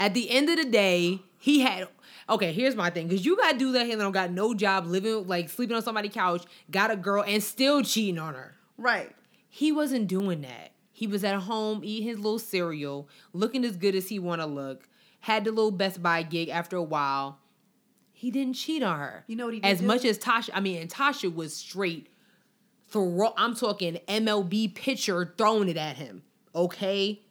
Speaker 1: at the end of the day, he had. Okay, here's my thing. Cause you got dudes out here that don't got no job, living like sleeping on somebody's couch, got a girl, and still cheating on her.
Speaker 2: Right.
Speaker 1: He wasn't doing that. He was at home eating his little cereal, looking as good as he want to look. Had the little Best Buy gig after a while. He didn't cheat on her.
Speaker 2: You know what he did
Speaker 1: As
Speaker 2: do?
Speaker 1: much as Tasha, I mean, and Tasha was straight throw I'm talking MLB pitcher throwing it at him. Okay?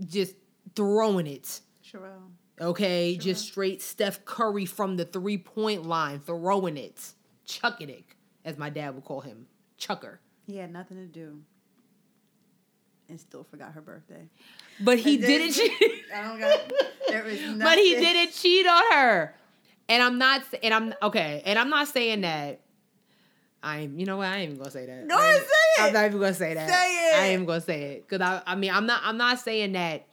Speaker 1: Just throwing it.
Speaker 2: Sherelle.
Speaker 1: Okay? Just straight Steph Curry from the three-point line throwing it. Chucking it, as my dad would call him. Chucker.
Speaker 2: He had nothing to do. And still forgot her birthday.
Speaker 1: But he
Speaker 2: And then-
Speaker 1: didn't cheat.
Speaker 2: I don't got there was nothing.
Speaker 1: but he didn't cheat on her. And I'm not and I'm okay, and I'm not saying that I'm you know what, I ain't even gonna say that.
Speaker 2: Go
Speaker 1: I ain't-
Speaker 2: ahead, say it.
Speaker 1: I'm not even gonna say that.
Speaker 2: Say it.
Speaker 1: I am gonna say it. Cause I I mean I'm not I'm not saying that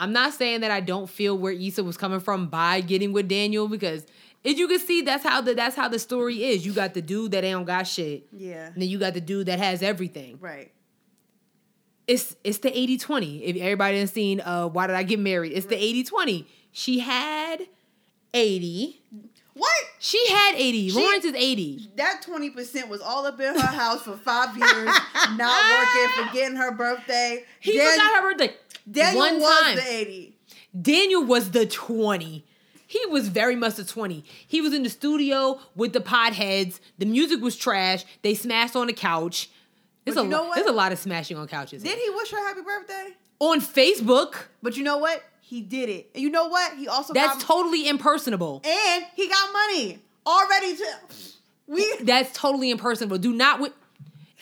Speaker 1: I'm not saying that I don't feel where Issa was coming from by getting with Daniel because as you can see that's how the that's how the story is. You got the dude that ain't got shit.
Speaker 2: Yeah.
Speaker 1: And then you got the dude that has everything
Speaker 2: Right.
Speaker 1: it's it's the 80 20 if everybody has seen uh why did i get married it's the 80 20 she had 80
Speaker 2: What?
Speaker 1: she had 80
Speaker 2: She-
Speaker 1: lawrence is 80
Speaker 2: That twenty percent was all up in her house for five years, not working, forgetting her birthday.
Speaker 1: he
Speaker 2: Dan-
Speaker 1: forgot her birthday
Speaker 2: Daniel
Speaker 1: one
Speaker 2: was
Speaker 1: time
Speaker 2: the eighty.
Speaker 1: daniel was the 20 he was very much the 20 he was in the studio with the podheads the music was trash they smashed on the couch there's
Speaker 2: But
Speaker 1: a,
Speaker 2: you know
Speaker 1: lo-
Speaker 2: what?
Speaker 1: there's a lot of smashing on couches
Speaker 2: Did he wish her happy birthday?
Speaker 1: on facebook
Speaker 2: But you know what? He did it. And you know what? He also
Speaker 1: that's
Speaker 2: got
Speaker 1: totally impersonable
Speaker 2: and he got money already. To we
Speaker 1: That's totally impersonable. Do not wi-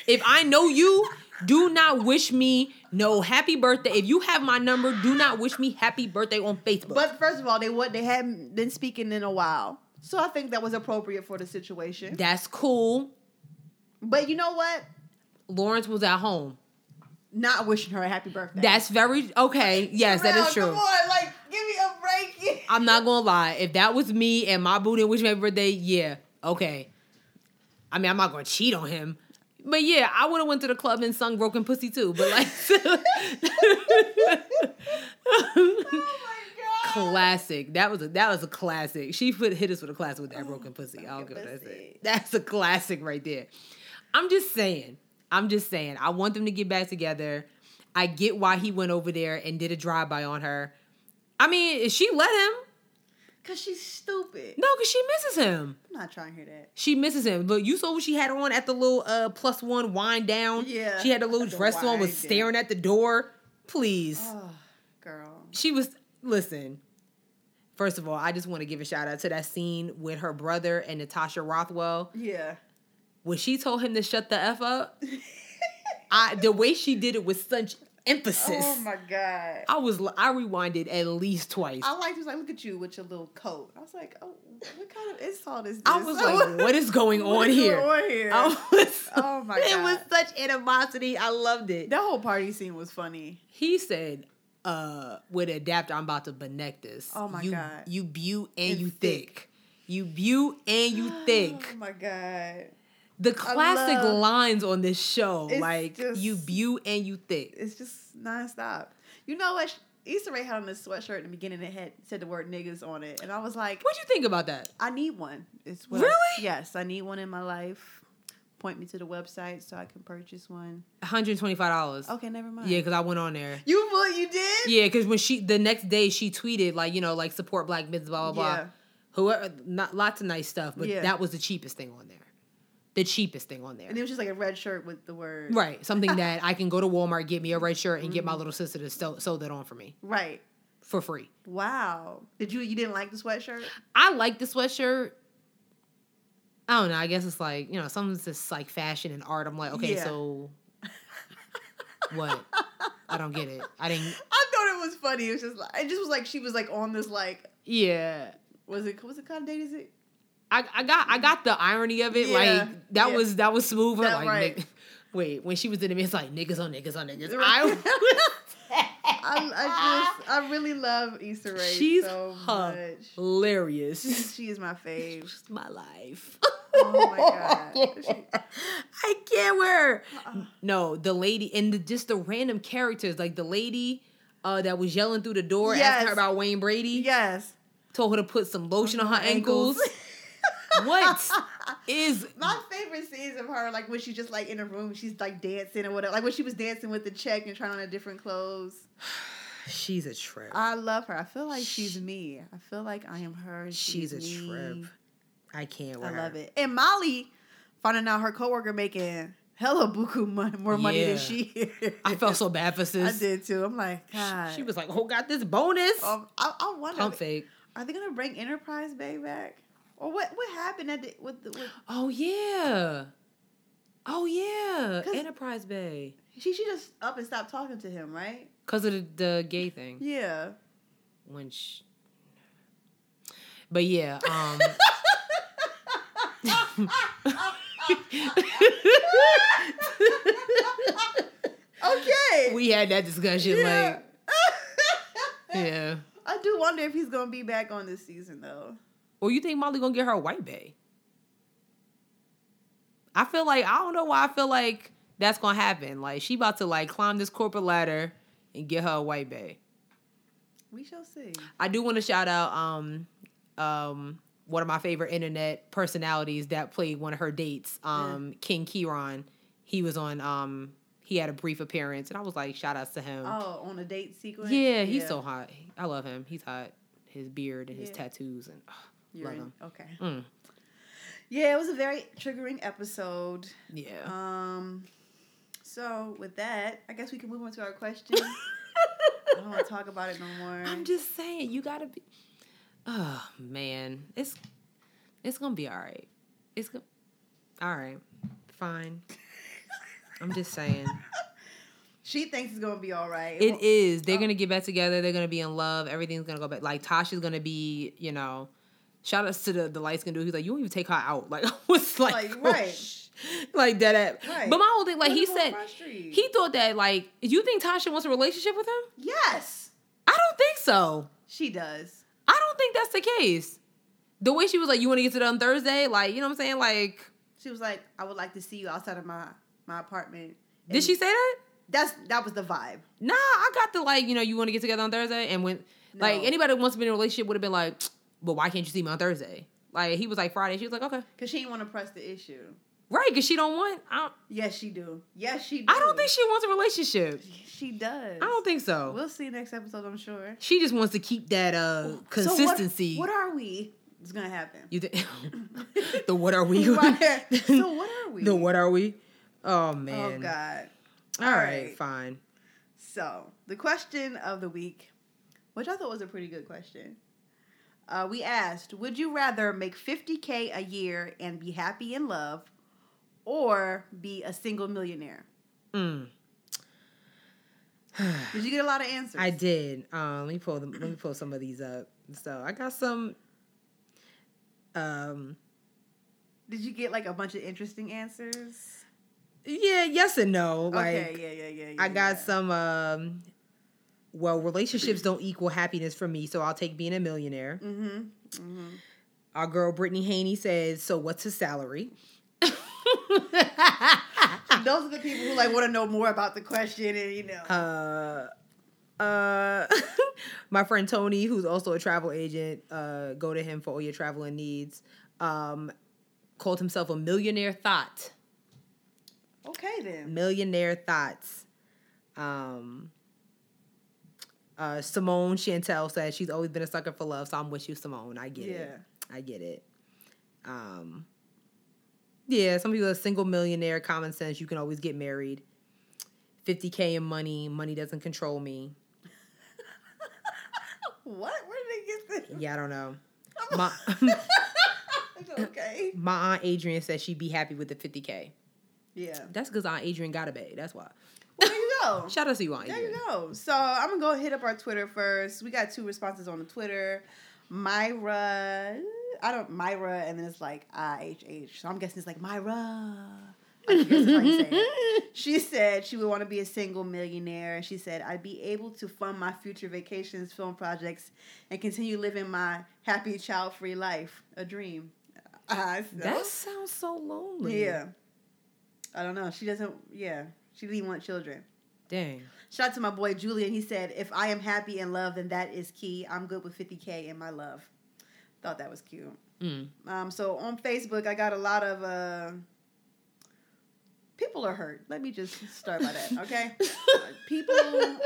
Speaker 1: if I know you, do not wish me no happy birthday. If you have my number, do not wish me happy birthday on Facebook.
Speaker 2: But first of all, they what they hadn't been speaking in a while, so I think that was appropriate for the situation.
Speaker 1: That's cool.
Speaker 2: But you know what?
Speaker 1: Lawrence was at home.
Speaker 2: Not wishing her a happy birthday.
Speaker 1: That's very okay. Yes, that
Speaker 2: Terrell,
Speaker 1: is true.
Speaker 2: Come on, like give me a break.
Speaker 1: I'm not gonna lie. If that was me and my boo didn't wish me happy birthday, yeah, okay. I mean, I'm not gonna cheat on him, but yeah, I would have went to the club and sung "Broken Pussy" too. But like,
Speaker 2: oh my god.
Speaker 1: classic. That was a that was a classic. She put hit us with a classic with that broken pussy. I don't give a
Speaker 2: Oh, pussy.
Speaker 1: that. That's a classic right there. I'm just saying. I'm just saying. I want them to get back together. I get why he went over there and did a drive by on her. I mean, she let him.
Speaker 2: Cause she's stupid.
Speaker 1: No, because she misses him.
Speaker 2: I'm not trying to hear that.
Speaker 1: She misses him. Look, you saw what she had on at the little uh plus one wind down.
Speaker 2: Yeah,
Speaker 1: She had a little
Speaker 2: the
Speaker 1: dress on, was
Speaker 2: wind down.
Speaker 1: staring at the door. Please.
Speaker 2: Oh, girl.
Speaker 1: she was listen. First of all, I just want to give a shout out to that scene with her brother and Natasha Rothwell
Speaker 2: Yeah.
Speaker 1: when she told him to shut the f up. I the way she did it with such emphasis.
Speaker 2: Oh my god.
Speaker 1: I was l- I rewinded at least twice. I,
Speaker 2: I liked. He was like, look at you with your little coat. I was like, oh, what kind of insult is this?
Speaker 1: was like, what is going
Speaker 2: What
Speaker 1: on
Speaker 2: is
Speaker 1: here?
Speaker 2: going on here?
Speaker 1: I was,
Speaker 2: Oh my
Speaker 1: It was
Speaker 2: God.
Speaker 1: such animosity. I loved it.
Speaker 2: That whole party scene was funny.
Speaker 1: He said, uh, with an adapter, I'm about to benect this.
Speaker 2: Oh my
Speaker 1: you,
Speaker 2: God.
Speaker 1: You beaut and
Speaker 2: And
Speaker 1: you
Speaker 2: thick.
Speaker 1: thick. You beaut and you thick.
Speaker 2: Oh my god.
Speaker 1: the classic
Speaker 2: love-
Speaker 1: lines on this show,
Speaker 2: It's
Speaker 1: like
Speaker 2: just-
Speaker 1: you beau and you thick.
Speaker 2: It's just nonstop. You know what? Issa Rae had on this sweatshirt in the beginning that had said the word niggas on it, and I was like,
Speaker 1: What you think about that?
Speaker 2: I need one. It's what I-
Speaker 1: Really?
Speaker 2: yes, I need one in my life. Point me to the website so I can purchase one.
Speaker 1: One hundred twenty five dollars.
Speaker 2: Okay, never mind.
Speaker 1: Yeah, because I went on there.
Speaker 2: you what you did?
Speaker 1: Yeah, because when she the next day she tweeted like you know like support Black business blah blah
Speaker 2: Yeah.
Speaker 1: blah. Whoever, not lots of nice stuff, but
Speaker 2: Yeah.
Speaker 1: that was the cheapest thing on there. The cheapest thing on there.
Speaker 2: And it was just like a red shirt with the word
Speaker 1: Right, something that I can go to Walmart, get me a red shirt, and get my
Speaker 2: Mm-hmm.
Speaker 1: little sister to sew, sew that on for me
Speaker 2: Right.
Speaker 1: for free.
Speaker 2: Wow. Did you you didn't like the sweatshirt?
Speaker 1: I like the sweatshirt. I don't know. I guess it's like you know, something's just like fashion and art. I'm like, okay,
Speaker 2: Yeah.
Speaker 1: so what? I don't get it. I didn't.
Speaker 2: I thought it was funny. It was just like it just was like she was like on this like
Speaker 1: Yeah,
Speaker 2: was it was it kind of date is it?
Speaker 1: I, I got I got the irony of it.
Speaker 2: Yeah,
Speaker 1: Like that
Speaker 2: yeah.
Speaker 1: was that was smooth.
Speaker 2: That
Speaker 1: like,
Speaker 2: right.
Speaker 1: nigg- wait, when she was in the midst, like niggas on niggas on niggas.
Speaker 2: Right.
Speaker 1: I,
Speaker 2: I, I just I really love Issa Rae
Speaker 1: she's
Speaker 2: so much.
Speaker 1: hilarious.
Speaker 2: She is my fave.
Speaker 1: She's my life.
Speaker 2: Oh my God.
Speaker 1: I can't wear.
Speaker 2: Uh-uh.
Speaker 1: No, the lady and the, just the random characters, like the lady uh, that was yelling through the door,
Speaker 2: Yes.
Speaker 1: asking her about Wayne Brady,
Speaker 2: Yes.
Speaker 1: told her to put some lotion on her ankles. what is?
Speaker 2: My favorite scenes of her, like when she's just like in a room, she's like dancing or whatever. Like when she was dancing with the check and trying on a different clothes.
Speaker 1: She's a trip.
Speaker 2: I love her. I feel like she's me. I feel like I am her. and
Speaker 1: She's a
Speaker 2: me.
Speaker 1: trip. I can't. Wear
Speaker 2: I love
Speaker 1: her.
Speaker 2: it. And Molly finding out her coworker making hella buku mon- more money
Speaker 1: Yeah.
Speaker 2: than she.
Speaker 1: I felt so bad for
Speaker 2: I
Speaker 1: sis.
Speaker 2: did too. I'm like, God.
Speaker 1: She was like, "Oh, got this bonus."
Speaker 2: Um, I, I wonder.
Speaker 1: Pump fake.
Speaker 2: Are they gonna bring Enterprise Bay back? Or what? What happened at the, with the? With,
Speaker 1: Oh yeah. Oh yeah.
Speaker 2: 'Cause-
Speaker 1: Enterprise Bay.
Speaker 2: she she just up and stopped talking to him, right?
Speaker 1: Cause of the, the gay thing.
Speaker 2: Yeah.
Speaker 1: When sh But yeah, um
Speaker 2: okay.
Speaker 1: we had that discussion
Speaker 2: yeah.
Speaker 1: like yeah.
Speaker 2: I do wonder if he's gonna be back on this season though.
Speaker 1: Or you think Molly gonna get her a white bay? I feel like I don't know why I feel like that's gonna happen. Like she about to like climb this corporate ladder and get her a white bay.
Speaker 2: We shall see.
Speaker 1: I do want to shout out um um one of my favorite internet personalities that played one of her dates, um King Kieran. He was on um he had a brief appearance and I was like shout outs to him.
Speaker 2: Oh, on a date sequence.
Speaker 1: yeah, he's so hot. I love him. He's hot. His beard and his
Speaker 2: Yeah.
Speaker 1: tattoos and oh,
Speaker 2: You're
Speaker 1: love
Speaker 2: in-
Speaker 1: him.
Speaker 2: Okay.
Speaker 1: Mm.
Speaker 2: Yeah, it was a very triggering episode.
Speaker 1: yeah.
Speaker 2: Um, so with that, I guess we can move on to our question. I don't want to talk about it no more.
Speaker 1: I'm just saying, you gotta be. Oh man, it's it's gonna be all right. It's go- all right, fine. I'm just saying,
Speaker 2: she thinks it's gonna be all right.
Speaker 1: it is. They're
Speaker 2: Oh.
Speaker 1: gonna get back together. They're gonna be in love. Everything's gonna go back. Like Tasha's gonna be, you know. Shout outs to the the light skin dude. He's like, you won't even take her out. Like I was like,
Speaker 2: Like,
Speaker 1: oh,
Speaker 2: right.
Speaker 1: sh- like that. At,
Speaker 2: Right.
Speaker 1: But my whole thing, like he
Speaker 2: Living on
Speaker 1: said,
Speaker 2: Front Street.
Speaker 1: he thought that like, you think Tasha wants a relationship with him?
Speaker 2: yes,
Speaker 1: I don't think so.
Speaker 2: she does.
Speaker 1: I don't think that's the case. The way she was like, "You want to get to that on Thursday?" Like, you know what I'm saying? Like,
Speaker 2: She was like, I would like to see you outside of my my apartment.
Speaker 1: did
Speaker 2: And
Speaker 1: she say that?
Speaker 2: That's that was the vibe.
Speaker 1: Nah, I got the like, you know, you want to get together on Thursday, and when like
Speaker 2: No.
Speaker 1: anybody that wants to be in a relationship would have been like, "But why can't you see me on Thursday?" Like he was like Friday. She was like, "Okay,
Speaker 2: Cause she didn't want to press the issue.
Speaker 1: right," because she don't want. I don't,
Speaker 2: Yes, she do. Yes, she. Do.
Speaker 1: I don't think she wants a relationship.
Speaker 2: she does.
Speaker 1: I don't think so.
Speaker 2: We'll see next episode. I'm sure.
Speaker 1: She just wants to keep that uh
Speaker 2: So what-
Speaker 1: consistency.
Speaker 2: what, are we? It's gonna happen.
Speaker 1: you think the what are we?
Speaker 2: Right. So what are we?
Speaker 1: the what are we? Oh
Speaker 2: oh
Speaker 1: man.
Speaker 2: God.
Speaker 1: All right,
Speaker 2: right.
Speaker 1: fine.
Speaker 2: So the question of the week, which I thought was a pretty good question. Uh, we asked, would you rather make 50k a year and be happy in love, or be a single millionaire?
Speaker 1: Mm.
Speaker 2: Did you get a lot of answers?
Speaker 1: I did. Um, let me pull them. Let me pull some of these up. So I got some. Um.
Speaker 2: Did you get like a bunch of interesting answers?
Speaker 1: Yeah. Yes and no. Like
Speaker 2: okay, yeah, yeah, yeah, yeah.
Speaker 1: I got
Speaker 2: yeah.
Speaker 1: some. Um. Well, relationships don't equal happiness for me, so I'll take being a millionaire.
Speaker 2: Mhm. Mhm.
Speaker 1: Our girl Brittany Haney says, "So what's his salary?"
Speaker 2: Those are the people who like want to know more about the question, and you know.
Speaker 1: uh, uh, my friend Tony, who's also a travel agent, uh, go to him for all your traveling needs. Um, called himself a millionaire thought.
Speaker 2: okay then.
Speaker 1: Millionaire thoughts. Um, uh, Simone Chantel says she's always been a sucker for love, so I'm with you, Simone. I get it.
Speaker 2: Yeah.
Speaker 1: I get it. Um, yeah, some people are single millionaire, common sense, you can always get married. 50K in money, money doesn't control me.
Speaker 2: What? Where did they get this?
Speaker 1: Yeah, I don't know. My,
Speaker 2: It's okay.
Speaker 1: my Aunt Adrian says she'd be happy with the 50K.
Speaker 2: Yeah.
Speaker 1: That's because Aunt Adrian got a baby. That's why.
Speaker 2: Well, there you go.
Speaker 1: Shout out to you, Aunt
Speaker 2: There
Speaker 1: Adrian.
Speaker 2: you go. So I'm gonna go hit up our Twitter first. We got two responses on the Twitter. Myra, I don't Myra, and then it's like I H H. So I'm guessing it's like Myra. I guess that's how you say it. She said she would want to be a single millionaire. She said I'd be able to fund my future vacations, film projects, and continue living my happy, child-free life. A dream. I so-
Speaker 1: That sounds so lonely.
Speaker 2: yeah. I don't know. She doesn't. Yeah, she didn't want children.
Speaker 1: Dang.
Speaker 2: Shout out to my boy Julian. He said, "If I am happy in love, then that is key. I'm good with 50k in my love." Thought that was cute.
Speaker 1: Mm.
Speaker 2: Um, so on Facebook, I got a lot of uh, people are hurt. Let me just start by that. Okay, people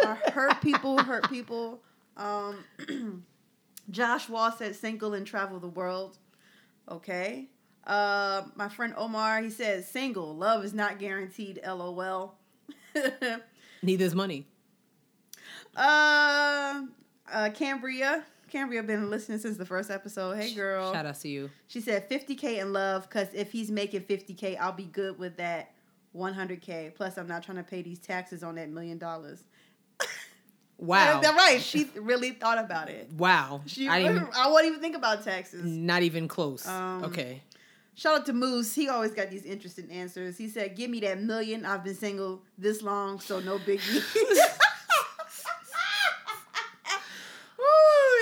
Speaker 2: are hurt. People hurt people. Um, Josh Wall said, "Single and travel the world." Okay. Uh, my friend Omar, he says, single, love is not guaranteed, lol.
Speaker 1: Neither is money.
Speaker 2: uh, uh, Cambria. Cambria been listening since the first episode. Hey, girl.
Speaker 1: Shout out to you.
Speaker 2: She said 50K in love because if he's making 50K, I'll be good with that 100K. Plus, I'm not trying to pay these taxes on that million dollars.
Speaker 1: Wow.
Speaker 2: That's right. She really thought about it.
Speaker 1: Wow.
Speaker 2: She,
Speaker 1: I
Speaker 2: I,
Speaker 1: didn't,
Speaker 2: won't even think about taxes.
Speaker 1: not even close.
Speaker 2: Um,
Speaker 1: okay.
Speaker 2: Shout out to Moose. He always got these interesting answers. He said, Give me that million. I've been single this long, so no biggie. Woo,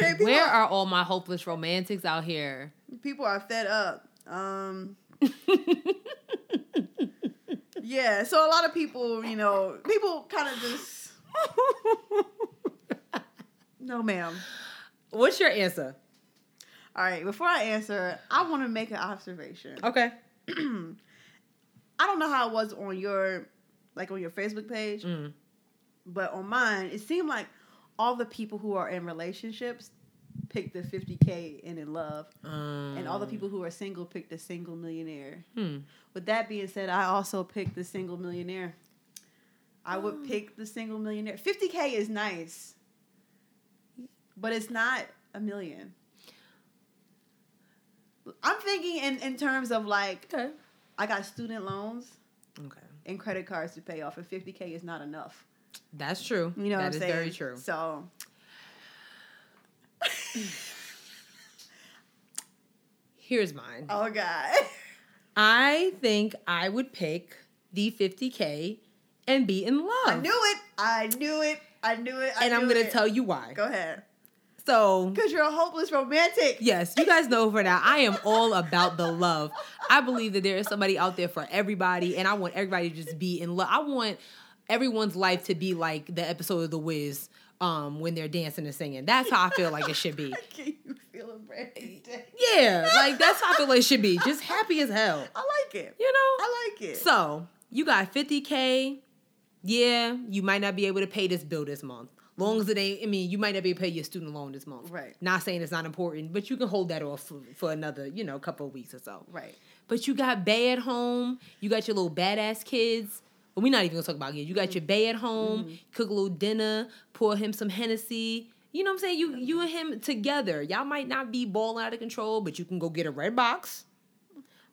Speaker 2: hey, people,
Speaker 1: Where are all my hopeless romantics out here?
Speaker 2: people are fed up. Um, yeah, so a lot of people, you know, people kind of just, no, ma'am.
Speaker 1: What's your answer?
Speaker 2: All right, before I answer, I want to make an observation.
Speaker 1: Okay.
Speaker 2: I don't know how it was on your like on your Facebook page,
Speaker 1: Mm.
Speaker 2: but on mine, it seemed like all the people who are in relationships picked the 50k and in love,
Speaker 1: Um,
Speaker 2: and all the people who are single picked the single millionaire.
Speaker 1: Hmm.
Speaker 2: With that being said, I also picked the single millionaire. I would pick the single millionaire. 50k is nice, but it's not a million. I'm thinking in, in terms of like
Speaker 1: Okay.
Speaker 2: I got student loans
Speaker 1: Okay.
Speaker 2: and credit cards to pay off, and 50K is not enough.
Speaker 1: That's true.
Speaker 2: You know
Speaker 1: That
Speaker 2: what I'm
Speaker 1: is
Speaker 2: saying?
Speaker 1: very true.
Speaker 2: So
Speaker 1: Here's mine.
Speaker 2: oh god.
Speaker 1: I think I would pick the 50K and be in love.
Speaker 2: I knew it. I knew it. I knew it. I
Speaker 1: Oh. and I'm
Speaker 2: knew
Speaker 1: going to
Speaker 2: it.
Speaker 1: tell you why.
Speaker 2: Go ahead.
Speaker 1: So,
Speaker 2: Because you're a hopeless romantic.
Speaker 1: yes, you guys know for now, I am all about the love. I believe that there is somebody out there for everybody, and I want everybody to just be in love. I want everyone's life to be like the episode of The Wiz um, when they're dancing and singing. That's how I feel like it should be.
Speaker 2: Can you feel a brand new day?
Speaker 1: Yeah, like that's how I feel like it should be. Just happy as hell.
Speaker 2: I like it.
Speaker 1: You know?
Speaker 2: I like it.
Speaker 1: So you got 50k. Yeah, you might not be able to pay this bill this month. Long as it ain't, I mean, you might not be able to pay your student loan this month.
Speaker 2: Right.
Speaker 1: Not saying it's not important, but you can hold that off for, for another, you know, couple of weeks or so.
Speaker 2: right.
Speaker 1: But you got Bay at home. You got your little badass kids. Well, we're not even gonna talk about kids. You got your Bay at home. Cook a little dinner. Pour him some Hennessy. You know what I'm saying? You you and him together. Y'all might not be balling out of control, but you can go get a red box,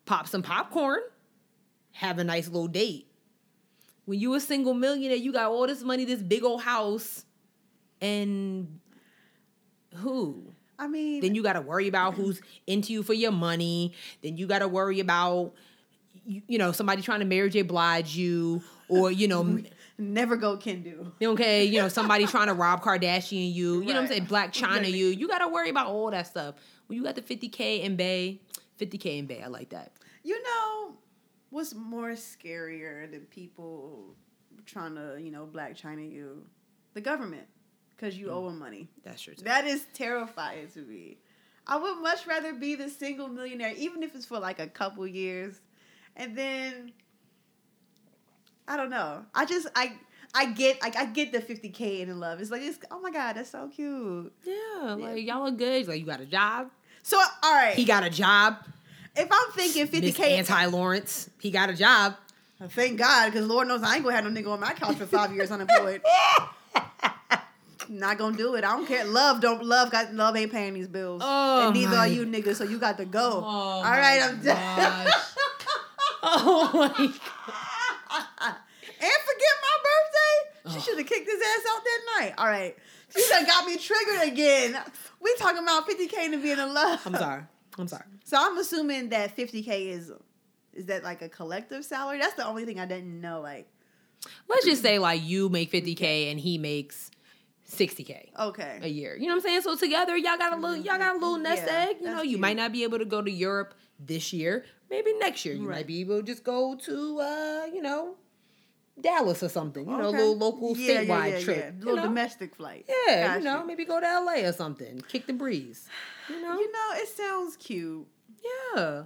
Speaker 1: pop some popcorn, have a nice little date. When you a single millionaire, you got all this money, this big old house, and who?
Speaker 2: I mean,
Speaker 1: Then you got to worry about who's into you for your money. Then you got to worry about, you, you know, somebody trying to marry J. Blige you, or you know,
Speaker 2: never go can do.
Speaker 1: okay, you know, somebody trying to rob Kardashian you. You know what I'm
Speaker 2: Right.
Speaker 1: saying? Black China you. You got to worry about all that stuff. When you got the 50k in Bay, 50k in Bay, I like that.
Speaker 2: You know what's more scarier than people trying to, you know, black China you? The government. Because
Speaker 1: Mm.
Speaker 2: you owe them money.
Speaker 1: That's true. Too.
Speaker 2: That is terrifying to me. I would much rather be the single millionaire, even if it's for like a couple years. And then I don't know. I just I I get like I get the 50k in love. It's like it's oh my god, that's so cute.
Speaker 1: yeah, like y'all are good. Like you got a job.
Speaker 2: So all right.
Speaker 1: He got a job.
Speaker 2: if I'm thinking
Speaker 1: Miss
Speaker 2: 50k
Speaker 1: Anti Lawrence. He got a job.
Speaker 2: Thank God, because Lord knows I ain't gonna have no nigga on my couch for five years unemployed. Not gonna do it. I don't care. Love don't love got love ain't paying these bills.
Speaker 1: Oh,
Speaker 2: and neither
Speaker 1: my-
Speaker 2: are you niggas, so you got to go.
Speaker 1: Oh,
Speaker 2: All
Speaker 1: my
Speaker 2: right, I'm done.
Speaker 1: gosh. Oh my
Speaker 2: and forget my birthday. She should have kicked his ass out that night. All right. She done got me triggered again. We talking about 50K and being in love.
Speaker 1: I'm sorry. I'm sorry.
Speaker 2: So I'm assuming that 50K is is that like a collective salary? That's the only thing I didn't know. Like,
Speaker 1: Let's just say like you make 50k and he makes 60k
Speaker 2: okay.
Speaker 1: a year. You know what I'm saying? So together y'all got a little y'all got a little nest
Speaker 2: Yeah,
Speaker 1: egg. You know,
Speaker 2: that's
Speaker 1: you might
Speaker 2: cute.
Speaker 1: not be able to go to Europe this year. Maybe next year you
Speaker 2: Right.
Speaker 1: might be able to just go to uh, you know, Dallas or something. You know, a
Speaker 2: Okay.
Speaker 1: little local statewide trip. you
Speaker 2: Little
Speaker 1: know?
Speaker 2: domestic flight.
Speaker 1: Yeah, you
Speaker 2: Gotcha.
Speaker 1: know, maybe go to LA or something. Kick the breeze. You know?
Speaker 2: You know, it sounds cute.
Speaker 1: yeah.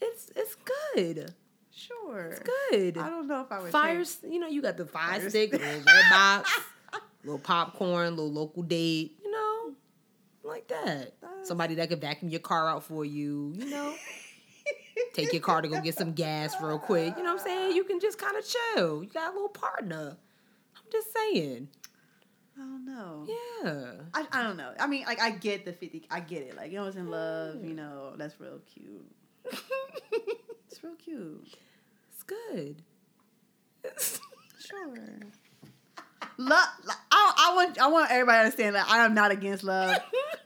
Speaker 1: It's it's good.
Speaker 2: Sure.
Speaker 1: It's good.
Speaker 2: I don't know if I would.
Speaker 1: fire.
Speaker 2: take-
Speaker 1: s- You know, you got the fire,
Speaker 2: Fire
Speaker 1: stick,
Speaker 2: stick.
Speaker 1: little red box, little popcorn, little local date. You know, like that.
Speaker 2: That's-
Speaker 1: Somebody that could vacuum your car out for you. You know, Take your car to go get some gas real quick. You know what I'm saying? You can just kind of chill. You got a little partner. I'm just saying.
Speaker 2: I don't know.
Speaker 1: Yeah.
Speaker 2: I, I don't know. I mean, like I get the fifty. I get it. Like you know, it's in love.
Speaker 1: Hmm.
Speaker 2: You know, that's real cute. It's real cute.
Speaker 1: it's good.
Speaker 2: Sure. Love. I, I want. I want everybody to understand that I am not against
Speaker 1: Uh,
Speaker 2: love.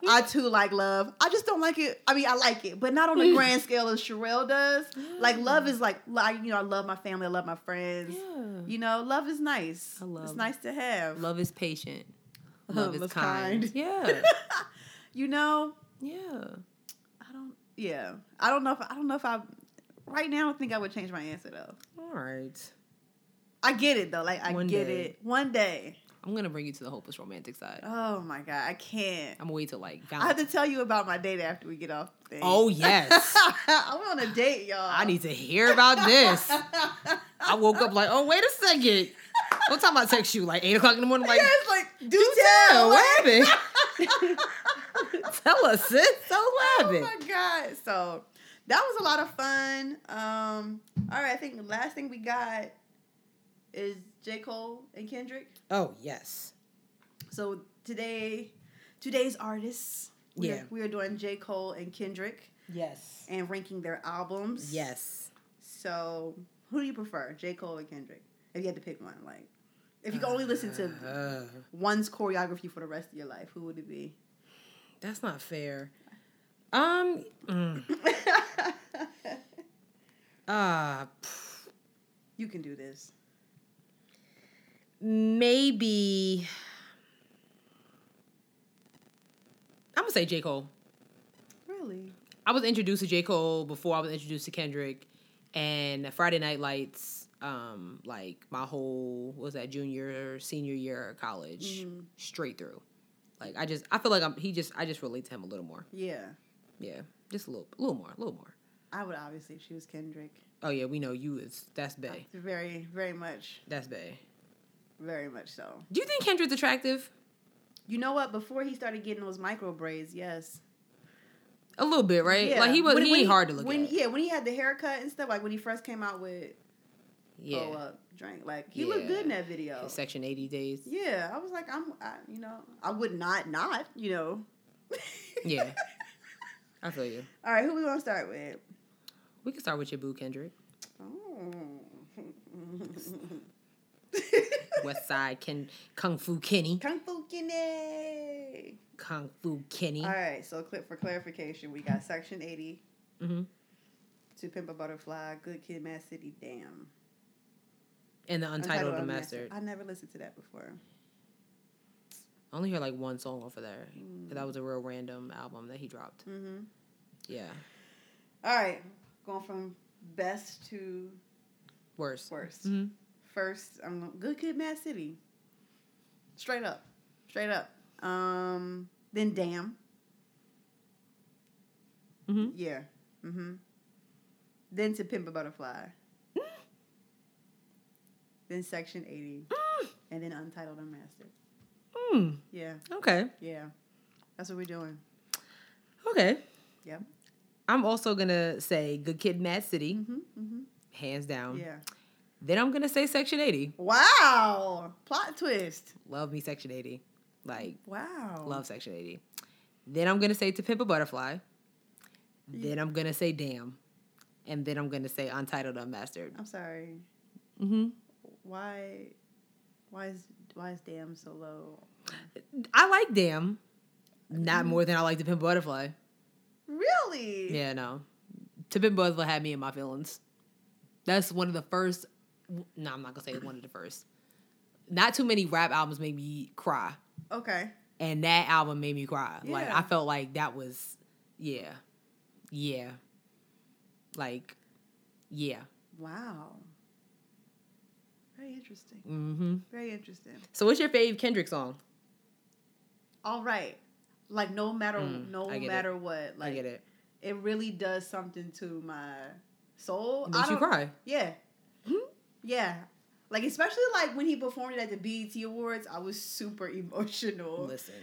Speaker 2: I too like love. I just don't like it. I mean, I like it, but not on
Speaker 1: Hmm.
Speaker 2: the grand scale as Sherelle does. Like love is like, like you know, I love my family. I love my friends.
Speaker 1: Yeah.
Speaker 2: You know, love is nice.
Speaker 1: I love
Speaker 2: it's
Speaker 1: it.
Speaker 2: nice to have.
Speaker 1: Love is patient. Love is
Speaker 2: Love is
Speaker 1: kind.
Speaker 2: kind.
Speaker 1: Yeah.
Speaker 2: You know,
Speaker 1: Yeah.
Speaker 2: I don't. Yeah, I don't know if I don't know if I. Right now, I think I would change my answer though.
Speaker 1: All right.
Speaker 2: I get it though. Like I
Speaker 1: One
Speaker 2: get
Speaker 1: day.
Speaker 2: it. One day.
Speaker 1: I'm gonna bring you to the hopeless romantic side.
Speaker 2: Oh my god, I can't.
Speaker 1: I'm gonna wait till like
Speaker 2: I have
Speaker 1: Valentine's.
Speaker 2: to tell you about my date after we get off. the Thing.
Speaker 1: Oh yes.
Speaker 2: I'm on a date, y'all.
Speaker 1: I need to hear about this. I woke up like, oh wait a second. What time I text you? Like eight o'clock in the morning. Like,
Speaker 2: yeah, it's like do,
Speaker 1: yeah,
Speaker 2: tell.
Speaker 1: what
Speaker 2: like-
Speaker 1: happened? Tell us, sis. Tell us what
Speaker 2: Oh
Speaker 1: happened.
Speaker 2: my god. So that was a lot of fun. Um, all right, I think the last thing we got is J. Cole and Kendrick.
Speaker 1: Oh yes.
Speaker 2: So today, today's artists. We
Speaker 1: Yeah.
Speaker 2: Are, we are doing J. Cole and Kendrick
Speaker 1: Yes.
Speaker 2: and ranking their albums.
Speaker 1: Yes.
Speaker 2: So who do you prefer, J. Cole or Kendrick? If you had to pick one, like if you could only listen to
Speaker 1: Uh,
Speaker 2: one's choreography for the rest of your life, who would it be?
Speaker 1: that's not fair. Um. mm, uh, pff,
Speaker 2: you can do this.
Speaker 1: maybe. I'm gonna say J Cole.
Speaker 2: Really?
Speaker 1: I was introduced to J. Cole before I was introduced to Kendrick and Friday Night Lights, um, like my whole what was that junior, senior year of college,
Speaker 2: Mhm.
Speaker 1: straight through. Like I just I feel like I'm he just I just relate to him a little more.
Speaker 2: Yeah.
Speaker 1: Yeah. Just a little a little more, a little more.
Speaker 2: I would obviously choose Kendrick.
Speaker 1: Oh yeah, we know you is that's Bay.
Speaker 2: Very, very much,
Speaker 1: That's Bay.
Speaker 2: very much so.
Speaker 1: Do you think Kendrick's attractive?
Speaker 2: You know what? Before he started getting those micro braids, yes.
Speaker 1: A little bit, right?
Speaker 2: Yeah.
Speaker 1: Like he was
Speaker 2: When-
Speaker 1: he
Speaker 2: when
Speaker 1: ain't hard to look
Speaker 2: when,
Speaker 1: at.
Speaker 2: Yeah, when he had the haircut and stuff, like when he first came out with
Speaker 1: Yeah.
Speaker 2: Oh Up Drink, like he looked
Speaker 1: Yeah.
Speaker 2: good in that video.
Speaker 1: His Section eighty days.
Speaker 2: Yeah, I was like, I'm, I, you know, I would not, not, you know.
Speaker 1: Yeah. I feel you.
Speaker 2: All right, who we gonna start with?
Speaker 1: We can start with your boo, Kendrick. West Side Ken Kung Fu Kenny.
Speaker 2: Kung Fu Kine.
Speaker 1: Kung Fu Kenny.
Speaker 2: All right, so clip for clarification, we got Section 80,
Speaker 1: hmm
Speaker 2: To Pimp a Butterfly, Good Kid, Mad City, Damn.
Speaker 1: And the Untitled, The
Speaker 2: Unmastered.
Speaker 1: Mastered.
Speaker 2: I never listened to that before.
Speaker 1: I only hear like one song off of there. 'cause
Speaker 2: Mm.
Speaker 1: That was a real random album that he dropped.
Speaker 2: Mhm.
Speaker 1: Yeah.
Speaker 2: All right, going from best to
Speaker 1: Worse.
Speaker 2: worst.
Speaker 1: hmm
Speaker 2: First, I'm gonna- Good Kid, Mad City. Straight up, straight up. Um, then Damn.
Speaker 1: hmm
Speaker 2: Yeah. Mm-hmm. Then to Pimp a Butterfly. then Section 80. and then Untitled Unmastered.
Speaker 1: Mm.
Speaker 2: Yeah,
Speaker 1: Okay.
Speaker 2: yeah. That's what we're doing.
Speaker 1: Okay.
Speaker 2: Yep.
Speaker 1: I'm also going to say Good Kid Mad City,
Speaker 2: Mm-hmm, mm-hmm.
Speaker 1: hands down.
Speaker 2: Yeah.
Speaker 1: Then I'm going to say Section 80.
Speaker 2: Wow. Plot twist.
Speaker 1: Love me, Section 80. Like,
Speaker 2: Wow.
Speaker 1: love Section 80. Then I'm going to say To Pimp a Butterfly.
Speaker 2: Yeah.
Speaker 1: Then I'm going to say Damn. And then I'm going to say Untitled Unmastered.
Speaker 2: I'm sorry.
Speaker 1: hmm
Speaker 2: Why? Why is why is damn so low?
Speaker 1: I like Damn. Not
Speaker 2: Mm.
Speaker 1: more than I like To Pimp a Butterfly.
Speaker 2: Really?
Speaker 1: Yeah, no. To Pimp a Butterfly had me in my feelings. That's one of the first. No, I'm not gonna say one of the first. Not too many rap albums made me cry,
Speaker 2: Okay.
Speaker 1: and that album made me cry. Like
Speaker 2: Yeah.
Speaker 1: I felt like that was, yeah, yeah, like, yeah.
Speaker 2: Wow. Very interesting.
Speaker 1: Mm-hmm.
Speaker 2: Very interesting.
Speaker 1: So, what's your fave Kendrick song?
Speaker 2: All right. Like no matter
Speaker 1: Mm,
Speaker 2: no
Speaker 1: I get it.
Speaker 2: matter what, like
Speaker 1: I get it.
Speaker 2: it really does something to my soul.
Speaker 1: It
Speaker 2: I
Speaker 1: makes you
Speaker 2: don't-
Speaker 1: cry.
Speaker 2: Yeah.
Speaker 1: Mhm.
Speaker 2: Yeah. Like especially like when he performed it at the E BET Awards, I was super emotional.
Speaker 1: Listen,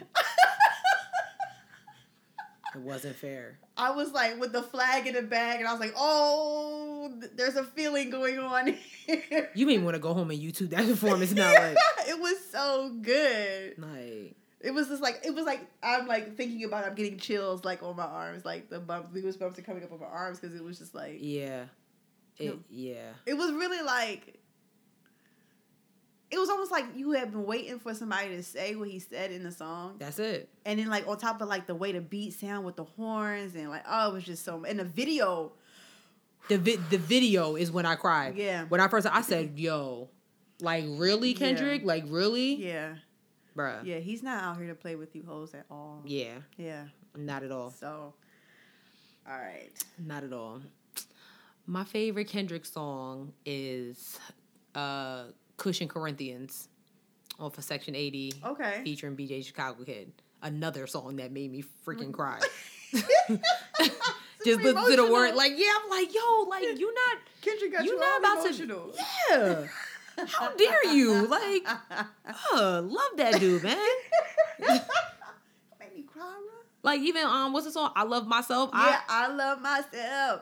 Speaker 1: It wasn't fair.
Speaker 2: I was like with the flag in the bag, and I was like, "Oh, th- there's a feeling going on." here."
Speaker 1: You may want to go home and YouTube that performance now. Like,
Speaker 2: it was so good.
Speaker 1: like
Speaker 2: It was just like it was like I'm like thinking about. it, I'm getting chills like on my arms, like the bump, the goosebumps are coming up on my arms because it was just like
Speaker 1: yeah, it,
Speaker 2: No.
Speaker 1: yeah.
Speaker 2: it was really like it was almost like you had been waiting for somebody to say what he said in the song,
Speaker 1: That's it.
Speaker 2: and then like on top of like the way the beat sound with the horns and like oh, it was just so. And the video,
Speaker 1: The vi- the video is when I cried.
Speaker 2: Yeah.
Speaker 1: When I first I said, "Yo, like really,
Speaker 2: Yeah.
Speaker 1: Kendrick? Like really,
Speaker 2: yeah,
Speaker 1: bruh?
Speaker 2: yeah, he's not out here to play with you hoes at all.
Speaker 1: Yeah. Oh.
Speaker 2: Yeah.
Speaker 1: Not at all.
Speaker 2: So, all right.
Speaker 1: Not at all. My favorite Kendrick song is uh Cushion Corinthians off of Section 80
Speaker 2: Okay.
Speaker 1: featuring BJ Chicago Kid. Another song that made me freaking cry. Just
Speaker 2: Super
Speaker 1: listen to the word
Speaker 2: emotional.
Speaker 1: like, yeah, I'm like, yo, like you not
Speaker 2: Kendrick got you,
Speaker 1: you not
Speaker 2: all
Speaker 1: about
Speaker 2: emotional.
Speaker 1: to Yeah. How dare you? Like, uh, love that dude, man.
Speaker 2: Make me cry, bro.
Speaker 1: Like even um what's the song? I love myself.
Speaker 2: Yeah,
Speaker 1: I
Speaker 2: I love myself.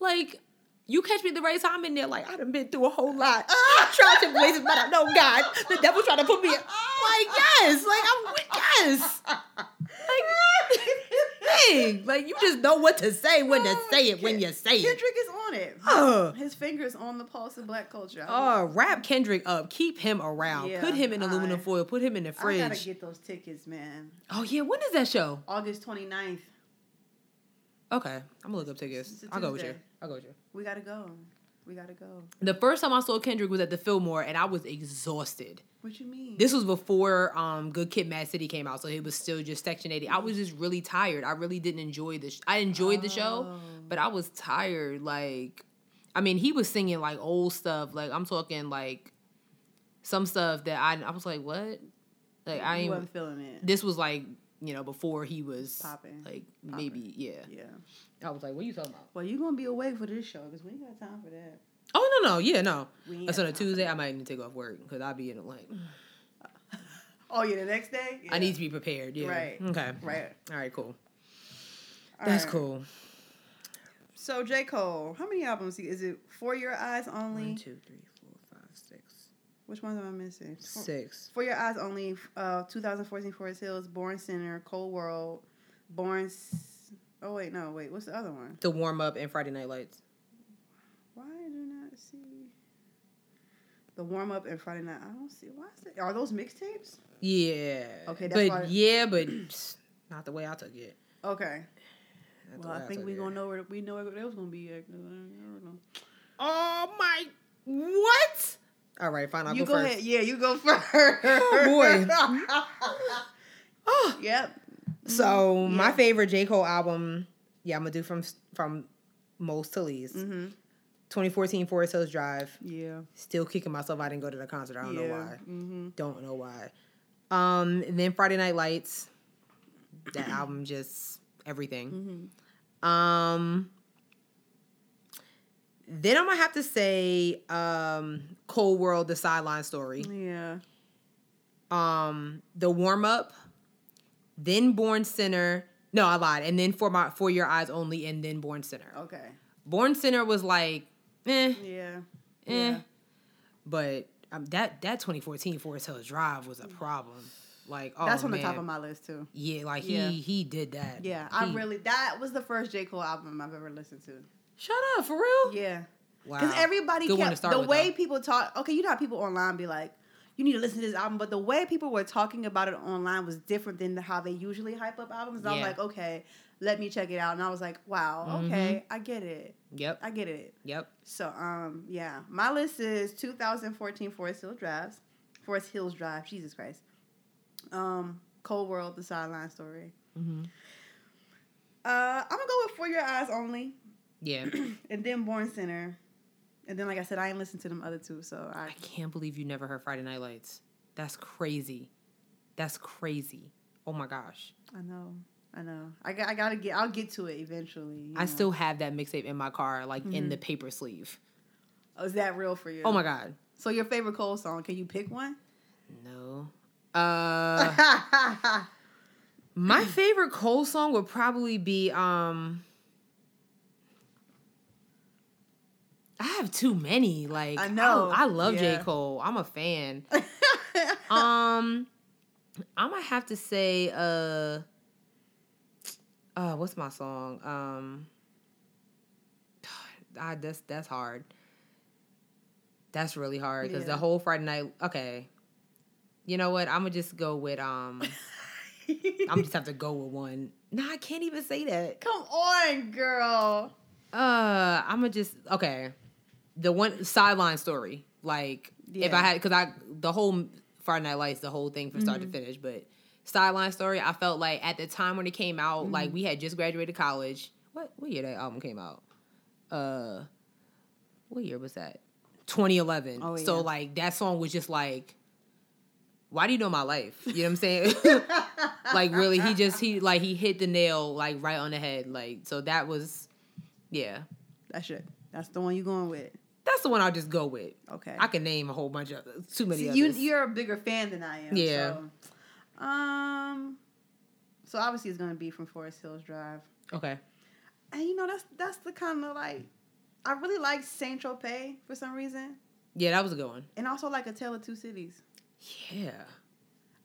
Speaker 1: Like, you catch me at the right time in there. Like, I done been through a whole lot. Ah, I'm trying to blaze it, but I know God. The devil trying to put me in. Like, yes. Like, I'm with yes. Like, dang. Like, you just know what to say, when to
Speaker 2: Oh,
Speaker 1: say it, when you say it.
Speaker 2: Kendrick is on it.
Speaker 1: Oh.
Speaker 2: His fingers on the pulse of black culture. I-
Speaker 1: Oh, wrap Kendrick up. Keep him around.
Speaker 2: Yeah,
Speaker 1: Put him in aluminum
Speaker 2: I-
Speaker 1: foil. Put him in the
Speaker 2: I gotta
Speaker 1: fridge.
Speaker 2: get those tickets, man.
Speaker 1: oh, yeah. When is that show?
Speaker 2: August 29th.
Speaker 1: Okay. I'm going to look up tickets.
Speaker 2: It's a
Speaker 1: I'll go with you.
Speaker 2: Tuesday.
Speaker 1: I'll go with you.
Speaker 2: We gotta go. We gotta go.
Speaker 1: The first time I saw Kendrick was at the Fillmore, and I was exhausted.
Speaker 2: What you mean?
Speaker 1: This was before um, Good Kid, Mad City came out, so it was still just Section 80. I was just really tired. I really didn't enjoy the. Sh- I enjoyed the show,
Speaker 2: Oh.
Speaker 1: but I was tired. Like, I mean, he was singing like old stuff. Like I'm talking like some stuff that I I was like, what? Like I
Speaker 2: you
Speaker 1: ain't.
Speaker 2: wasn't feeling it.
Speaker 1: This was like you know before he was
Speaker 2: Popping.
Speaker 1: Like maybe yeah.
Speaker 2: Yeah.
Speaker 1: I was like, what are you talking about?
Speaker 2: Well, you're gonna be away for this show because we ain't got time for that.
Speaker 1: Oh no no yeah no.
Speaker 2: We ain't
Speaker 1: That's
Speaker 2: got
Speaker 1: on a
Speaker 2: time for
Speaker 1: Tuesday. I might need to take off work because I'll be in a like.
Speaker 2: Oh yeah, the next day.
Speaker 1: I
Speaker 2: Yeah.
Speaker 1: need to be prepared. Yeah.
Speaker 2: Right.
Speaker 1: Okay.
Speaker 2: Right.
Speaker 1: All right. Cool.
Speaker 2: All
Speaker 1: That's
Speaker 2: right.
Speaker 1: cool.
Speaker 2: So J Cole, how many albums he- is it? For Your Eyes Only.
Speaker 1: One, two, three, four, five, six,
Speaker 2: Which ones am I missing? For-
Speaker 1: six.
Speaker 2: For Your Eyes Only, uh, 2014 Forest Hills, Born Center, Cold World, Born. S- oh wait, no, wait. What's the other one?
Speaker 1: The warm up and Friday Night Lights.
Speaker 2: Why do not see the warm up and Friday night? I don't see. Why is it? Are those mixtapes?
Speaker 1: Yeah.
Speaker 2: Okay,
Speaker 1: But
Speaker 2: that's why-
Speaker 1: yeah, but psst, not the way I took it.
Speaker 2: Okay.
Speaker 1: Not the
Speaker 2: Well,
Speaker 1: way
Speaker 2: I think
Speaker 1: took
Speaker 2: we
Speaker 1: it.
Speaker 2: gonna know where we know where that was gonna be. At, 'cause I don't know.
Speaker 1: Oh my! What? All right, fine. I'll
Speaker 2: you
Speaker 1: go,
Speaker 2: go,
Speaker 1: first.
Speaker 2: ahead. Yeah, you go first.
Speaker 1: Oh, Oh,
Speaker 2: yep.
Speaker 1: so my
Speaker 2: Mm-hmm. Yeah.
Speaker 1: favorite J Cole album. Yeah, I'm gonna do from from most to least.
Speaker 2: Mm-hmm.
Speaker 1: 2014 Forest Hills Drive.
Speaker 2: Yeah.
Speaker 1: Still kicking myself. I didn't go to the concert. I don't know why.
Speaker 2: Mm-hmm.
Speaker 1: Don't know why. Um, and then Friday Night Lights. That album just everything.
Speaker 2: Mm-hmm.
Speaker 1: Um then I'm gonna have to say um Cold World, the sideline story.
Speaker 2: Yeah.
Speaker 1: Um the warm-up, then Born Center. No, I lied. And then for my for your eyes only, and then Born Center.
Speaker 2: Okay.
Speaker 1: Born Center was like, eh,
Speaker 2: Yeah.
Speaker 1: eh.
Speaker 2: Yeah.
Speaker 1: But um, that that 2014 Forest Hills Drive was a problem. Like, oh
Speaker 2: That's on
Speaker 1: man.
Speaker 2: the top of my list too.
Speaker 1: Yeah, like
Speaker 2: Yeah.
Speaker 1: he he did that.
Speaker 2: Yeah, I
Speaker 1: He-
Speaker 2: really that was the first J Cole album I've ever listened to.
Speaker 1: shut up for real.
Speaker 2: Yeah,
Speaker 1: Wow,
Speaker 2: because everybody
Speaker 1: Good one to
Speaker 2: kept
Speaker 1: start
Speaker 2: the
Speaker 1: with,
Speaker 2: way
Speaker 1: though.
Speaker 2: people talk. Okay, you know how people online be like, you need to listen to this album, but the way people were talking about it online was different than how they usually hype up albums. And I'm
Speaker 1: Yeah. Mm-hmm.
Speaker 2: like, okay, let me check it out, and I was like, wow, okay, I get it,
Speaker 1: Yep,
Speaker 2: I get it.
Speaker 1: yep.
Speaker 2: So um yeah, my list is 2014 Forest Hill Drives, Forest Hills Drive. Jesus Christ, um, Cold World, The Sideline Story.
Speaker 1: Mm-hmm.
Speaker 2: Uh, I'm gonna go with For Your Eyes Only,
Speaker 1: Yeah,
Speaker 2: and then Born Center, and then like I said, I ain't listened to them other two, so I
Speaker 1: I can't believe you never heard Friday Night Lights. That's crazy. That's crazy. Oh my gosh,
Speaker 2: I know. I know. I, got, I gotta get. I'll get to it eventually. you
Speaker 1: I
Speaker 2: know.
Speaker 1: still have that mixtape in my car, like
Speaker 2: Mm-hmm.
Speaker 1: in the paper sleeve.
Speaker 2: Oh, is that real for you?
Speaker 1: Oh my god,
Speaker 2: So your favorite Cole song? Can you pick one?
Speaker 1: no. Uh, My favorite Cole song would probably be um I have too many. Like
Speaker 2: I know.
Speaker 1: I, I love J.
Speaker 2: Yeah.
Speaker 1: Cole. I'm a fan. um I'm gonna have to say uh uh what's my song? Um I that's that's hard. That's really hard because
Speaker 2: Yeah.
Speaker 1: the whole Friday night okay. You know what? I'm gonna just go with um I'm just have to go with one. Nah, I can't even say that.
Speaker 2: Come on, girl.
Speaker 1: Uh, I'm gonna just okay. The one sideline story, like if
Speaker 2: Yeah.
Speaker 1: I had, because I the whole Friday Night Lights, the whole thing from start to finish, but sideline story, I felt like at the time when it came out, like we had just graduated college. What what year that album came out? Uh, what year was that? 2011.
Speaker 2: Oh,
Speaker 1: So
Speaker 2: yeah.
Speaker 1: like that song was just like, why do you know my life? You know what I'm saying? like really, he just he like he hit the nail like right on the head. Like so that was, yeah.
Speaker 2: That's it. That's the one you going with.
Speaker 1: That's the one I'll just go with.
Speaker 2: Okay.
Speaker 1: I can name a whole bunch of too many
Speaker 2: See,
Speaker 1: others.
Speaker 2: you you're a bigger fan than I am.
Speaker 1: Yeah.
Speaker 2: So. Um. So obviously it's gonna be from Forest Hills Drive,
Speaker 1: okay.
Speaker 2: and you know that's that's the kind of like I really like Saint Tropez for some reason,
Speaker 1: Yeah, that was a good one.
Speaker 2: and also like A Tale of Two Cities.
Speaker 1: Yeah.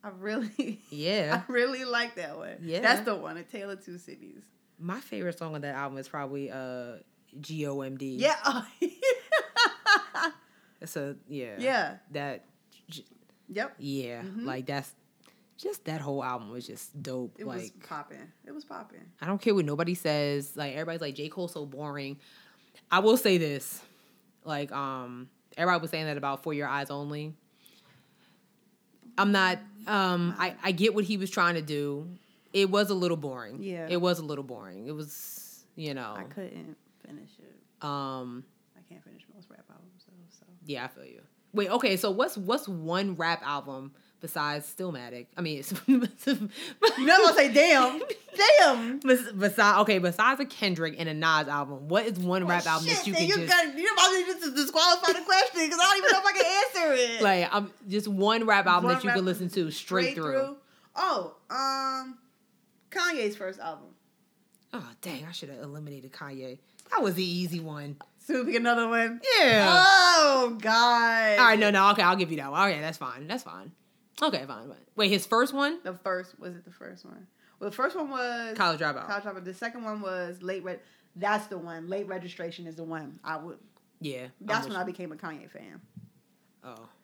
Speaker 2: I really,
Speaker 1: Yeah.
Speaker 2: I really like that one.
Speaker 1: Yeah.
Speaker 2: That's the one, A Tale of Two Cities.
Speaker 1: My favorite song on that album is probably uh G O M D.
Speaker 2: Yeah.
Speaker 1: It's a yeah.
Speaker 2: yeah.
Speaker 1: That
Speaker 2: Yep.
Speaker 1: yeah.
Speaker 2: Mhm.
Speaker 1: Like that's just that whole album was just dope.
Speaker 2: It
Speaker 1: like
Speaker 2: was popping. It was popping.
Speaker 1: I don't care what nobody says. Like everybody's like J Cole's so boring. I will say this, like um, everybody was saying that about For Your Eyes Only. I'm not. Um, I I get what he was trying to do. It was a little boring.
Speaker 2: Yeah.
Speaker 1: it was a little boring. It was you know.
Speaker 2: I couldn't finish it.
Speaker 1: Um,
Speaker 2: I can't finish most rap albums though. So
Speaker 1: yeah, I feel you. Wait, okay. So what's what's one rap album besides Stillmatic? I mean, it's
Speaker 2: you never gonna say damn, damn.
Speaker 1: besides okay, besides a Kendrick and a Nas album, what is one rap album that you
Speaker 2: then
Speaker 1: can
Speaker 2: you
Speaker 1: just
Speaker 2: got- you're about to just disqualify the question because I don't even know if I can answer it.
Speaker 1: like I'm just one rap album
Speaker 2: One
Speaker 1: that you
Speaker 2: rap-
Speaker 1: can listen to straight, through.
Speaker 2: Oh, um, Kanye's first album.
Speaker 1: Oh dang, I should have eliminated Kanye. That was the easy one.
Speaker 2: So we pick another one.
Speaker 1: Yeah.
Speaker 2: Oh God.
Speaker 1: All right, no, no, okay, I'll give you that one. Okay, that's fine. That's fine. Okay, fine. fine. Wait, his first one?
Speaker 2: The first was it the first one? Well, the first one was
Speaker 1: College dropout.
Speaker 2: College Dropout. The second one was late red. That's the one. Late registration is the one. I would.
Speaker 1: yeah.
Speaker 2: That's when
Speaker 1: what
Speaker 2: I became a Kanye fan.
Speaker 1: Oh.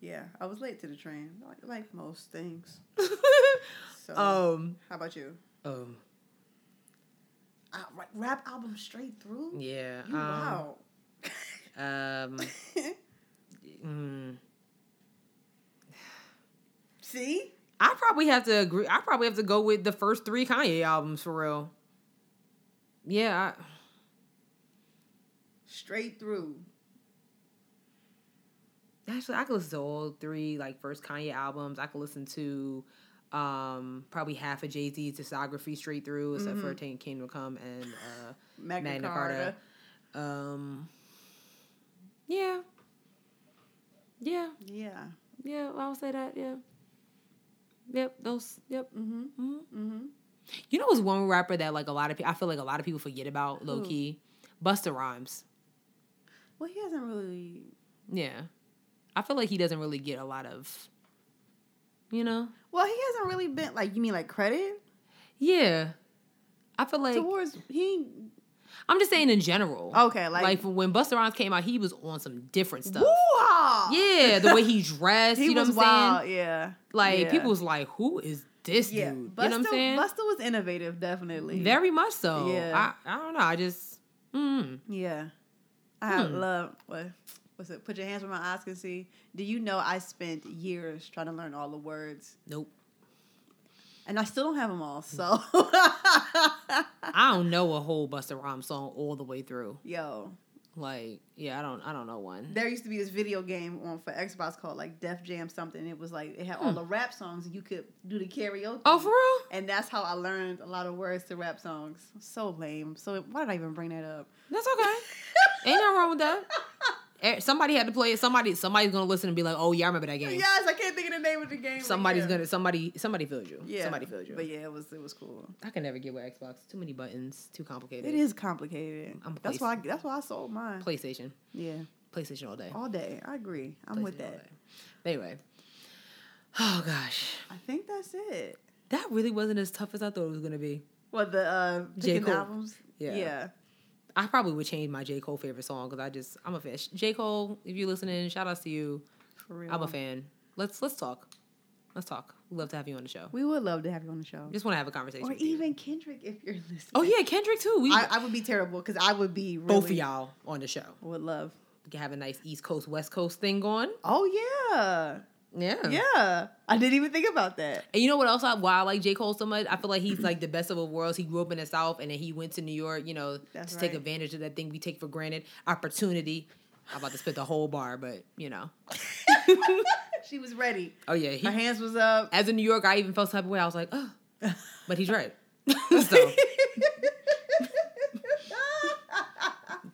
Speaker 2: Yeah, I was late to the train, like, like most things. So,
Speaker 1: um.
Speaker 2: how about you?
Speaker 1: Um.
Speaker 2: Uh, ra- rap album straight through?
Speaker 1: Yeah.
Speaker 2: You wow.
Speaker 1: Um. um mm,
Speaker 2: See?
Speaker 1: I probably have to agree. I probably have to go with the first three Kanye albums for real. Yeah. I,
Speaker 2: Straight through.
Speaker 1: Actually, I could listen to all three like first Kanye albums. I could listen to um probably half of Jay Z's discography straight through, except for Teen Kingdom Come and uh,
Speaker 2: Magna,
Speaker 1: Magna
Speaker 2: Carta.
Speaker 1: Carta. Um, yeah, yeah,
Speaker 2: Yeah.
Speaker 1: yeah. I'll say that. Yeah. Yep. Those. Yep.
Speaker 2: Mm-hmm.
Speaker 1: hmm
Speaker 2: Mm-hmm.
Speaker 1: You know, what's one rapper that like a lot of people. I feel like a lot of people forget about low
Speaker 2: Who?
Speaker 1: key. Busta Rhymes.
Speaker 2: Well, he hasn't really.
Speaker 1: Yeah. I feel like he doesn't really get a lot of. You know.
Speaker 2: Well, he hasn't really been like you mean like credit
Speaker 1: Yeah. I feel like
Speaker 2: towards he.
Speaker 1: I'm just saying in general.
Speaker 2: Okay, Oh, like,
Speaker 1: Like, when Busta Rhymes came out, he was on some different stuff.
Speaker 2: Woo-ha!
Speaker 1: Yeah, the way he dressed,
Speaker 2: he
Speaker 1: you know
Speaker 2: was
Speaker 1: what I'm
Speaker 2: wild.
Speaker 1: saying?
Speaker 2: Yeah,
Speaker 1: Like
Speaker 2: yeah.
Speaker 1: people was like, "Who is this
Speaker 2: Yeah,
Speaker 1: dude?"
Speaker 2: Busta,
Speaker 1: you know what I'm saying?
Speaker 2: Busta was innovative, definitely.
Speaker 1: Very much so.
Speaker 2: Yeah.
Speaker 1: I, I don't know. I just mm.
Speaker 2: Yeah. I
Speaker 1: Hmm.
Speaker 2: love what what's it? Put your hands where my eyes can see. Do you know I spent years trying to learn all the words,
Speaker 1: nope.
Speaker 2: and I still don't have them all. So,
Speaker 1: I don't know a whole Busta Rhymes song all the way through.
Speaker 2: yo,
Speaker 1: Like, yeah, I don't I don't know one.
Speaker 2: there used to be this video game on for Xbox called like Def Jam something. It was like it had all
Speaker 1: Hmm.
Speaker 2: the rap songs, and you could do the karaoke.
Speaker 1: Oh, for real?
Speaker 2: and that's how I learned a lot of words to rap songs. So lame. So why did I even bring that up?
Speaker 1: That's okay. Ain't nothing wrong with that. Eh, Somebody had to play it. Somebody, somebody's gonna listen and be like, "Oh yeah, I remember that game."
Speaker 2: Yes, I can't think of the name of the game. but
Speaker 1: Somebody's
Speaker 2: yeah.
Speaker 1: gonna somebody somebody feels you. Somebody feels you.
Speaker 2: But yeah, it was it was cool.
Speaker 1: I can never get with Xbox. Too many buttons. Too complicated.
Speaker 2: It is complicated.
Speaker 1: I'm
Speaker 2: that's why I, that's why I sold mine.
Speaker 1: PlayStation.
Speaker 2: Yeah,
Speaker 1: PlayStation all day.
Speaker 2: all day. I agree. Oh, I'm with
Speaker 1: PlayStation all
Speaker 2: that.
Speaker 1: day. But anyway. Oh gosh,
Speaker 2: I think that's it.
Speaker 1: that really wasn't as tough as I thought it was gonna be.
Speaker 2: Well, the uh,
Speaker 1: J.
Speaker 2: picking the
Speaker 1: Cole.
Speaker 2: albums.
Speaker 1: Yeah.
Speaker 2: yeah.
Speaker 1: I probably would change my J Cole favorite song because I just I'm a fan. J Cole, if you're listening, shout outs to you.
Speaker 2: For real.
Speaker 1: I'm a fan. Let's let's talk. Let's talk. We'd love to have you on the show.
Speaker 2: We would love to have you on the show.
Speaker 1: Just want to have a conversation.
Speaker 2: Or
Speaker 1: with you.
Speaker 2: even Kendrick if you're listening.
Speaker 1: Oh yeah, Kendrick too. We
Speaker 2: I, I would be terrible because I would be really,
Speaker 1: both of y'all on the show.
Speaker 2: Would love.
Speaker 1: We can have a nice East Coast West Coast thing going.
Speaker 2: Oh yeah,
Speaker 1: Yeah.
Speaker 2: yeah. I didn't even think about that.
Speaker 1: And you know what else? I, why I like J Cole so much? I feel like he's like the best of both worlds. He grew up in the South, and then he went to New York. You know,
Speaker 2: That's
Speaker 1: to take
Speaker 2: right.
Speaker 1: advantage of that thing we take for granted, opportunity. I'm about to spit the whole bar, but you know.
Speaker 2: she was ready.
Speaker 1: Oh yeah, he,
Speaker 2: Her hands was up.
Speaker 1: as a New Yorker, I even felt some type of way. I was like, oh, but he's right. so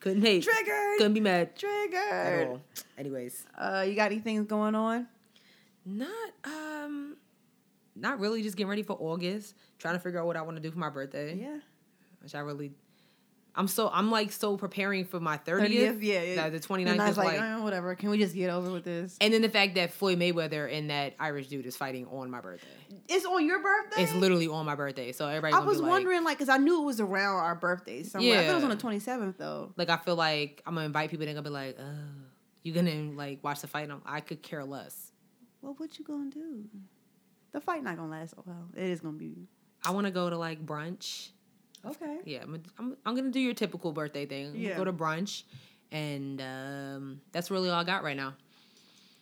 Speaker 1: couldn't hate,
Speaker 2: Triggered.
Speaker 1: couldn't be mad at
Speaker 2: Triggered.
Speaker 1: all. Anyways,
Speaker 2: Uh, you got anything going on?
Speaker 1: not um, not really. Just getting ready for August, trying to figure out what I want to do for my birthday.
Speaker 2: Yeah.
Speaker 1: which I really, I'm so I'm like so preparing for my 30th.
Speaker 2: Thirtieth. Yeah. yeah.
Speaker 1: That the
Speaker 2: And
Speaker 1: 29th
Speaker 2: I
Speaker 1: is
Speaker 2: was
Speaker 1: like,
Speaker 2: like, "Eh, whatever. Can we just get over with this?
Speaker 1: and then the fact that Floyd Mayweather and that Irish dude is fighting on my birthday.
Speaker 2: It's on your birthday.
Speaker 1: It's literally on my birthday, so everybody's.
Speaker 2: I
Speaker 1: gonna be
Speaker 2: was
Speaker 1: like-
Speaker 2: wondering, like, because I knew it was around our birthday. Somewhere. I thought it was on the
Speaker 1: Yeah.
Speaker 2: twenty seventh though.
Speaker 1: Like I feel like I'm gonna invite people. They're gonna be like, "Oh, you gonna like watch the fight?" And I'm- i could care less.
Speaker 2: Well, what you gonna do? The fight not gonna last a while. It is gonna be
Speaker 1: I want to go to like brunch.
Speaker 2: okay.
Speaker 1: Yeah, I'm, I'm, I'm gonna do your typical birthday thing.
Speaker 2: Yeah.
Speaker 1: Go to brunch, and um, that's really all I got right now.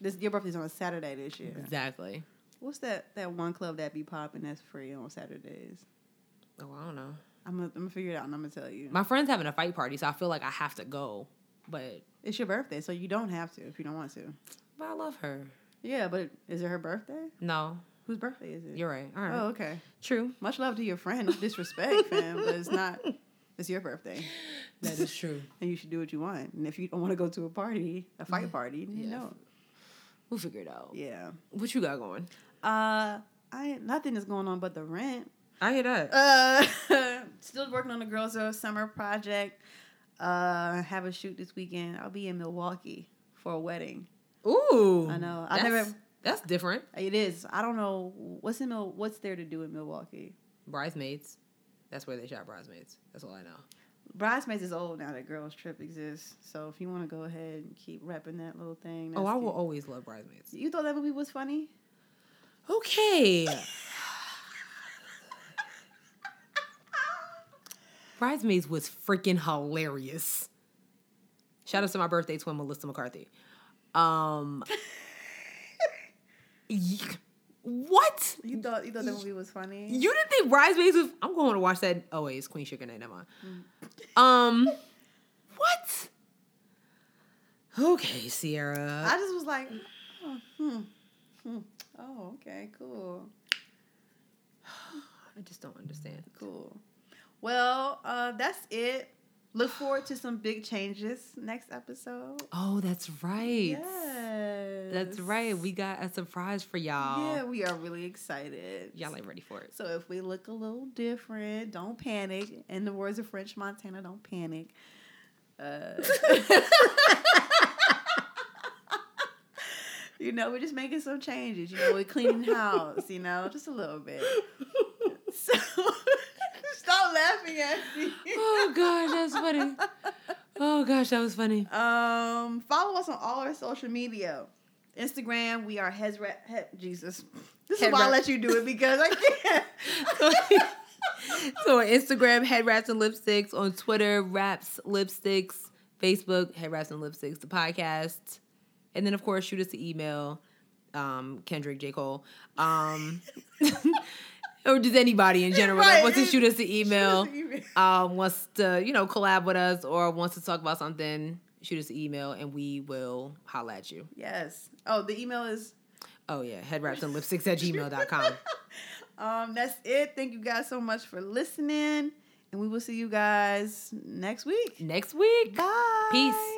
Speaker 2: This your birthday's on a Saturday this year.
Speaker 1: Exactly.
Speaker 2: What's that? That one club that be popping that's free on Saturdays.
Speaker 1: Oh, I don't know.
Speaker 2: I'm gonna, I'm gonna figure it out and I'm gonna tell you.
Speaker 1: My friend's having a fight party, so I feel like I have to go. But
Speaker 2: it's your birthday, so you don't have to if you don't want to.
Speaker 1: but I love her.
Speaker 2: Yeah, but is it her birthday?
Speaker 1: No,
Speaker 2: Whose birthday is it?
Speaker 1: you're right. All right.
Speaker 2: Oh, okay.
Speaker 1: True.
Speaker 2: Much love to your friend. No disrespect, fam, but it's not. It's your birthday,
Speaker 1: That is true.
Speaker 2: and you should do what you want. And if you don't want to go to a party, a fight party, then
Speaker 1: Yeah.
Speaker 2: no.
Speaker 1: We'll figure it out.
Speaker 2: Yeah.
Speaker 1: What you got going?
Speaker 2: Uh, I nothing is going on but the rent.
Speaker 1: I hear that.
Speaker 2: Uh, still working on the Girls of Summer project. Uh, have a shoot this weekend. I'll be in Milwaukee for a wedding.
Speaker 1: Ooh.
Speaker 2: I know. I
Speaker 1: that's,
Speaker 2: never-
Speaker 1: That's different.
Speaker 2: It is. I don't know what's in Mil- what's there to do in Milwaukee.
Speaker 1: Bridesmaids. That's where they shot bridesmaids. That's all I know.
Speaker 2: Bridesmaids is old now that Girls Trip exists. So if you want to go ahead and keep repping that little thing,
Speaker 1: oh,
Speaker 2: that's
Speaker 1: I will
Speaker 2: cute.
Speaker 1: always love bridesmaids.
Speaker 2: You thought that movie was funny?
Speaker 1: Okay. bridesmaids was freaking hilarious. Shout out to my birthday twin Melissa McCarthy. Um y- What?
Speaker 2: You thought you thought that movie was funny?
Speaker 1: You didn't think Bridesmaids was I'm going to watch that. Oh wait, it's Queen Sugar Night, never mind. Um What? Okay, Sierra.
Speaker 2: I just was like, oh, hmm, hmm. oh okay, cool.
Speaker 1: I just don't understand.
Speaker 2: Cool. Well, uh, that's it. Look forward to some big changes next episode.
Speaker 1: Oh, that's right.
Speaker 2: Yes.
Speaker 1: That's right. We got a surprise for y'all.
Speaker 2: Yeah, we are really excited.
Speaker 1: Y'all ain't ready for it.
Speaker 2: so if we look a little different, don't panic. In the words of French Montana, don't panic. Uh, you know, we're just making some changes. You know, we're cleaning house. You know, just a little bit. So stop laughing at me.
Speaker 1: oh gosh, that was funny. Oh gosh, that was funny.
Speaker 2: Um, follow us on all our social media. Instagram, we are Hez he, Jesus. This is why I
Speaker 1: Hezrat.
Speaker 2: let you do it because I can't.
Speaker 1: so on Instagram, head wraps and lipsticks. On Twitter, wraps lipsticks. Facebook, head wraps and lipsticks. The podcast, and then of course, shoot us an email. Um, Kendrick J Cole, um, or just anybody in general that
Speaker 2: Right,
Speaker 1: wants to
Speaker 2: it-
Speaker 1: shoot us an email.
Speaker 2: Shoot us an
Speaker 1: um, wants to you know collab with us or wants to talk about something. Shoot us an email and we will holla at you.
Speaker 2: yes. Oh, the email is
Speaker 1: Oh yeah, head wraps and lipsticks at gmail.com.
Speaker 2: um that's it. Thank you guys so much for listening. And we will see you guys next week.
Speaker 1: Next week.
Speaker 2: Bye.
Speaker 1: Peace.